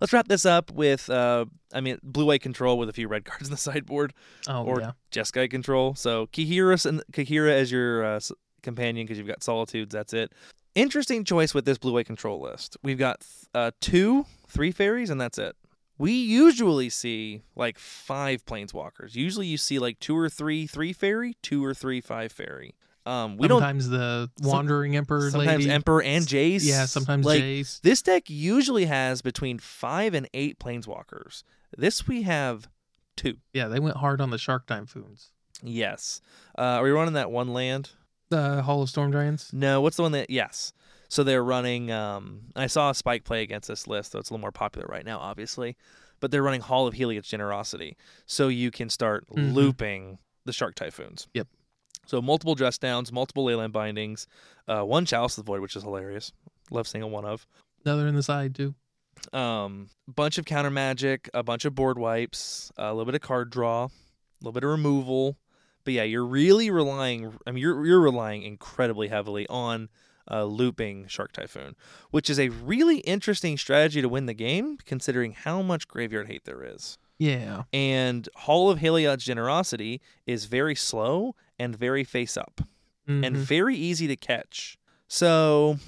Let's wrap this up with uh I mean blue white control with a few red cards in the sideboard oh or yeah Jeskai control. So Kihira and Kahira as your uh, s- companion because you've got solitudes. That's it. Interesting choice with this blue white control list. We've got th- uh, two, three fairies, and that's it. We usually see like five planeswalkers. Usually you see like two or three, three fairy, two or three, five fairy. Um, we sometimes the Some- wandering don't emperor sometimes lady Emperor and Jace. yeah sometimes like Jace this deck usually has between five and eight planeswalkers. This we have two. yeah they went hard on the shark typhoons Yes. Uh, are we running that one land? the Hall of Storm Giants No, what's the one that? Yes. So they're running. Um, I saw Spike play against this list, though it's a little more popular right now, obviously. But they're running Hall of Helios Generosity, so you can start Mhm. looping the Shark Typhoons. Yep. So multiple dress downs, multiple leyland bindings, uh, one Chalice of the Void, which is hilarious. Love seeing a one of. another in the side too Um, bunch of counter magic, a bunch of board wipes, a little bit of card draw, a little bit of removal. But yeah, you're really relying. I mean, you're you're relying incredibly heavily on uh, looping Shark Typhoon, which is a really interesting strategy to win the game, considering how much graveyard hate there is. yeah And Hall of Heliod's Generosity is very slow and very face up and Mhm. very easy to catch. So,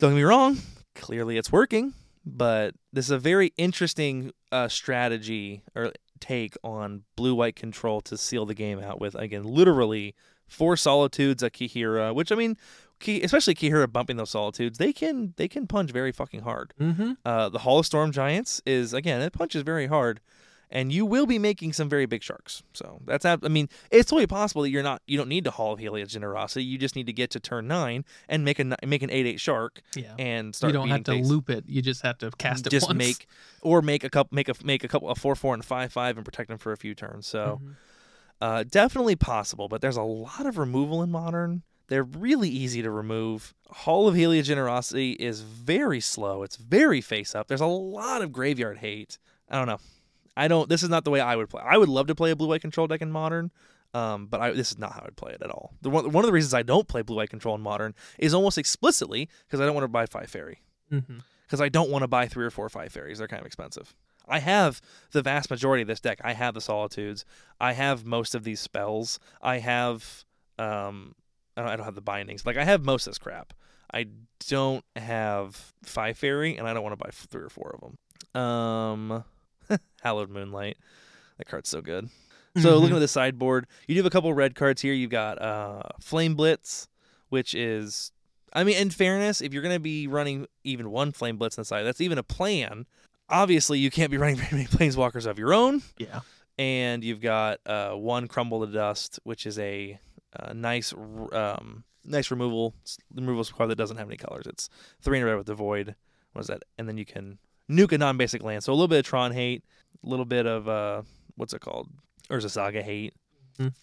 don't get me wrong, clearly it's working, but this is a very interesting uh, strategy or take on blue white control to seal the game out with, again, literally four solitudes, a Kihira, which I mean, Ki- especially Kihira bumping those solitudes, they can they can punch very fucking hard. Mhm. Uh, the Hall of Storm Giants is again it punches very hard, and you will be making some very big sharks. So that's ab- I mean it's totally possible that you're not you don't need to Hall of Helios Generosity. You just need to get to turn nine and make a ni- make an eight eight shark yeah and start. you don't have beating to things. loop it you just have to cast it Just once. make or make a couple make a make a couple a four four and five five and protect them for a few turns. So. Mhm. Uh, definitely possible, but there's a lot of removal in modern. They're really easy to remove. Hall of Helia Generosity is very slow. It's very face up. There's a lot of graveyard hate. I don't know. I don't. This is not the way I would play. I would love to play a blue white control deck in modern, um, but I, this is not how I'd play it at all. The one, one of the reasons I don't play blue white control in modern is almost explicitly because I don't want to buy five fairy Mhm. because I don't want to buy three or four five fairies. They're kind of expensive. I have the vast majority of this deck. I have the solitudes. I have most of these spells. I have um, I don't, I don't have the bindings. Like I have most of this crap. I don't have five fairy, and I don't want to buy f- three or four of them. Um, hallowed moonlight. That card's so good. So Mhm. looking at the sideboard, you do have a couple red cards here. You've got uh, Flame Blitz, which is, I mean, in fairness, if you're going to be running even one Flame Blitz on the side, that's even a plan. Obviously, you can't be running very many Planeswalkers of your own. yeah And you've got uh, one Crumble to Dust, which is a uh, nice, r- um, nice removal s- removal card that doesn't have any colors. It's three in a red with the Void. What is that? And then you can nuke a non-basic land. So a little bit of Tron hate, a little bit of uh, what's it called? Urza Saga hate, Mhm. a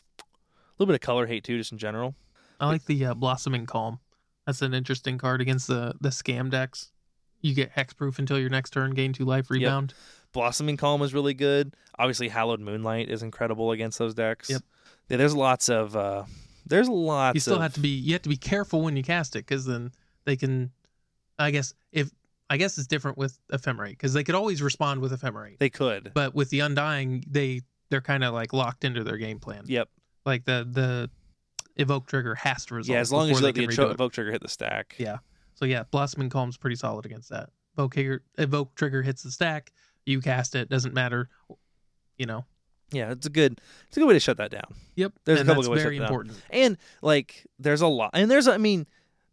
little bit of color hate too, just in general. I like the uh, Blossoming Calm. That's an interesting card against the the scam decks. You get hexproof until your next turn, gain two life, rebound. Blossoming Calm is really good. Obviously, Hallowed Moonlight is incredible against those decks. Yep. Yeah, there's lots of uh, there's lots. you still of, have to be you have to be careful when you cast it because then they can. I guess if I guess it's different with Ephemerate because they could always respond with Ephemerate, They could. but with the Undying they they're kind of like locked into their game plan. Yep. Like the the evoke trigger has to resolve. yeah, as long as you before let they the can cho- redo it. evoke trigger hit the stack. Yeah. So yeah, Blossoming Calm's pretty solid against that. Evoke trigger, evoke trigger hits the stack. You cast it. Doesn't matter. You know. yeah, it's a good, it's a good way to shut that down. Yep. There's a and couple good that's ways to very shut it down. important. And like, there's a lot, and there's, I mean,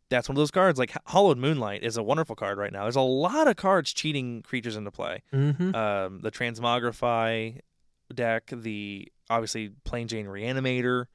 that's one of those cards. Like, Ho- Hollowed Moonlight is a wonderful card right now. There's a lot of cards cheating creatures into play. Mm-hmm. Um, the Transmogrify deck, the obviously Plain Jane Reanimator,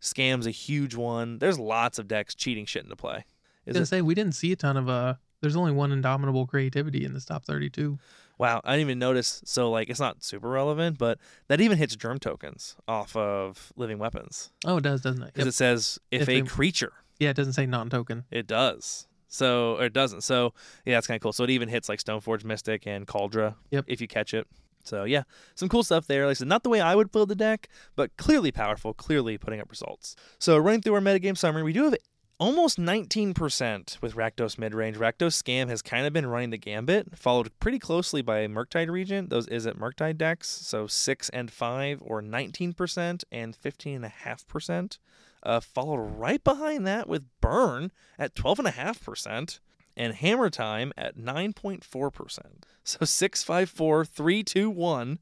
Scam's a huge one. There's lots of decks cheating shit into play. I was Is gonna it, say we didn't see a ton of uh. There's only one Indomitable Creativity in this top 32. wow, I didn't even notice. So like, it's not super relevant, but that even hits Germ tokens off of Living Weapons Oh, it does, doesn't it? because Yep. it says if, If a they- creature Yeah, it doesn't say non-token. It does. So or it doesn't. So yeah, that's kind of cool. So it even hits like Stoneforge Mystic and Cauldra. Yep. If you catch it. So yeah, some cool stuff there. Like I said, not the way I would build the deck, but clearly powerful, clearly putting up results. So running through our metagame summary, we do have almost 19% with Rakdos midrange. Rakdos Scam has kind of been running the gambit, followed pretty closely by Murktide Regent. Those is at Murktide decks, so 6 and 5 or 19% and 15.5%. Uh, followed right behind that with Burn at 12.5% and Hammer Time at 9.4%. So 6, 5, 4, 3, 2, 1.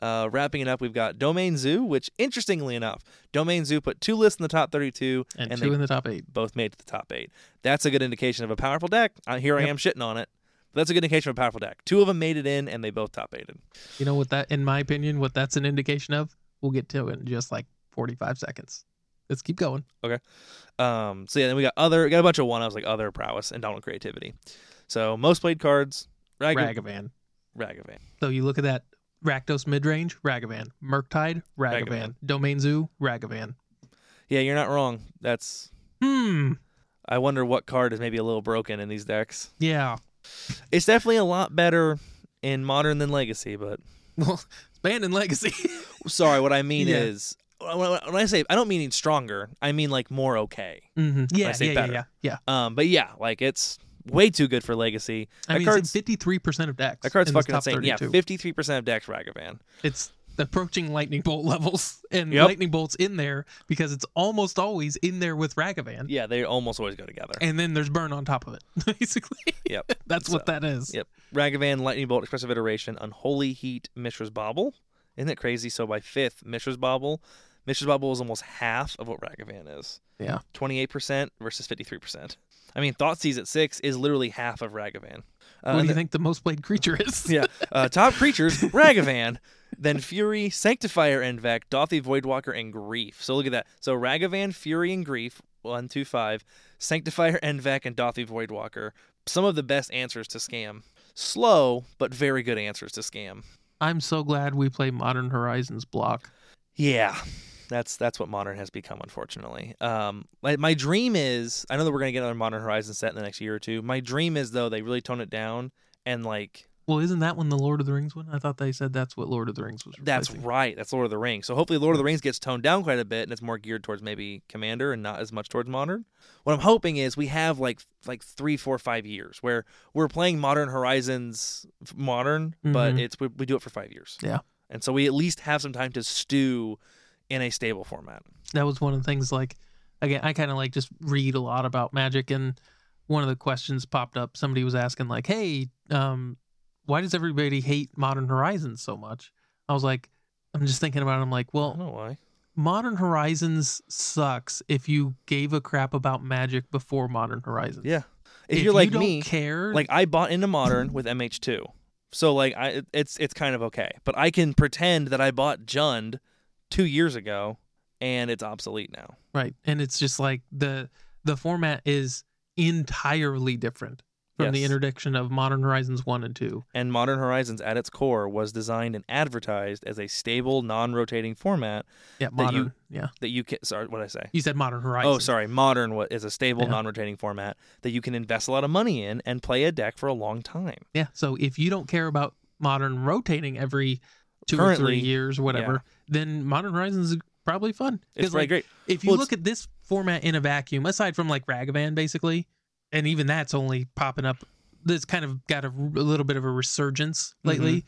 Uh, wrapping it up, we've got Domain Zoo, which interestingly enough, Domain Zoo put two lists in the top 32 And, and two they in the top eight. both made it to the top eight. That's a good indication of a powerful deck. Uh, here I Yep. am shitting on it. But that's a good indication of a powerful deck. Two of them made it in, and they both top eighted. You know what that, in my opinion, what that's an indication of? We'll get to it in just like 45 seconds. Let's keep going. Um, so yeah, then we got other, we got a bunch of one ups like other prowess and Donald creativity. So most played cards, Rag- Ragavan. Ragavan. So you look at that Rakdos midrange, Ragavan. Murktide, Ragavan. Ragavan. Domain Zoo, Ragavan. Yeah, you're not wrong. That's Hmm. I wonder what card is maybe a little broken in these decks. Yeah. It's definitely a lot better in modern than legacy, but Well, Band and Legacy. sorry, what I mean Yeah. is when when- when I say I don't mean strtronger, I mean like more okay. mm-hmm. Yeah, say yeah, yeah, better. yeah, yeah. Um, but yeah, like it's way too good for legacy. I That mean, card's- it's in 53% of decks. That card's in this fucking top insane. 32. Yeah, fifty three percent of decks Ragavan. It's approaching lightning bolt levels, and Yep. lightning bolt's in there because it's almost always in there with Ragavan. Yeah, they almost always go together. And then there's burn on top of it, basically. Yep. That's what that is. Yep. Ragavan, Lightning Bolt, Expressive Iteration, Unholy Heat, Mishra's Bobble. Isn't that crazy? So by fifth, Mishra's Bobble. Mishra's Bobble is almost half of what Ragavan is. Yeah. 28% versus 53%. I mean, Thoughtseize at six is literally half of Ragavan. Uh, What do and you think the most played creature is? yeah. Uh, top creatures, Ragavan, then Fury, Sanctifier, and Vec, Dothy, Voidwalker, and Grief. So look at that. So Ragavan, Fury, and Grief, one, two, five. Sanctifier, Envec, and Dothy, Voidwalker. Some of the best answers to scam. Slow, but very good answers to scam. I'm so glad we play Modern Horizons block. Yeah. That's that's what modern has become, unfortunately. Um, my, my dream is I know that we're gonna get another Modern Horizon set in the next year or two. My dream is though they really tone it down and like Well, isn't that when the Lord of the Rings one? I thought they said that's what Lord of the Rings was. That's replacing. right. That's Lord of the Rings. So hopefully Lord of the Rings gets toned down quite a bit and it's more geared towards maybe Commander and not as much towards Modern. What I'm hoping is we have like like three, four, five years where we're playing Modern Horizons f- Modern, but Mhm. it's we, we do it for five years. Yeah. And so we at least have some time to stew in a stable format. that was one of the things. Like again, I kind of like just read a lot about Magic, and one of the questions popped up. Somebody was asking like, "Hey, um, why does everybody hate Modern Horizons so much?" I was like, I'm just thinking about. it. I'm like, I don't well, know why. Modern Horizons sucks if you gave a crap about Magic before Modern Horizons. Yeah. If, If, you're like you don't me, care like I bought into Modern with MH2. So like I it- it's it's kind of okay, but I can pretend that I bought Jund 2 years ago and it's obsolete now. Right. And it's just like the the format is entirely different from the Yes. interdiction of Modern Horizons 1 and 2. And Modern Horizons at its core was designed and advertised as a stable non-rotating format Yeah, you- modern. yeah. that you can sorry what did I say? You said Modern Horizons. Uh-huh. Oh, sorry. Modern wa- is a stable Yeah. non-rotating format that you can invest a lot of money in and play a deck for a long time. Yeah. So if you don't care about Modern rotating every 2 or 3 Currently, years or whatever, then Modern Horizons is probably fun. It's 'Cause, really like, great. If you Well, look at this format in a vacuum, aside from like Ragavan basically, and even that's only popping up that's kind of got a, r- a little bit of a resurgence lately.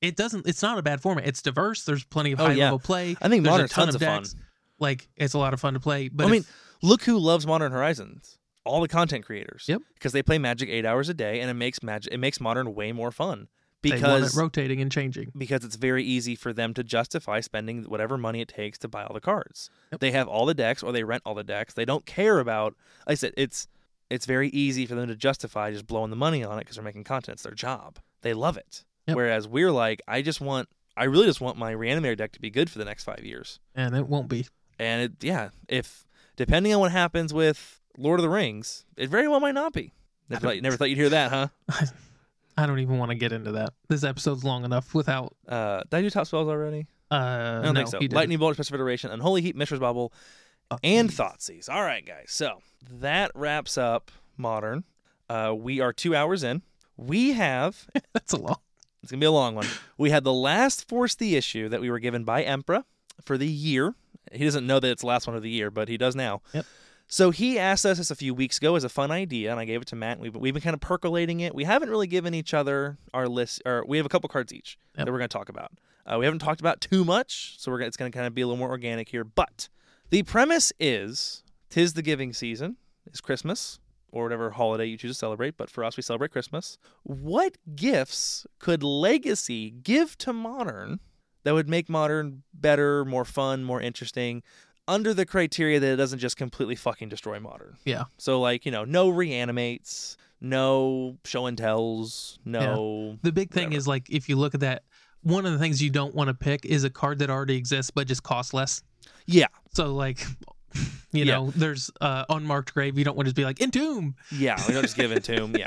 It doesn't. It's not a bad format. It's diverse. There's plenty of Mm-hmm. Oh, high yeah. level play. I think There's a Modern's ton tons of of fun. decks. Like it's a lot of fun to play. But I if- mean, look who loves Modern Horizons. All the content creators. Yep. Because they play Magic eight hours a day, and it makes Magic it makes Modern way more fun they want because it rotating and changing. because it's very easy for them to justify spending whatever money it takes to buy all the cards. Yep. They have all the decks, or they rent all the decks. They don't care about. Like I said it's it's very easy for them to justify just blowing the money on it because they're making content. It's their job. They love it. Yep. Whereas we're like, I just want, I really just want my reanimator deck to be good for the next five years. And it won't be. And it, yeah, if depending on what happens with Lord of the Rings, it very well might not be. Never thought, never thought you'd hear that, huh? I don't even want to get into that. This episode's long enough without Uh, did I do top spells already? uh I don't think so. Lightning Bolt, Special Federation, Unholy Heat, Mistress Bubble, and Thought Seize. All right, guys. So that wraps up Modern. Uh, we are two hours in. We have That's a long It's gonna be a long one. We had the last force the issue that we were given by Emperor for the year. He doesn't know that it's the last one of the year, but he does now. Yep. So he asked us this a few weeks ago as a fun idea, and I gave it to Matt. And we've we've been kind of percolating it. We haven't really given each other our list, or we have a couple cards each Yep. that we're gonna talk about. Uh, we haven't talked about too much, so we're gonna, it's gonna kind of be a little more organic here. But the premise is: tis the giving season, it's Christmas, or whatever holiday you choose to celebrate. But for us, we celebrate Christmas. What gifts could Legacy give to Modern that would make Modern better, more fun, more interesting, under the criteria that it doesn't just completely fucking destroy Modern? Yeah. So, like, you know, no reanimates, no show and tells, no. The big thing Whatever. is like if you look at that, one of the things you don't want to pick is a card that already exists but just costs less. Yeah. So like, you Yeah. know, there's uh, unmarked grave. You don't want to just be like entomb. Yeah. We don't just give in to him. Yeah.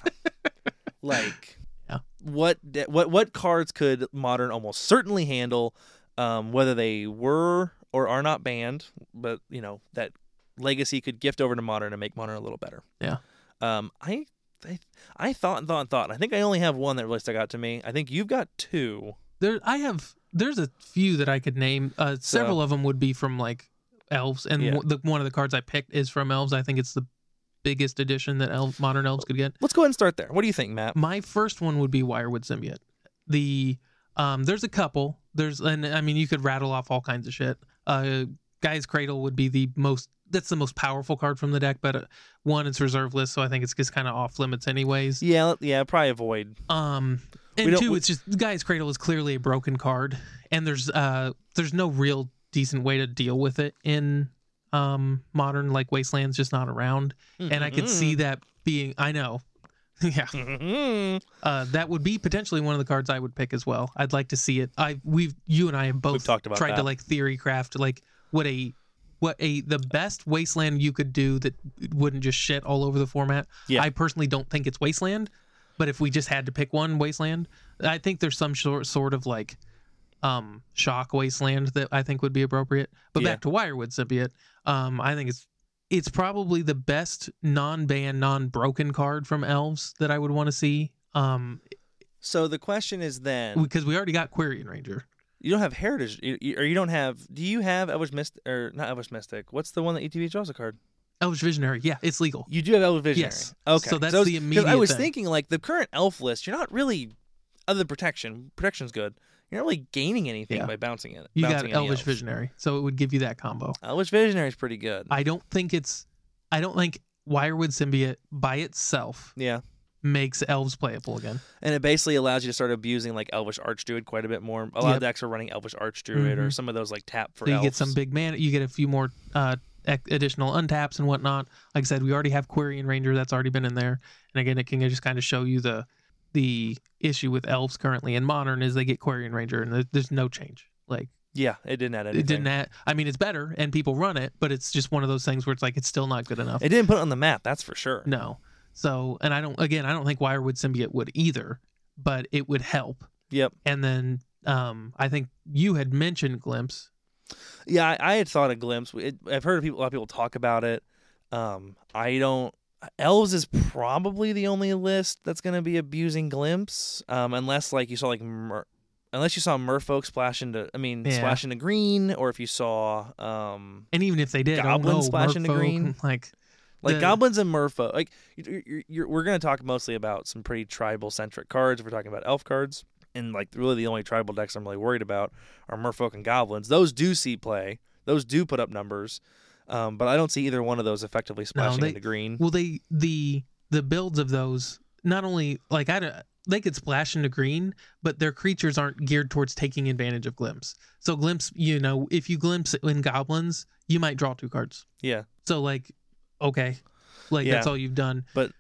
Like. Yeah. What de- what what cards could modern almost certainly handle, um, whether they were or are not banned? But you know that legacy could gift over to modern and make modern a little better. Yeah. Um, I I, I thought and thought and thought. I think I only have one that really stuck out to me. I think you've got two. There, I have. There's a few that I could name. Uh, several of them would be from like elves, and Yeah. one- the, one of the cards I picked is from elves. I think it's the biggest edition that elf, modern elves could get. Let's go ahead and start there. What do you think, Matt? My first one would be Wirewood Symbiote. The um, there's a couple. There's and I mean you could rattle off all kinds of shit. Uh, Guy's Cradle would be the most. That's the most powerful card from the deck, but uh, one it's reserve list, so I think it's just kind of off limits anyways. Yeah, let- yeah, probably avoid. Um, We and don't- two, we- it's just Guy's Cradle is clearly a broken card, and there's uh there's no real decent way to deal with it in um modern like Wasteland's just not around, and I could Mm-hmm. see that being I know, yeah, Mhm. uh, that would be potentially one of the cards I would pick as well. I'd like to see it. I we've you and I have both talked about tried to that. like theory craft like what a what a the best wasteland you could do that wouldn't just shit all over the format. Yeah. I personally don't think it's wasteland, but if we just had to pick one wasteland, I think there's some sort sort of like um shock wasteland that I think would be appropriate. But Yeah. back to Wirewood Symbiote, um I think it's it's probably the best non-ban, non-broken card from elves that I would want to see. Um, So the question is then. because we already got Quarian Ranger. You don't have heritage, you, you, or you don't have. Do you have Elvish Mystic, or not Elvish Mystic? What's the one that ETV draws a card? Elvish Visionary, yeah, it's legal. You do have Elvish Visionary. Yes. Okay. So that's I was- the 'cause I immediate was thing. thinking like the current elf list. You're not really, other than protection. Protection's good. You're not really gaining anything Yeah. by bouncing it. You bouncing got any Elvish elves. Visionary, so it would give you that combo. Elvish Visionary is pretty good. I don't think it's, I don't think Wirewood Symbiote by itself yeah, makes elves playable again. and it basically allows you to start abusing like Elvish Archdruid quite a bit more. A lot Yep. of decks are running Elvish Archdruid or Mhm. some of those like tap for So you elves. get some big man, you get a few more uh, ec- additional untaps and whatnot. Like I said, we already have Quarian Ranger that's already been in there, and again, it can just kind of show you the the issue with elves currently in modern is they get Quarian Ranger and there- there's no change. Like Yeah, it didn't add anything. it didn't. Add, I mean, it's better and people run it, but it's just one of those things where it's like it's still not good enough. It didn't put it on the map. That's for sure. No. So, and I don't, again, I don't think Wirewood Symbiote would either, but it would help. Yep. And then um, I think you had mentioned Glimpse. Yeah, I, I had thought a glimpse. It, I've heard of people, a lot of people talk about it. Um, I don't. Elves is probably the only list that's going to be abusing glimpse, um, unless like you saw like mer- unless you saw Merfolk splash into. I mean, Yeah. splash into green, or if you saw um, And even if they did, Goblin oh no, splash into Merfolk, green. Like, like The- goblins and Merfolk. Like you're, you're, you're, we're going to talk mostly about some pretty tribal centric cards. If we're talking about elf cards, and like really the only tribal decks I'm really worried about are Merfolk and goblins. Those do see play Those do put up numbers, um, but I don't see either one of those effectively splashing they- in the green. Well, they the the builds of those not only like I don't they could splash into green, but their creatures aren't geared towards taking advantage of glimpse. So glimpse, you know, if you glimpse in goblins, you might draw two cards. Yeah. So like, okay, like that's Yeah. all you've done. But-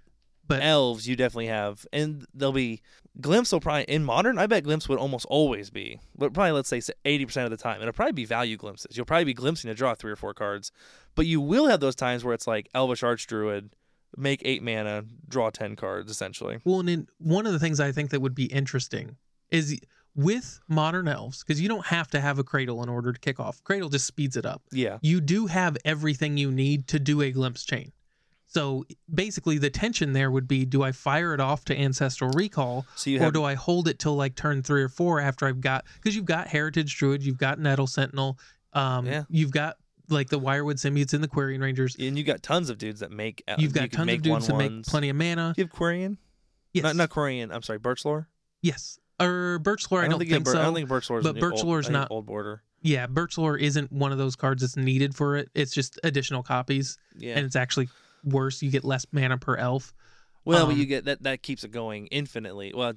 but Elves, you definitely have, and they'll be glimpse. Will probably in modern, I bet glimpse would almost always be, but probably let's say eighty percent of the time, it'll probably be value glimpses. You'll probably be glimpsing to draw three or four cards, but you will have those times where it's like Elvish Arch Druid, make eight mana, draw ten cards essentially. Well, and in, one of the things I think that would be interesting is with modern elves, because you don't have to have a cradle in order to kick off. Cradle just speeds it up. Yeah, You do have everything you need to do a glimpse chain. So basically, the tension there would be: do I fire it off to ancestral recall, so you or have do I hold it till like turn three or four after I've got? Because you've got heritage druid, you've got nettle sentinel, um, Yeah. you've got like the wirewood symbiotes and the quarian rangers. and you got tons of dudes that make. el- You've got you can tons make of dudes that one make ones. plenty of mana. Do you have Quarian? Yes, Not, not Quarian. I'm sorry, Birch Lore. yes. Or birch lore, I, don't, that think, Bir- so. I don't think Birch Lore is but new- Birch old- Lore's I think not- old border. Yeah, Birch Lore isn't one of those cards that's needed for it. It's just additional copies, Yeah. and it's actually worse. You get less mana per elf. well, but um, you get that that keeps it going infinitely. Well,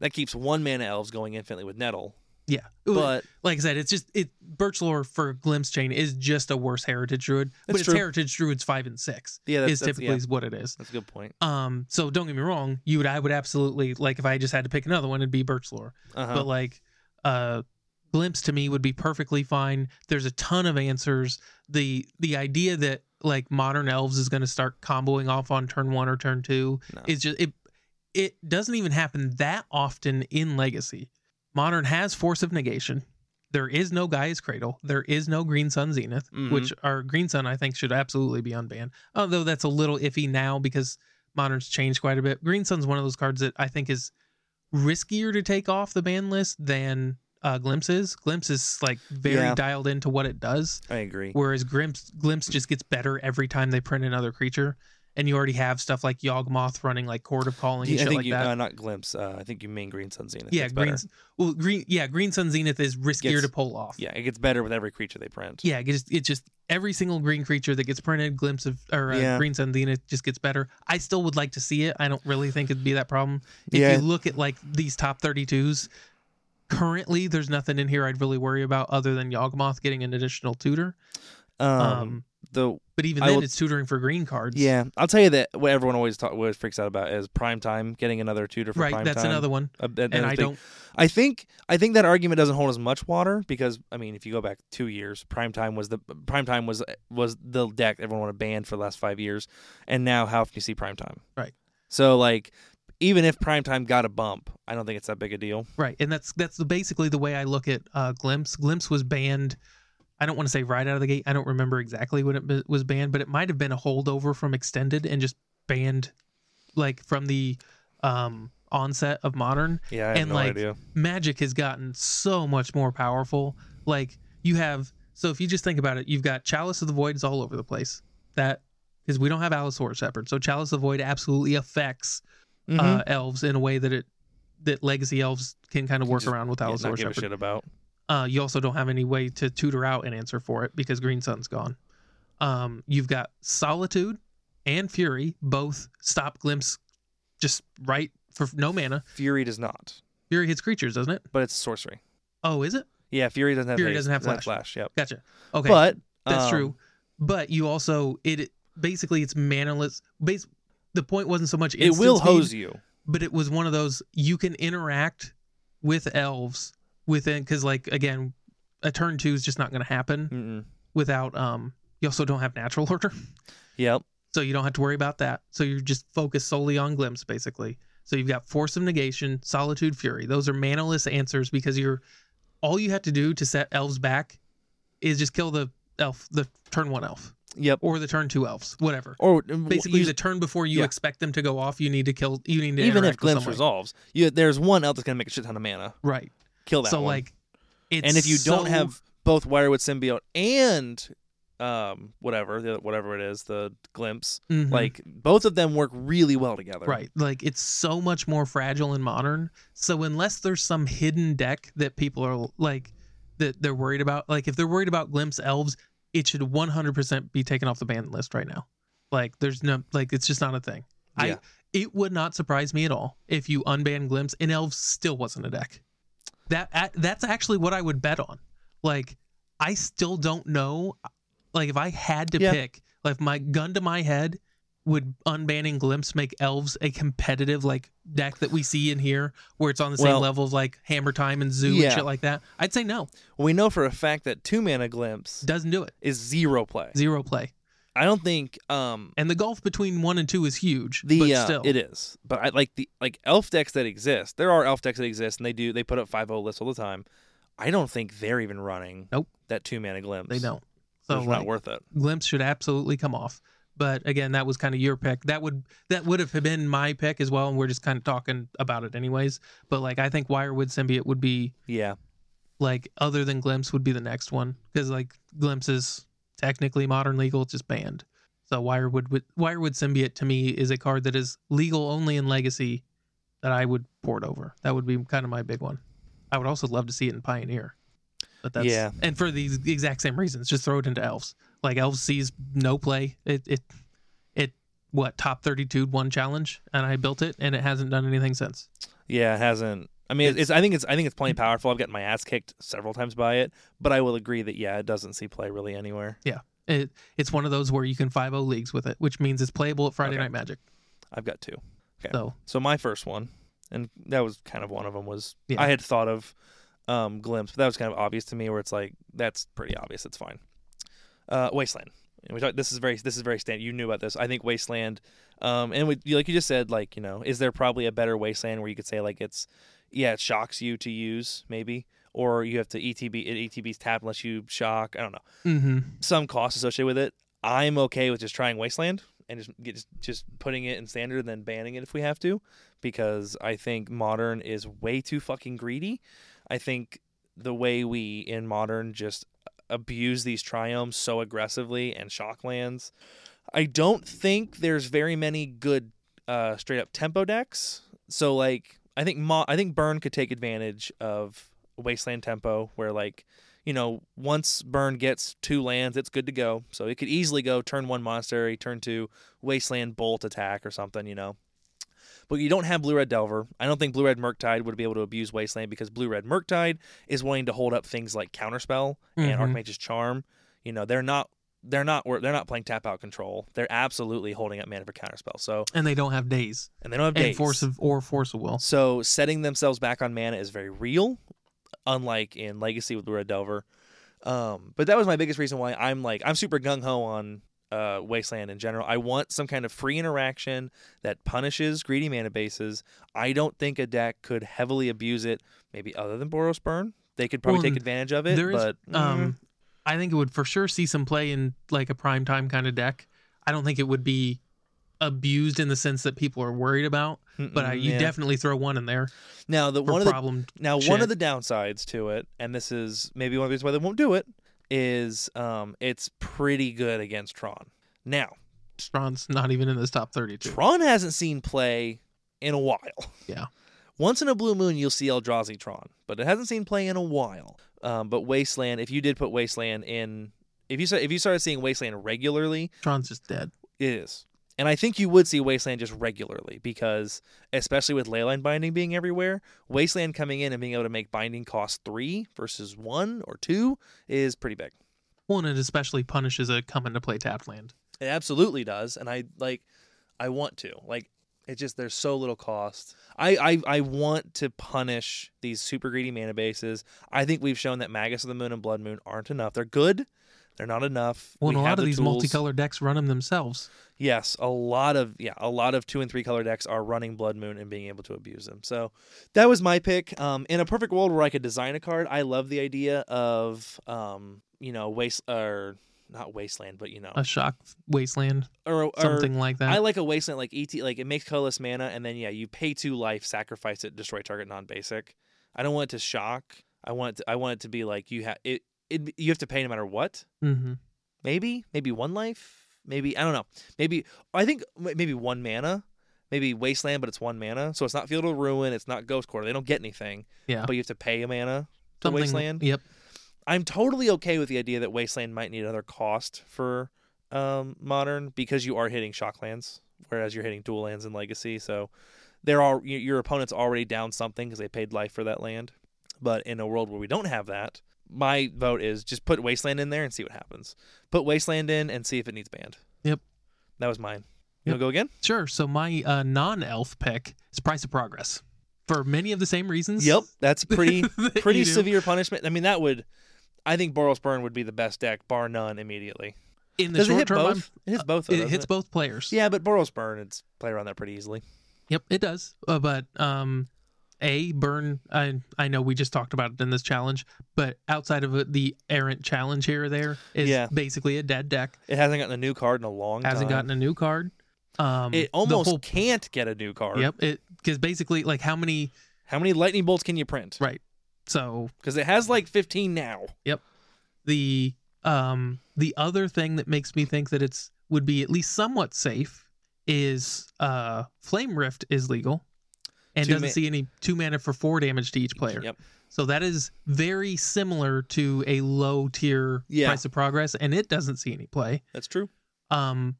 that keeps one mana elves going infinitely with Nettle. Yeah, But like I said, it's just it. Birch Lore for Glimpse Chain is just a worse Heritage Druid, but That's it's true. Heritage Druids five and six yeah, that's, is that's, typically yeah, is what it is. that's a good point. Um, so don't get me wrong, you would I would absolutely like if I just had to pick another one, it'd be Birch Lore. Uh-huh. but like uh glimpse to me would be perfectly fine there's a ton of answers the the idea that like modern elves is going to start comboing off on turn one or turn two No. is just it it doesn't even happen that often in legacy modern has force of negation there is no guy's cradle there is no green sun zenith Mhm. which our green sun i think should absolutely be unbanned although that's a little iffy now because modern's changed quite a bit green sun's one of those cards that i think is riskier to take off the ban list than uh, Glimpse is. Glimpse is like very Yeah. dialed into what it does, I agree. whereas Glimpse Glimpse just gets better every time they print another creature. And you already have stuff like Yawgmoth running like Court of Calling Do and you- I shit think like you that. uh, not glimpse. Uh, I think you mean Green Sun Zenith. yeah, It's better. Green. Well, Green. Yeah, Green Sun Zenith is riskier Gets- to pull off. Yeah, it gets better with every creature they print. Yeah, it just it just every single green creature that gets printed, glimpse of or uh, Yeah. green sun zenith just gets better. I still would like to see it. I don't really think it'd be that problem. If Yeah. you look at like these top 32s, currently there's nothing in here I'd really worry about other than Yawgmoth getting an additional tutor. Um, Um, the but even I then will- it's tutoring for green cards. yeah, I'll tell you that what everyone always talk, always freaks out about is prime time getting another tutor for Right, prime that's time. another one. Uh, that- And that's I big. don't I think I think that argument doesn't hold as much water because I mean, if you go back two years, primetime was the primetime was was the deck everyone wanted banned for the last five years, and now how often you see primetime? Right. So like, even if primetime got a bump, I don't think it's that big a deal. Right, and that's that's the, basically the way I look at uh, Glimpse. Glimpse was banned. I don't want to say right out of the gate. I don't remember exactly when it b- was banned, but it might have been a holdover from extended and just banned, like from the um, onset of modern. Yeah, I have And, no like, uh, idea. Magic has gotten so much more powerful. Like you have, so if you just think about it, you've got Chalice of the Voids all over the place. That because we don't have Allosaurus Shepherd, so Chalice of the Void absolutely affects Mhm. uh, elves in a way that it that legacy elves can kind of work just- around with Yeah, Allosaur not give a Shepherd. shit about. Uh, you also don't have any way to tutor out an answer for it because Green Sun's gone. Um, you've got Solitude and Fury both stop glimpse just right for no mana. Fury does not, Fury hits creatures, doesn't it? but it's sorcery. Oh, is it? Yeah, Fury doesn't have Fury haste, doesn't have flash. Yep. Gotcha. Okay, But that's um, true. But you also it basically it's manaless. Base the point wasn't so much It will hose hose you. but it was one of those you can interact with elves within because like again a turn two is just not going to happen Mm-mm. without um you also don't have natural order Yep. so you don't have to worry about that so you're just focused solely on glimpse basically so you've got force of negation solitude fury those are manaless answers because you're all you have to do to set elves back is just kill the elf the turn one elf Yep. or the turn two elves whatever Or basically use- the turn before you yeah. expect them to go off you need to kill you need to even interact if with glimpse someone. resolves, you, there's one elf that's gonna make a shit ton of mana. right Kill that so one. like, it's and if you don't so- have both Wirewood symbiote and um whatever the, whatever it is the glimpse, Mhm. like both of them work really well together. right, like it's so much more fragile and modern. So unless there's some hidden deck that people are like that they're worried about, like if they're worried about glimpse elves, it should 100% be taken off the ban list right now. Like there's no like it's just not a thing. Yeah. I it would not surprise me at all if you unbanned Glimpse and Elves still wasn't a deck. That a- that's actually what I would bet on. Like I still don't know like if I had to Yeah. pick like my gun to my head would unbanning Glimpse make Elves a competitive like deck that we see in here where it's on the same Well- level of like Hammer Time and Zoo Yeah. and shit like that? I'd say no. We know for a fact that two mana glimpse Doesn't do it. is zero play. Zero play. I don't think um And the gulf between one and two is huge. the but uh, still, it is, but I like the like elf decks that exist. There are elf decks that exist, and they do they put up five zero lists all the time. I don't think they're even running. Nope. that two mana glimpse. they don't. So So it's like, not worth it. glimpse should absolutely come off. But again, that was kind of your pick. That would that would have been my pick as well, and we're just kind of talking about it anyways. But like, I think Wirewood Symbiote would be Yeah, like other than Glimpse would be the next one because like Glimpse is technically modern legal, it's just banned. So Wirewood would- Wirewood Symbiote to me is a card that is legal only in Legacy that I would port over. That would be kind of my big one. I would also love to see it in Pioneer, but that's Yeah. and for the exact same reasons. Just throw it into Elves. Like Elves sees no play. It it it what top thirty two one challenge, and I built it, and it hasn't done anything since. yeah, it hasn't. I mean, it's, it's I think it's I think it's plenty powerful. I've gotten my ass kicked several times by it, but I will agree that yeah, it doesn't see play really anywhere. It it's one of those where you can 5-0 leagues with it, which means it's playable at Friday Okay. Night Magic. I've got two. Okay. So So my first one, and that was kind of one of them was Yeah. I had thought of um, glimpse, but that was kind of obvious to me. Where it's like that's pretty obvious. It's fine. Uh, Wasteland. And we talked. This is very. This is very standard. You knew about this. I think Wasteland. Um, and we, like you just said, like you know, is there probably a better Wasteland where you could say like it's, yeah, it shocks you to use maybe, or you have to ETB it E ETB's tap unless you shock. I don't know mm-hmm. some cost associated with it. I'm okay with just trying Wasteland and just get, just, just putting it in standard and then banning it if we have to, because I think modern is way too fucking greedy. I think the way we in modern just abuse these triomes so aggressively and shock lands. I don't think there's very many good uh, straight up tempo decks. So like I think Mo- I think Burn could take advantage of Wasteland tempo where like you know, once Burn gets two lands, it's good to go. So it could easily go turn one monastery, turn two wasteland bolt attack or something, you know. But you don't have blue red delver. I don't think blue red Murktide would be able to abuse wasteland because blue red Murktide is wanting to hold up things like counterspell and Mhm. Archmage's Charm. You know, they're not they're not they're not playing tap out control. They're absolutely holding up mana for counterspell. So and they don't have days, and they don't have and days. force of or force of will. So setting themselves back on mana is very real, unlike in Legacy with Lura Delver. Um, but that was my biggest reason why I'm like I'm super gung ho on uh, Wasteland in general. I want some kind of free interaction that punishes greedy mana bases. I don't think a deck could heavily abuse it. Maybe other than Boros Burn, they could probably Well, take advantage of it. there is, but mm, Um, I think it would for sure see some play in like a prime time kind of deck. I don't think it would be abused in the sense that people are worried about, but I, mm, you yeah. definitely throw one in there now the for one of the problem. Now, shit. one of the downsides to it, and this is maybe one of the reasons why they won't do it, is um, it's pretty good against Tron. Now, Strawn's not even in this top thirty-two. Tron hasn't seen play in a while. Yeah. Once in a blue moon, you'll see Eldrazi Tron, but it hasn't seen play in a while. Um, but Wasteland, if you did put Wasteland in, if you sa- if you started seeing Wasteland regularly, Strawn's just dead. it is. And I think you would see Wasteland just regularly because, especially with Leyline Binding being everywhere, Wasteland coming in and being able to make Binding cost three versus one or two is pretty big. One and it especially punishes a come into play tapped land. It absolutely does, and I like. I want to like. It just there's so little cost. I I, I want to punish these super greedy mana bases. I think we've shown that Magus of the Moon and Blood Moon aren't enough. They're good. They're not enough. Well, We and a have lot the of these tools. multicolored decks run them themselves. Yes, a lot of yeah, a lot of two and three color decks are running Blood Moon and being able to abuse them. So that was my pick. Um, in a perfect world where I could design a card, I love the idea of um, you know, waste or not wasteland, but you know, A shock wasteland, or, or something like that. I like a wasteland like ET, like it makes colorless mana, and then yeah, you pay two life, sacrifice it, destroy target non-basic. I don't want it to shock. I want it to, I want it to be like you have it, it. You have to pay no matter what mm-hmm. maybe maybe one life maybe i don't know maybe i think m- maybe one mana maybe wasteland but it's one mana so it's not field of ruin it's not ghost quarter they don't get anything Yeah. but you have to pay a mana to Something- wasteland Yep. I'm totally okay with the idea that Wasteland might need another cost for um, Modern because you are hitting Shocklands, whereas you're hitting dual lands in Legacy. So there are your, your opponent's already down something because they paid life for that land. But in a world where we don't have that, my vote is just put Wasteland in there and see what happens. Put Wasteland in and see if it needs banned. Yep. That was Yep. mine. You want to go again? Sure. So my uh, non-elf pick is Price of Progress for many of the same reasons. Yep. That's pretty that you pretty do. severe punishment. I mean, that would. I think Boros Burn would be the best deck, bar none, immediately. In the Does it short hit term, I'm- uh, both? uh, It hits both. Though, it doesn't hits both players. Yeah, but Boros Burn, it's play around that pretty easily. Yep, it does. Uh, but um, a burn. I I know we just talked about it in this challenge, but outside of it, the errant challenge here or there is Yeah. basically a dead deck. It hasn't gotten a new card in a long Hasn't time. gotten a new card. Um, It the almost whole- can't get a new card. yep. It because basically like how many How many lightning bolts can you print? right. So Because it has like 15 now. the um the other thing that makes me think that it's would be at least somewhat safe is uh flame rift is legal and Two doesn't ma- see any two mana for four damage to each player. Yep. So that is very similar to a low tier Yeah. price of progress, and it doesn't see any play. That's true. Um,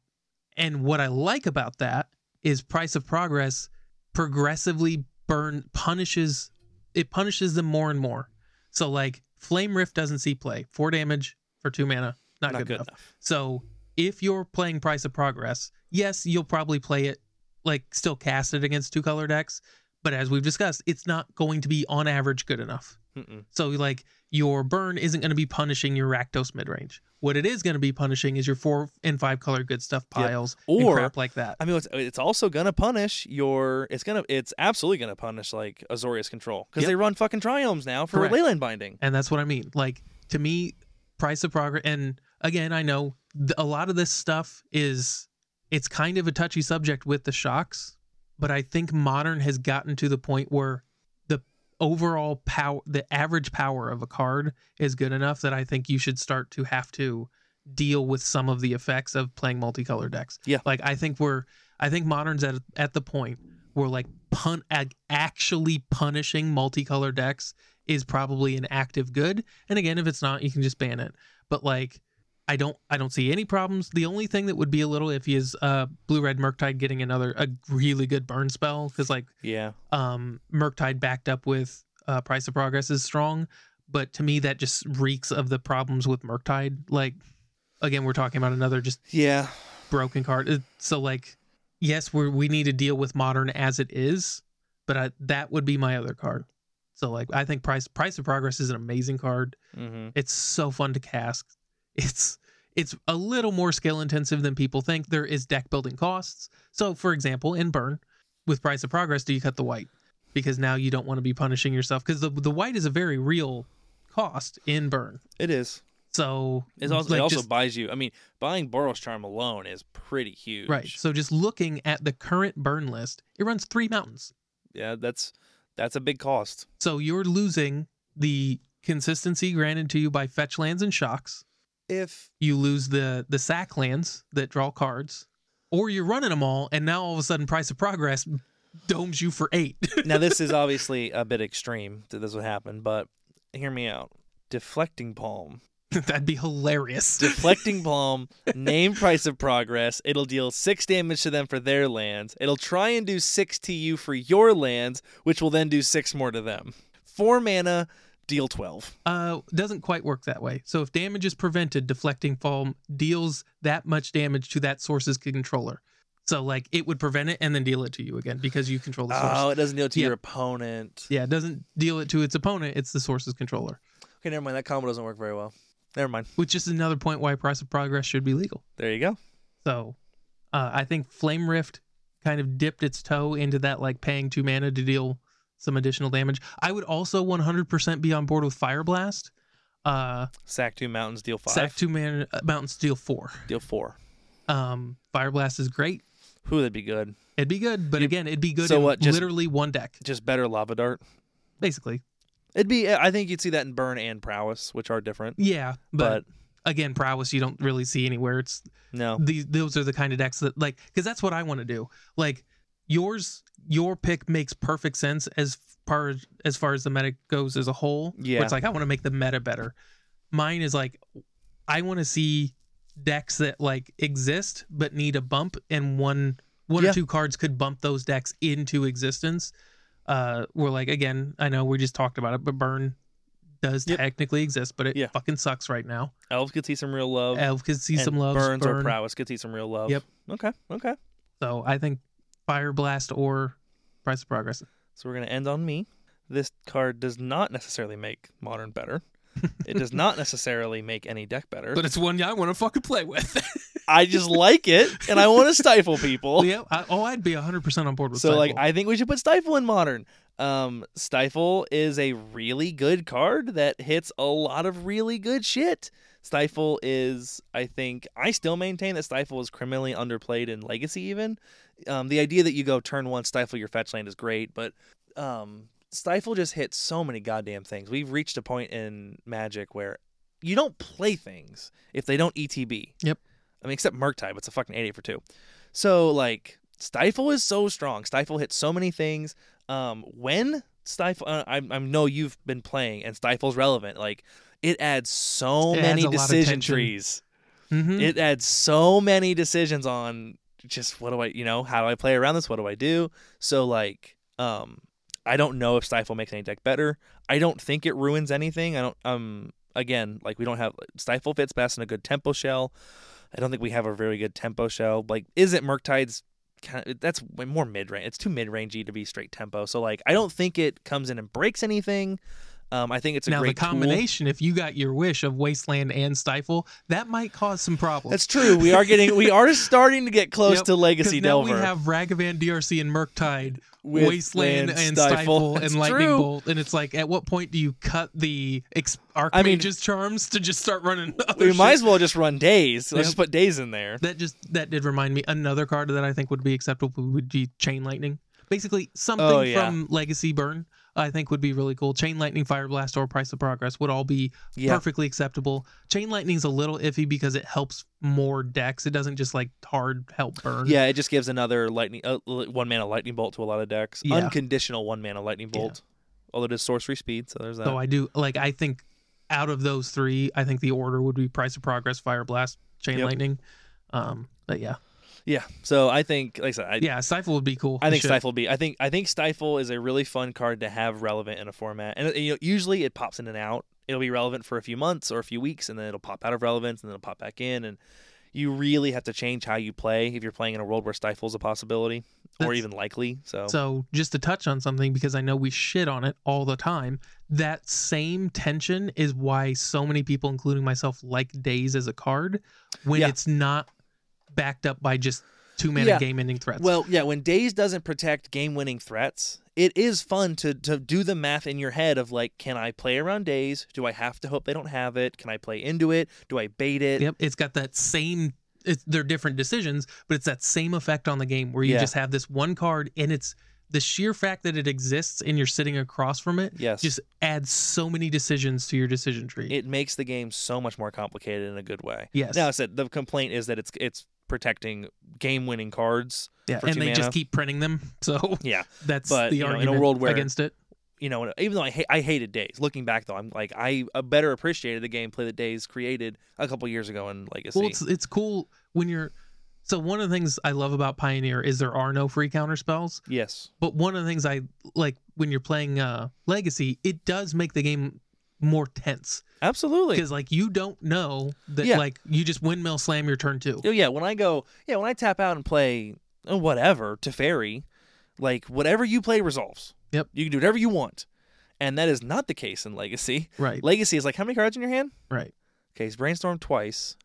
and what I like about that is price of progress progressively burn punishes it punishes them more and more. So like flame rift doesn't see play four damage for two mana, not, good, enough. So if you're playing Price of Progress, yes, you'll probably play it like still cast it against two color decks, but as we've discussed, it's not going to be on average good enough. Mm-mm. So like your burn isn't going to be punishing your Rakdos midrange. What it is going to be punishing is your four and five color good stuff piles Or- and crap like that. I mean, it's, it's also gonna punish your. It's gonna. It's absolutely gonna punish like Azorius control because Yep. they run fucking triomes now for Correct. leyline binding. And that's what I mean. Like to me, price of progress. And again, I know th- a lot of this stuff is it's kind of a touchy subject with the shocks, but I think modern has gotten to the point where the overall power, the average power of a card is good enough that I think you should start to have to deal with some of the effects of playing multicolor decks. Yeah. Like I think we're, I think modern's at at the point where like pun ac- actually punishing multicolor decks is probably an active good. And again, if it's not, you can just ban it. But like, I don't, I don't see any problems. The only thing that would be a little iffy is uh, blue red Murktide getting another a really good burn spell because like Yeah. um, Murktide backed up with uh, Price of Progress is strong, but to me that just reeks of the problems with Murktide. Like again, we're talking about another just Yeah. broken card. It- So like, yes, we we need to deal with modern as it is, but I, that would be my other card. So like, I think price price of progress is an amazing card. Mm-hmm. It's so fun to cast. It's it's a little more skill intensive than people think. There is deck building costs. So for example, in burn with price of progress, do you cut the white? Because now you don't want to be punishing yourself because the the white is a very real cost in burn. It is. So It's also, like, it also just- buys you. I mean, buying Boros Charm alone is pretty huge. Right. So just looking at the current burn list, it runs three mountains. Yeah. That's that's a big cost. So you're losing the consistency granted to you by fetch lands and shocks. If You lose the the sack lands that draw cards, or you're running them all, and now all of a sudden, price of progress domes you for eight. now this is obviously a bit extreme that this would happen, but hear me out. Deflecting palm. That'd be hilarious. Deflecting palm, name price of progress. It'll deal six damage to them for their lands. It'll try and do six to you for your lands, which will then do six more to them. Four mana, deal twelve. Uh, doesn't quite work that way. So if damage is prevented, deflecting foam deals that much damage to that source's controller. So like it would prevent it and then deal it to you again because you control the source. Oh, it doesn't deal to Yeah. your opponent. Yeah, it doesn't deal it to its opponent. It's the source's controller, Okay, never mind. That combo doesn't work very well. Never mind. which is another point why price of progress should be legal. There you go. So, uh, I think Flame Rift kind of dipped its toe into that, like paying two mana to deal some additional damage. I would also 100% be on board with Fire Blast. Uh, Sack two mountains, deal five. sack two mana, uh, Mountain Steel four. deal four. Um, Fire Blast is great. Who that'd be good. It'd be good, but again, it'd be good So in what, just- literally one deck, Just better lava dart. basically. It'd be. I think you'd see that in burn and prowess, which are different. Yeah, But, but again, Prowess you don't really see anywhere. It's no, these those are the kind of decks that like because that's what I want to do. Like yours, your pick makes perfect sense as far as far as the meta goes as a whole. where Yeah. it's like I want to make the meta better. mine is like I want to see decks that like exist but need a bump, and one one Yeah. or two cards could bump those decks into existence. Uh, we're like again, I know we just talked about it, but burn does Yep. technically exist, but it Yeah. fucking sucks right now. Elves could see some real love. Elf could see and some love. Burns or prowess could see some real love. Yep. Okay. Okay. So I think Fire Blast or Price of Progress. So we're gonna end on me. This card does not necessarily make modern better. It does not necessarily make any deck better. But it's one I want to fucking play with. I just like it, and I want to stifle people. yeah. I, oh, I'd be 100% on board with So like Stifle. I think we should put Stifle in modern. Um Stifle is a really good card that hits a lot of really good shit. Stifle is I think I still maintain that Stifle is criminally underplayed in Legacy even. Um the idea that you go turn 1 stifle your fetch land is great, but um Stifle just hits so many goddamn things. We've reached a point in Magic where you don't play things if they don't ETB. Yep. I mean, except Murktide, but it's a fucking 88 for two. So, like, Stifle is so strong. Stifle hits so many things. Um, when Stifle, uh, I, I know you've been playing and Stifle's relevant. Like, it adds so It adds many a lot of decision tension. trees. Mhm. It adds so many decisions on just what do I, you know, how do I play around this? What do I do? So, like, um, I don't know if Stifle makes any deck better. I don't think it ruins anything. I don't. Um, again, like we don't have Stifle fits best in a good tempo shell. I don't think we have a very good tempo shell. Like, isn't Murktide's kind of that's way more mid range? It's too mid rangey to be straight tempo. So like, I don't think it comes in and breaks anything. Um, I think it's a now the great tool. combination, if you got your wish of Wasteland and Stifle, that might cause some problems. That's true. We are getting we are starting to get close Yep, to 'Cause Legacy now Delver. we have Ragavan, DRC, and Murktide, with Wasteland Land and Stifle, That's and Lightning true. Bolt, and it's like, at what point do you cut the ex- Archmage's I mean- charms to just start running? Other We might shit? as well just run days. Let's Yep. just put days in there. That just that did remind me another card that I think would be acceptable would be Chain Lightning. Basically, something Oh, yeah. from Legacy Burn I think would be really cool. Chain Lightning, Fire Blast, or Price of Progress would all be Yeah. perfectly acceptable. Chain Lightning's a little iffy because it helps more decks. It doesn't just like hard help burn. Yeah, it just gives another lightning uh, one mana lightning bolt to a lot of decks. Yeah. Unconditional one mana lightning Yeah. bolt. Although it is sorcery speed, so there's that. So I do like I think out of those three, I think the order would be Price of Progress, Fire Blast, Chain Yep. Lightning. Um, but yeah, yeah. So I think like I said, I, yeah, Stifle would be cool. I It think should. Stifle be. I think I think Stifle is a really fun card to have relevant in a format. And uh, you know, usually it pops in and out. It'll be relevant for a few months or a few weeks, and then it'll pop out of relevance, and then it'll pop back in. And you really have to change how you play if you're playing in a world where Stifle's a possibility or That's- even likely. So, So, just to touch on something, because I know we shit on it all the time, that same tension is why so many people, including myself, like Days as a card when Yeah. it's not backed up by just two mana Yeah. game ending threats. well, yeah, when Days doesn't protect game-winning threats, it is fun to to do the math in your head of like, can I play around Days? Do I have to hope they don't have it? Can I play into it? Do I bait it? yep, it's got that same. It's, they're different decisions, but it's that same effect on the game where you Yeah. just have this one card, and it's the sheer fact that it exists and you're sitting across from it Yes. just adds so many decisions to your decision tree. it makes the game so much more complicated in a good way. yes. Now, I said the complaint is that it's it's protecting game-winning cards. yeah. for And two they mana. just keep printing them. So Yeah, that's But, the you know, in a argument world where- against it. you know, and even though I hate, I hated Days. Looking back though, I'm like I uh, better appreciated the gameplay that Days created a couple years ago in Legacy. Well, it's it's cool when you're. So one of the things I love about Pioneer is there are no free counter spells. yes, But one of the things I like when you're playing uh, Legacy, it does make the game more tense absolutely. because like you don't know that Yeah. like you just windmill slam your turn two. Oh yeah, when I go, yeah, when I tap out and play uh, whatever to fairy, like whatever you play resolves. Yep. You can do whatever you want, and that is not the case in Legacy. Right, Legacy is like how many cards in your hand? right. Okay, he's brainstormed twice.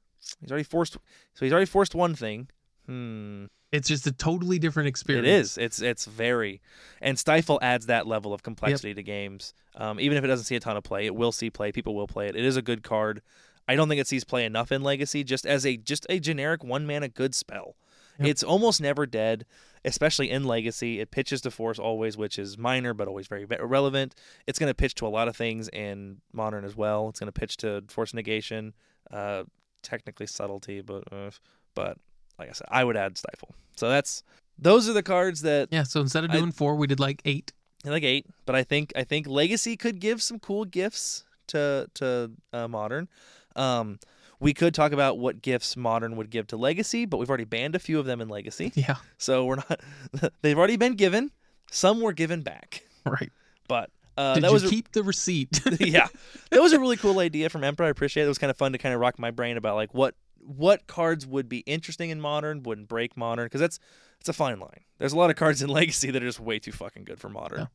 He's already forced. So he's already forced one thing. Hmm. It's just a totally different experience. It is. It's it's very, and Stifle adds that level of complexity to games. Um, even if it doesn't see a ton of play, it will see play. People will play it. It is a good card. I don't think it sees play enough in Legacy, just as a just a generic one mana good spell. Yep. It's almost never dead, especially in Legacy. It pitches to Force always, which is minor but always very ve- relevant. It's going to pitch to a lot of things in Modern as well. It's going to pitch to Force Negation, uh, technically Subtlety, but uh, but like I said, I would add Stifle. So that's those are the cards that Yeah. So instead of I- doing four, we did like eight. like eight, but I think I think Legacy could give some cool gifts to to uh, modern. Um, we could talk about what gifts modern would give to legacy, but we've already banned a few of them in legacy, Yeah, so we're not. they've already been given. Some were given back, right. but uh, Did that you was a- keep the receipt? yeah, that was a really cool idea from Emperor. I appreciate it. It was kind of fun to kind of rock my brain about like what what cards would be interesting in modern, wouldn't break modern, because that's it's a fine line. There's a lot of cards in Legacy that are just way too fucking good for modern. Yeah.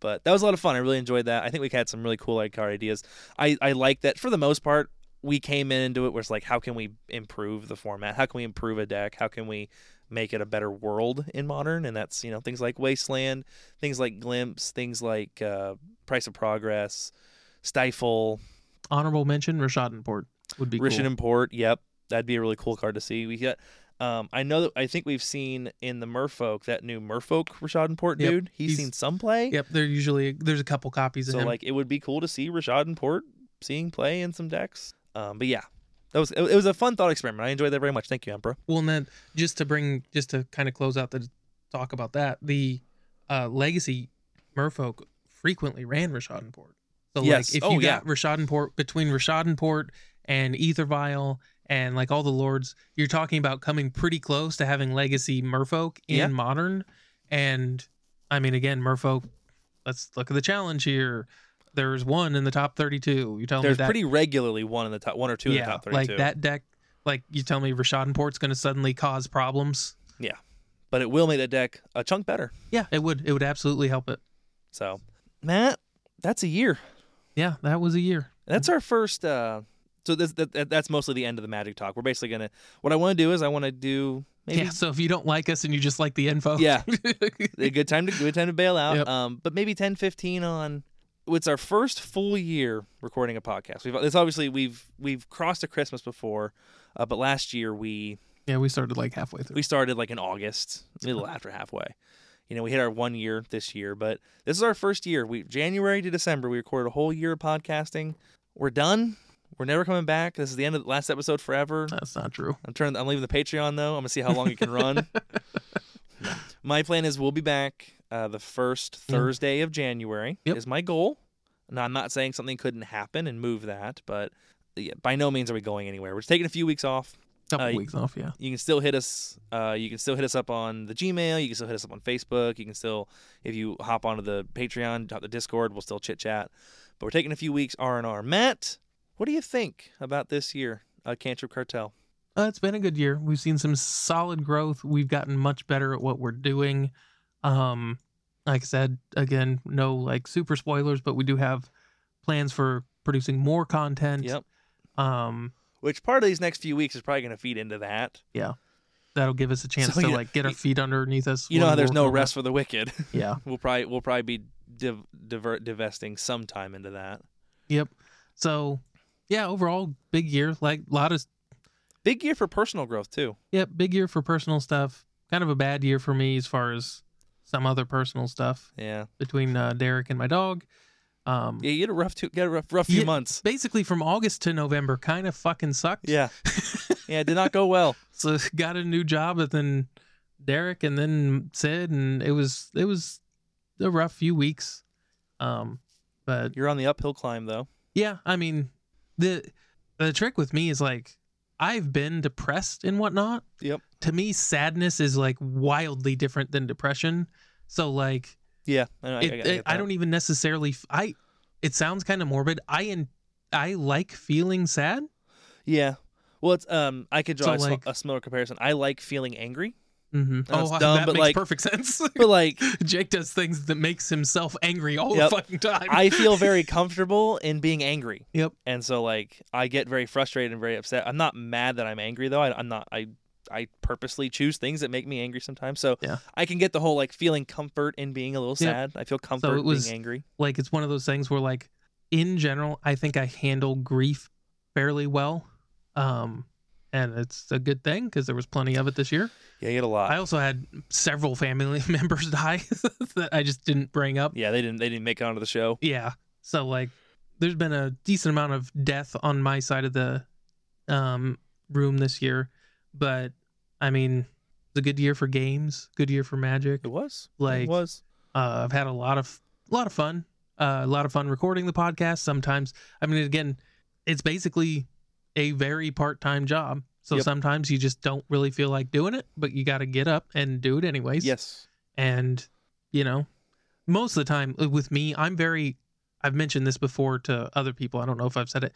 But that was a lot of fun. I really enjoyed that. I think we had some really cool like card ideas. I I like that for the most part. We came in into it where it's like, how can we improve the format? How can we improve a deck? How can we make it a better world in modern? And that's you know things like Wasteland, things like Glimpse, things like uh, Price of Progress, Stifle, Honorable mention: Rashad and Port would be Rishon cool. Import. Yep, that'd be a really cool card to see. We got. Um, I know that I think we've seen in the Merfolk that new Merfolk Rashad Import Yep, dude. He's, he's- seen some play. Yep, there usually there's a couple copies of So him. like it would be cool to see Rashad Import seeing play in some decks. Um, but yeah, that was it, it was a fun thought experiment. I enjoyed that very much. Thank you, Emperor. Well, and then just to bring, just to kind of close out the talk about that, the uh, legacy Merfolk frequently ran Rashadenport. So, Yes. like, if Oh, you yeah. got Rashadenport between Rashadenport and Ethervile and like all the lords, you're talking about coming pretty close to having legacy Merfolk in Yeah. modern. And I mean, again, Merfolk. Let's look at the challenge here. There's one in the top 32. You tell me There's that pretty regularly one in the top one or two in the top thirty-two. like that deck. Like you tell me, Rashadenport's going to suddenly cause problems. But it will make that deck a chunk better. Yeah, it would. It would absolutely help it. So Matt, that's a year. Yeah, that was a year. That's our first. Uh, so that's that, that- that's mostly the end of the magic talk. We're basically gonna. What I want to do is I want to do maybe Yeah. So if you don't like us and you just like the info, Yeah. a good time to good time to bail out. Yep. Um, but maybe 10, 15 on. It's our first full year recording a podcast. We've it's obviously we've we've crossed a Christmas before, uh, but last year we yeah, we started like halfway through. we started like in August, a little after halfway. You know, we hit our one year this year, but this is our first year. We January to December, we recorded a whole year of podcasting. We're done. We're never coming back. This is the end of the last episode forever. That's not true. I'm turning. I'm leaving the Patreon though. I'm gonna see how long it can run. No. My plan is we'll be back uh, the first Yeah. Thursday of January Yep. is my goal. Now I'm not saying something couldn't happen and move that, but yeah, by no means are we going anywhere. We're just taking a few weeks off. Couple Uh, weeks off. Yeah. You can still hit us. Uh, you can still hit us up on the Gmail. You can still hit us up on Facebook. You can still, if you hop onto the Patreon, hop the Discord, we'll still chit chat. But we're taking a few weeks R and R. Matt, what do you think about this year, uh, Cantrip Cartel? Uh, it's been a good year. We've seen some solid growth. We've gotten much better at what we're doing. Um, like I said, again, no like super spoilers, but we do have plans for producing more content. Yep. Um, which part of these next few weeks is probably going to feed into that. that'll give us a chance So to you- like get our you- feet underneath us. You know when how there's we're- no we're not- rest for the wicked. Yeah. we'll probably we'll probably be div- divert divesting some time into that. Yep. So, yeah, overall, big year. Like a lot of Big year for personal growth too. yep, big year for personal stuff. Kind of a bad year for me as far as some other personal stuff Yeah, between uh, Derek and my dog. Um, yeah. You had a rough two, got a rough rough few Yeah. months. basically from August to November, kind of fucking sucked. Yeah, yeah. It did not go well. So got a new job, and then Derek, and then Sid, and it was it was a rough few weeks. Um, but You're on the uphill climb though. Yeah, I mean, the the trick with me is like I've been depressed and whatnot. Yep. To me, sadness is like wildly different than depression. So like, Yeah, I, know, I- it, I, it- get that. I don't even necessarily. f- I it sounds kind of morbid. I and I like feeling sad. Yeah. Well, it's um. I could draw So, a, sm- like- a similar comparison. I like feeling angry, Mm-hmm. That's oh, dumb, that but, makes like- perfect sense. but like Jake does things that makes himself angry all Yep. the fucking time. I feel very comfortable in being angry. Yep. And so like I get very frustrated and very upset. I'm not mad that I'm angry though. I, I'm not. I I purposely choose things that make me angry sometimes. So Yeah. I can get the whole like feeling comfort in being a little Yep. sad. I feel comfort it was- being angry. like it's one of those things where like in general i think i handle grief fairly well um and it's a good thing because there was plenty of it this year Yeah, you get a lot. i also had several family members die that i just didn't bring up yeah, they didn't. They didn't make it onto the show. yeah so like there's been a decent amount of death on my side of the um room this year but i mean it's a good year for games good year for magic It was. Like- it was. uh, I've had a lot of a lot of fun. Uh, a lot of fun recording the podcast. Sometimes, I mean, again, it's basically a very part time job. So Yep. sometimes you just don't really feel like doing it, but you got to get up and do it anyways Yes. and you know most of the time uh, with me i'm very i've mentioned this before to other people i don't know if i've said it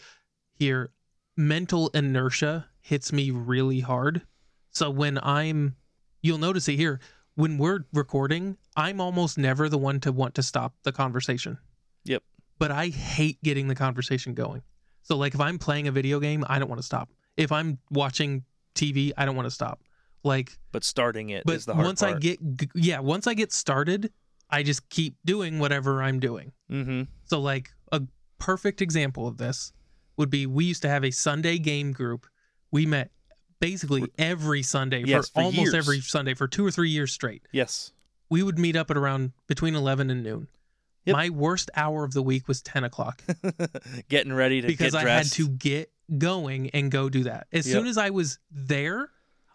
here mental inertia hits me really hard so when i'm you'll notice it here when we're recording i'm almost never the one to want to stop the conversation Yep. but i hate getting the conversation going so like if i'm playing a video game i don't want to stop if i'm watching tv i don't want to stop like But starting it is but the hard once part. I get g- yeah, once I get started, I just keep doing whatever I'm doing. mm-hmm. So like a perfect example of this would be we used to have a Sunday game group. We met basically every Sunday Yes, for almost years. every Sunday for 2 or 3 years straight. Yes. We would meet up at around between 11 and noon. Yep. My worst hour of the week was 10 o'clock Getting ready to because get I had dressed. to get going and go do that. As Yep. soon as I was there,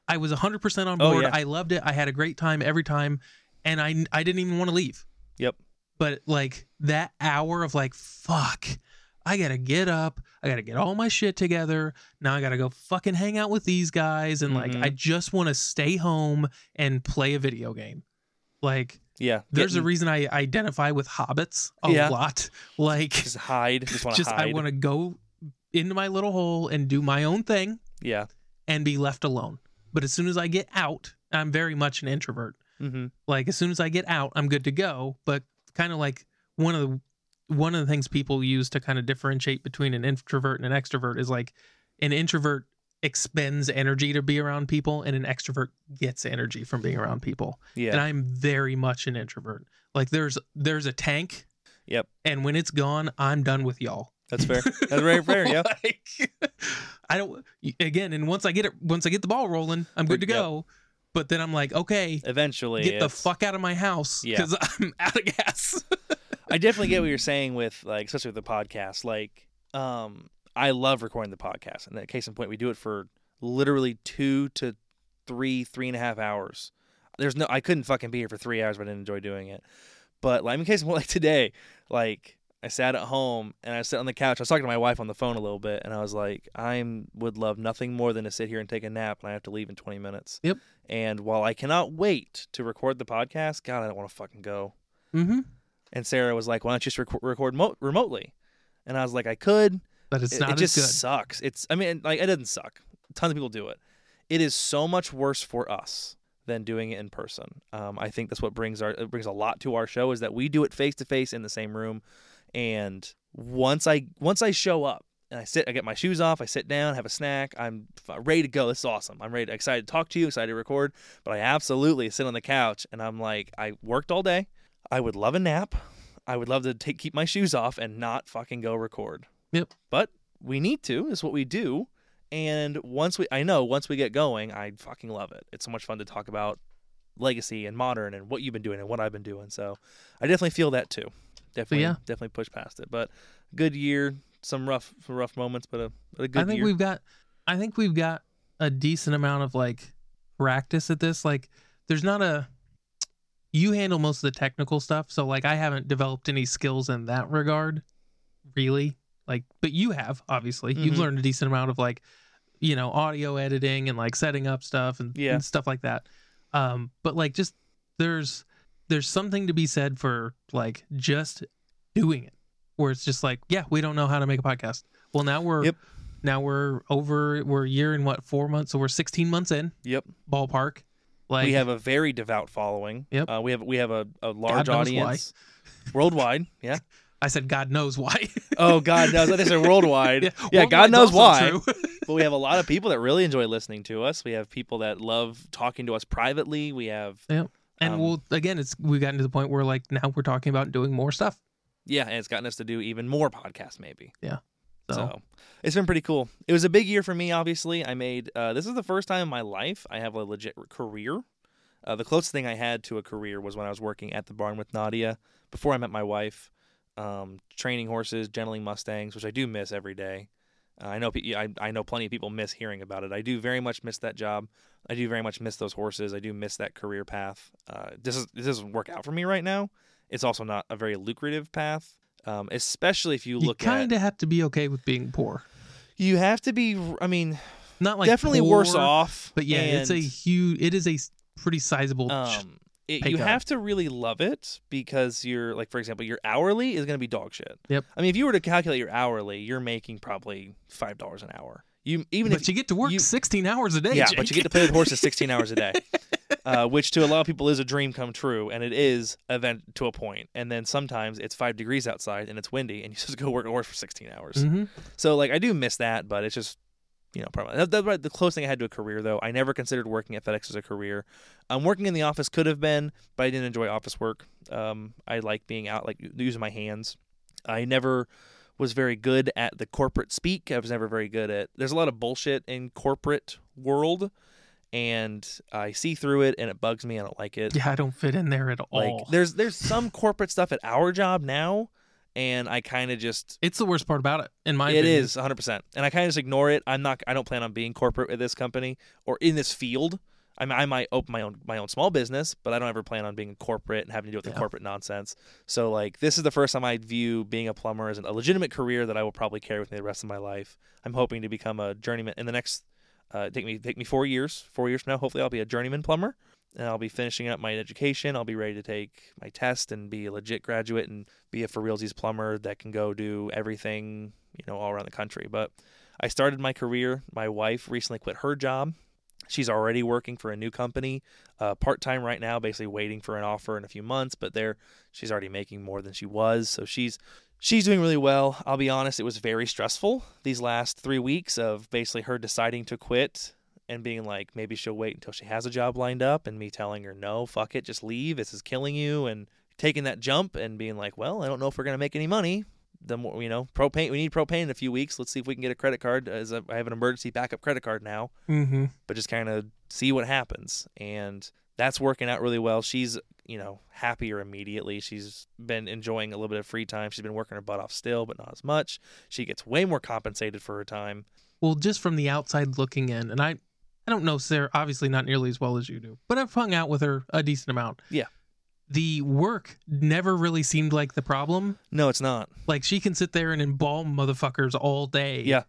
I was 100% on Oh, board. yeah. I loved it. I had a great time every time and I I didn't even want to leave. Yep. But like that hour of like fuck, I got to get up. I got to get all my shit together. Now I got to go fucking hang out with these guys and like Mhm. I just want to stay home and play a video game. Like Yeah. there's a Getting- reason I identify with hobbits a Yeah. lot. Like just hide. Just want to just hide. I want to go into my little hole and do my own thing Yeah. and be left alone. But as soon as I get out, I'm very much an introvert. Mm-hmm. Like as soon as I get out, I'm good to go. But kind of like one of the one of the things people use to kind of differentiate between an introvert and an extrovert is like an introvert expends energy to be around people and an extrovert gets energy from being around people. Yeah. And I'm very much an introvert. Like there's there's a tank. Yep. And when it's gone, I'm done with y'all. That's fair. That's very fair. Yeah. Like, I don't. Again, and once I get it, once I get the ball rolling, I'm good to Yep. go. But then I'm like, okay, Eventually. get the it's- fuck out of my house Yeah. because I'm out of gas. I definitely get what you're saying with like, especially with the podcast. Like, um, I love recording the podcast. And that case in point, we do it for literally two to three, three and a half hours. There's no, I couldn't fucking be here for three hours, but I didn't enjoy doing it. But like, in case in point, like today, like I sat at home and I sat on the couch. I was talking to my wife on the phone a little bit, and I was like, I would love nothing more than to sit here and take a nap, and I have to leave in 20 minutes. Yep. And while I cannot wait to record the podcast, God, I don't want to fucking go. mm-hmm. And Sarah was like, "Why don't you just record, record mo- remotely?" And I was like, "I could. But it's it, not it just as sucks. It's. I mean, like it doesn't suck. Tons of people do it. It is so much worse for us than doing it in person. Um, I think that's what brings our it brings a lot to our show is that we do it face to face in the same room. And once I once I show up and I sit, I get my shoes off, I sit down, have a snack. I'm f- ready to go. This is awesome. I'm ready, excited to talk to you, excited to record. But I absolutely sit on the couch and I'm like, I worked all day. I would love a nap. I would love to take keep my shoes off and not fucking go record. Yep. But we need to. Is what we do. And once we, I know, once we get going, I fucking love it. It's so much fun to talk about legacy and modern and what you've been doing and what I've been doing. So I definitely feel that too. Definitely, yeah. definitely push past it. But good year, some rough, some rough moments, but a, but a good. good I think year. we've got. I think we've got a decent amount of like practice at this. Like, there's not a. You handle most of the technical stuff, so like I haven't developed any skills in that regard, really. Like, but you have obviously. You've Mhm. learned a decent amount of like you know audio editing and like setting up stuff and, Yeah. and stuff like that um but like just there's there's something to be said for like just doing it where it's just like yeah we don't know how to make a podcast well now we're Yep. now we're over we're a year and what four months so we're 16 months in Yep. ballpark like we have a very devout following. Yep. Uh, we have we have a, a large knows why. audience worldwide. Yeah. i said god knows why Oh God knows. I think they're worldwide. Yeah. well, God that's also knows why. true. but we have a lot of people that really enjoy listening to us. We have people that love talking to us privately. We have and Um, we'll again it's we've gotten to the point where like now we're talking about doing more stuff yeah, and it's gotten us to do even more podcasts maybe. so, So. it's been pretty cool. It was a big year for me. Obviously, I made uh, this is the first time in my life I have a legit career. Uh, the closest thing I had to a career was when I was working at the barn with Nadia before I met my wife, um, training horses, gentling mustangs, which I do miss every day. Uh, I know pe- I, I know plenty of people miss hearing about it. I do very much miss that job. I do very much miss those horses. I do miss that career path. Uh, this is this doesn't work out for me right now. It's also not a very lucrative path. um, especially if you You look kind at of have to be okay with being poor. you have to be. I mean, Not like definitely worse poor, off. But yeah, it's a and, huge. It is a s- pretty sizable. ch- um, it, pay you cut. have to really love it because you're like, for example, your hourly is going to be dog shit. Yep. I mean, if you were to calculate your hourly, you're making probably five dollars an hour. You even if but you get to work you- 16 hours a day. yeah, but you Jake. get to play with horses 16 hours a day, uh, which to a lot of people is a dream come true, and it is event to a point. And then sometimes it's five degrees outside and it's windy, and you just go work a horse for 16 hours. Mhm. So like I do miss that, but it's just you know probably that, that's about the close thing I had to a career though. I never considered working at FedEx as a career. Um, working in the office could have been, but I didn't enjoy office work. Um, I like being out, like using my hands. I never was very good at the corporate speak. I was never very good at. There's a lot of bullshit in corporate world, and I see through it, and it bugs me. I don't like it. Yeah, Oh. I don't fit in there at like all. there's there's some corporate stuff at our job now, and I kind of just it's the worst part about it, in my it opinion. is 100%. And I kind of just ignore it. I'm not I don't plan on being corporate with this company or in this field. I, m- I might open my own my own small business, but I don't ever plan on being corporate and having to deal with the Yeah. corporate nonsense. So like this is the first time I view being a plumber as an, a legitimate career that I will probably carry with me the rest of my life. I'm hoping to become a journeyman in the next uh, take me take me 4 years. 4 years from now hopefully I'll be a journeyman plumber and I'll be finishing up my education. I'll be ready to take my test and be a legit graduate and be a for realsies plumber that can go do everything, you know, all around the country. But I started my career. My wife recently quit her job. She's already working for a new company, uh, part time right now, basically waiting for an offer in a few months. But there, she's already making more than she was, so she's she's doing really well. I'll be honest; it was very stressful these last three weeks of basically her deciding to quit and being like, maybe she'll wait until she has a job lined up, and me telling her, no, fuck it, just leave. This is killing you, and taking that jump and being like, well, I don't know if we're gonna make any money. The more you know, propane. We need propane in a few weeks. Let's see if we can get a credit card. As a, I have an emergency backup credit card now, hmm but just kind of see what happens. And that's working out really well. She's you know happier immediately. She's been enjoying a little bit of free time. She's been working her butt off still, but not as much. She gets way more compensated for her time. Well, just from the outside looking in, and I, I don't know Sarah, obviously not nearly as well as you do, but I've hung out with her a decent amount. Yeah. The work never really seemed like the problem. No, it's not. Like she can sit there and embalm motherfuckers all day. Yeah.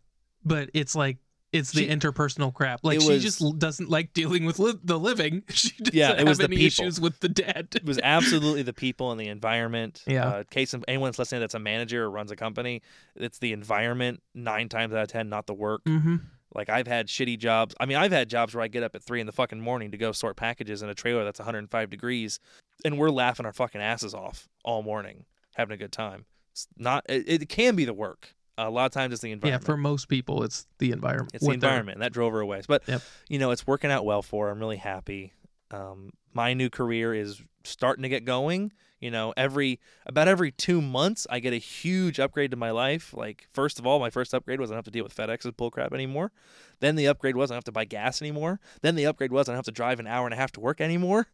But it's like it's the She- interpersonal crap. Like It she was- just l- doesn't like dealing with li- the living. She doesn't Yeah, it have was the any people. issues with the dead. it was absolutely the people and the environment. Yeah. Uh, case of anyone that's listening that's a manager or runs a company, it's the environment nine times out of ten, not the work. hmm Like I've had shitty jobs. I mean, I've had jobs where I get up at three in the fucking morning to go sort packages in a trailer that's 105 degrees, and we're laughing our fucking asses off all morning, having a good time. It's not. It, it can be the work. A lot of times it's the Yeah, environment. for most people, it's the environment. It's the what they're- environment and that drove her away. But Yep. you know, it's working out well for her. I'm really happy. Um, my new career is starting to get going. You know, every about every two months, I get a huge upgrade to my life. Like, first of all, my first upgrade was I don't have to deal with FedEx's bullcrap anymore. Then the upgrade was I don't have to buy gas anymore. Then the upgrade was I don't have to drive an hour and a half to work anymore.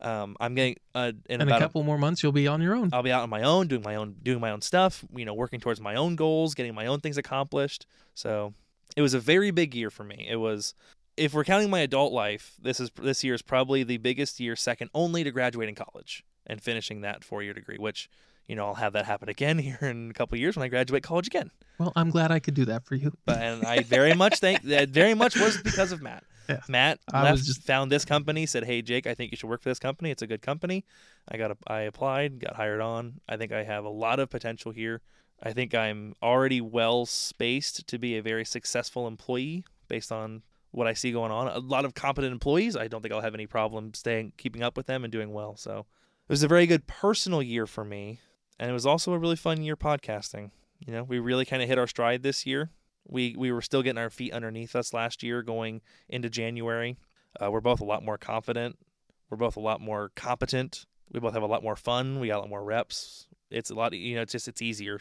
Um, I'm getting uh, In in a about a- Uh, couple more months, you'll be on your own. I'll be out on my own, doing my own, doing my own stuff. You know, working towards my own goals, getting my own things accomplished. So it was a very big year for me. It was, if we're counting my adult life, this is this year is probably the biggest year, second only to graduating college and finishing that four year degree. Which, you know, I'll have that happen again here in a couple of years when I graduate college again. Well, I'm glad I could do that for you. But and I very much think that very much was because of Matt. Yeah. Matt I left, was just- found this company, said, "Hey Jake, I think you should work for this company. It's a good company." I got a, I applied, got hired on. I think I have a lot of potential here. I think I'm already well spaced to be a very successful employee based on what I see going on. A lot of competent employees. I don't think I'll have any problem staying keeping up with them and doing well. So, it was a very good personal year for me, and it was also a really fun year podcasting. You know, we really kind of hit our stride this year. We we were still getting our feet underneath us last year going into January. Uh, we're both a lot more confident. We're both a lot more competent. We both have a lot more fun. We got a lot more reps. It's a lot, you know, it's just, it's easier.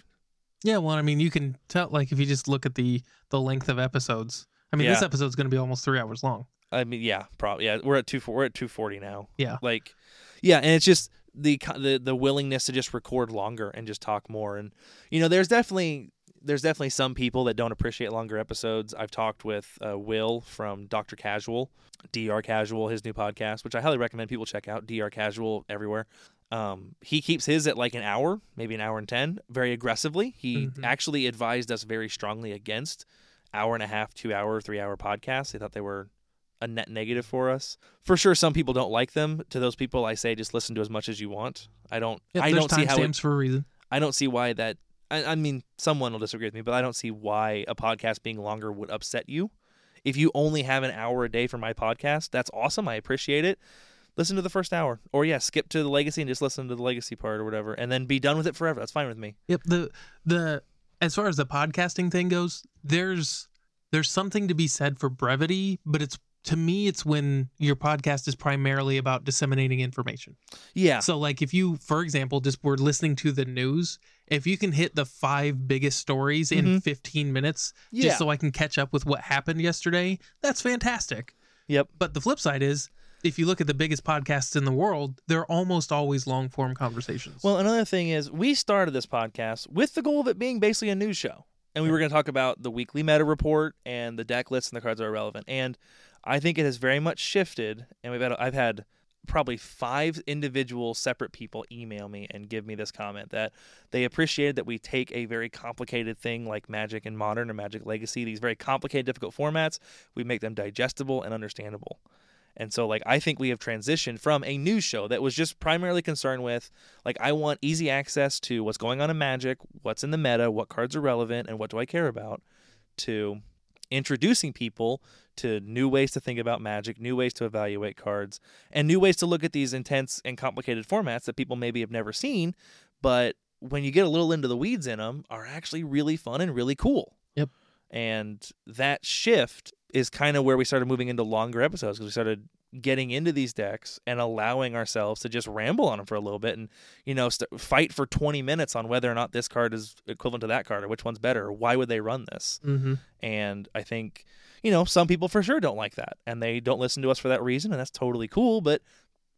Yeah, well, I mean, you can tell like if you just look at the the length of episodes. I mean, this Yeah. episode's going to be almost three hours long. I mean, yeah, probably. Yeah, we're at two. We're at two forty now. Yeah. like, yeah, and it's just the co- the the willingness to just record longer and just talk more. And you know, there's definitely there's definitely some people that don't appreciate longer episodes. I've talked with uh, Will from Doctor Casual, Dr Casual, his new podcast, which I highly recommend people check out. Dr Casual everywhere. Um, he keeps his at like an hour, maybe an hour and 10, very aggressively. He Mhm. actually advised us very strongly against hour and a half, two hour, three hour podcasts. They thought they were a net negative for us. For sure, some people don't like them. To those people, I say just listen to as much as you want. I don't, Yep, I there's don't see how it timestamps for a reason. I don't see why that. I, I mean, someone will disagree with me, but I don't see why a podcast being longer would upset you. If you only have an hour a day for my podcast, that's awesome. I appreciate it. Listen to the first hour, or yeah, skip to the legacy and just listen to the legacy part or whatever, and then be done with it forever. That's fine with me. Yep. The the as far as the podcasting thing goes, there's there's something to be said for brevity, but it's to me it's when your podcast is primarily about disseminating information. Yeah, So like if you, for example, just were listening to the news, if you can hit the five biggest stories Mm-hmm. in 15 minutes, yeah, just so I can catch up with what happened yesterday, that's fantastic. yep, But the flip side is if you look at the biggest podcasts in the world, they're almost always long form conversations. Well, another thing is we started this podcast with the goal of it being basically a news show. And we were going to talk about the weekly meta report and the deck lists and the cards that are relevant. And I think it has very much shifted. And we've had, I've had probably five individual separate people email me and give me this comment that they appreciated that we take a very complicated thing like Magic and Modern or Magic Legacy, these very complicated, difficult formats, we make them digestible and understandable. And so, like, I think we have transitioned from a news show that was just primarily concerned with, like, I want easy access to what's going on in Magic, what's in the meta, what cards are relevant, and what do I care about, to introducing people to new ways to think about Magic, new ways to evaluate cards, and new ways to look at these intense and complicated formats that people maybe have never seen, but when you get a little into the weeds in them, are actually really fun and really cool. Yep. And that shift is kind of where we started moving into longer episodes because we started getting into these decks and allowing ourselves to just ramble on them for a little bit and you know st- fight for 20 minutes on whether or not this card is equivalent to that card or which one's better or why would they run this mm-hmm. and i think you know some people for sure don't like that and they don't listen to us for that reason and that's totally cool but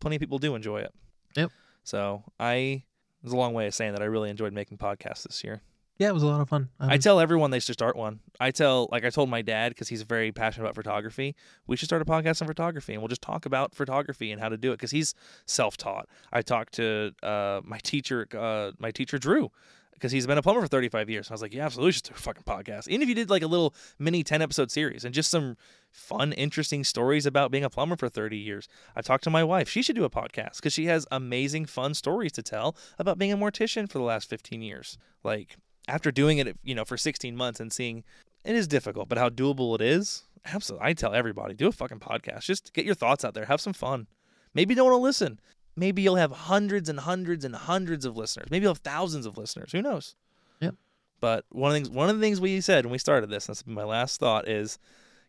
plenty of people do enjoy it Yep. so i it's a long way of saying that i really enjoyed making podcasts this year Yeah, it was a lot of fun. Um, I tell everyone they should start one. I tell, like, I told my dad because he's very passionate about photography. We should start a podcast on photography, and we'll just talk about photography and how to do it because he's self-taught. I talked to uh, my teacher, uh, my teacher Drew, because he's been a plumber for 35 years. And I was like, yeah, absolutely, just do a fucking podcast. Even if you did like a little mini 10 episode series and just some fun, interesting stories about being a plumber for 30 years. I talked to my wife; she should do a podcast because she has amazing, fun stories to tell about being a mortician for the last 15 years. Like after doing it, you know, for 16 months and seeing it is difficult, but how doable it is. Absolutely. I tell everybody, do a fucking podcast. Just get your thoughts out there. Have some fun. Maybe you don't want to listen. Maybe you'll have hundreds and hundreds and hundreds of listeners. Maybe you'll have thousands of listeners. Who knows? Yep. But one of the things one of the things we said when we started this, and this is my last thought, is,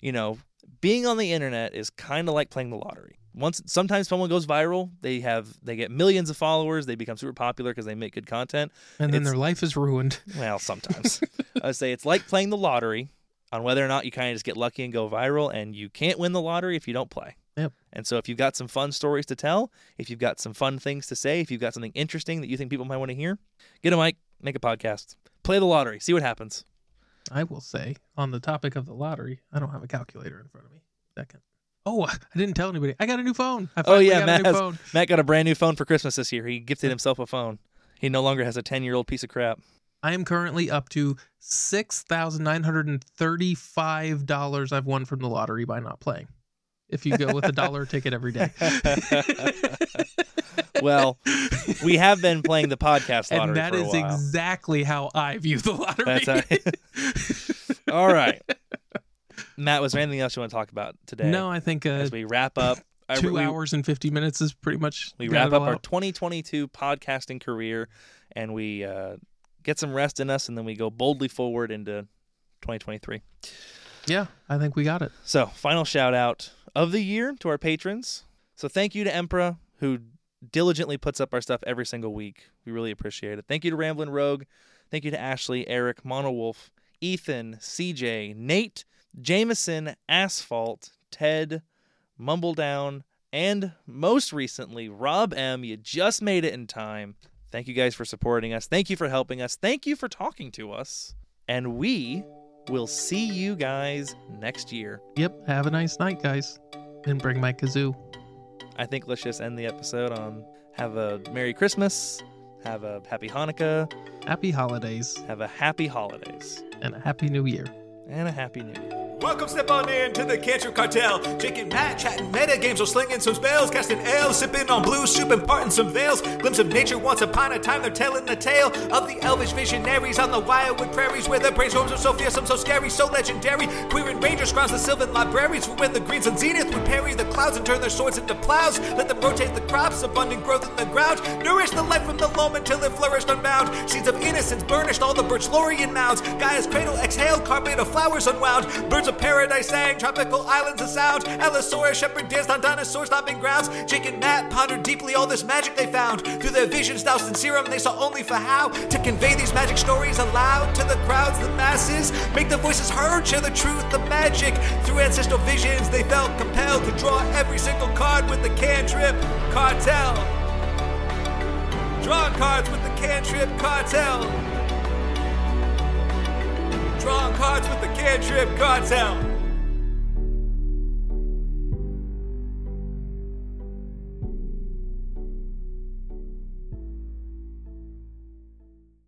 you know, being on the internet is kind of like playing the lottery. Once sometimes someone goes viral, they have they get millions of followers, they become super popular because they make good content. and then it's- their life is ruined. Well, sometimes. I would say it's like playing the lottery on whether or not you kind of just get lucky and go viral, and you can't win the lottery if you don't play. Yep. And so if you've got some fun stories to tell, if you've got some fun things to say, if you've got something interesting that you think people might want to hear, get a mic, make a podcast, play the lottery, see what happens. I will say on the topic of the lottery, I don't have a calculator in front of me. Second. Oh, I didn't tell anybody. I got a new phone. I finally Oh, yeah, got Matt a new has- phone. Matt got a brand new phone for Christmas this year. He gifted himself a phone. He no longer has a 10 year old piece of crap. I am currently up to six thousand nine hundred and thirty-five dollars I've won from the lottery by not playing. If you go with a dollar ticket every day, Well, we have been playing the podcast lottery and that for a is while. exactly how I view the lottery. That's how- All right. Matt, was there anything else you want to talk about today? no, I think uh, As we wrap up, I- two we, hours and fifty minutes is pretty much. We got wrap it all up our out. 2022 podcasting career, and we uh, get some rest in us, and then we go boldly forward into 2023. yeah, I think we got it. So, final shout out of the year to our patrons. So, thank you to Emperor, who diligently puts up our stuff every single week. We really appreciate it. Thank you to Ramblin' Rogue. Thank you to Ashley, Eric, Monowolf, Ethan, CJ, Nate, Jameson, Asphalt, Ted, Mumbledown, and most recently, Rob M. You just made it in time. Thank you guys for supporting us. Thank you for helping us. Thank you for talking to us. And we will see you guys next year. Yep. Have a nice night, guys. And bring my kazoo. I think let's just end the episode on Have a Merry Christmas. Have a Happy Hanukkah. Happy holidays Have a Happy Holidays. and a happy new year. And a Happy New Year. Welcome, step on in to the Cantrip Cartel. Drinking Matt, chatting meta games, or slinging some spells, casting ale, sipping on blue soup and parting some veils. Glimpse of nature once upon a time, they're telling the tale of the elvish visionaries on the wildwood prairies where the brainstorms are so fearsome, so scary, so legendary. Queer and rangers grounds the sylvan libraries for when the greens and zenith would parry the clouds and turn their swords into plows. Let them rotate the crops, abundant growth in the ground. Nourish the life from the loam until it flourished unbound. Seeds of innocence burnished all the birch laurian mounds. Gaia's cradle exhaled, carpet of flowers unwound. Birds of paradise sang, tropical islands of sound. Allosaurus shepherd danced on dinosaur stomping grounds. Jake and Matt pondered deeply all this magic they found. Through their visions doused in serum, they saw only for how to convey these magic stories aloud to the crowds, the masses. Make the voices heard, share the truth, the magic. Through ancestral visions, they felt compelled to draw every single card with the cantrip cartel. Draw cards with the cantrip cartel. Drawing cards with the cantrip cartel.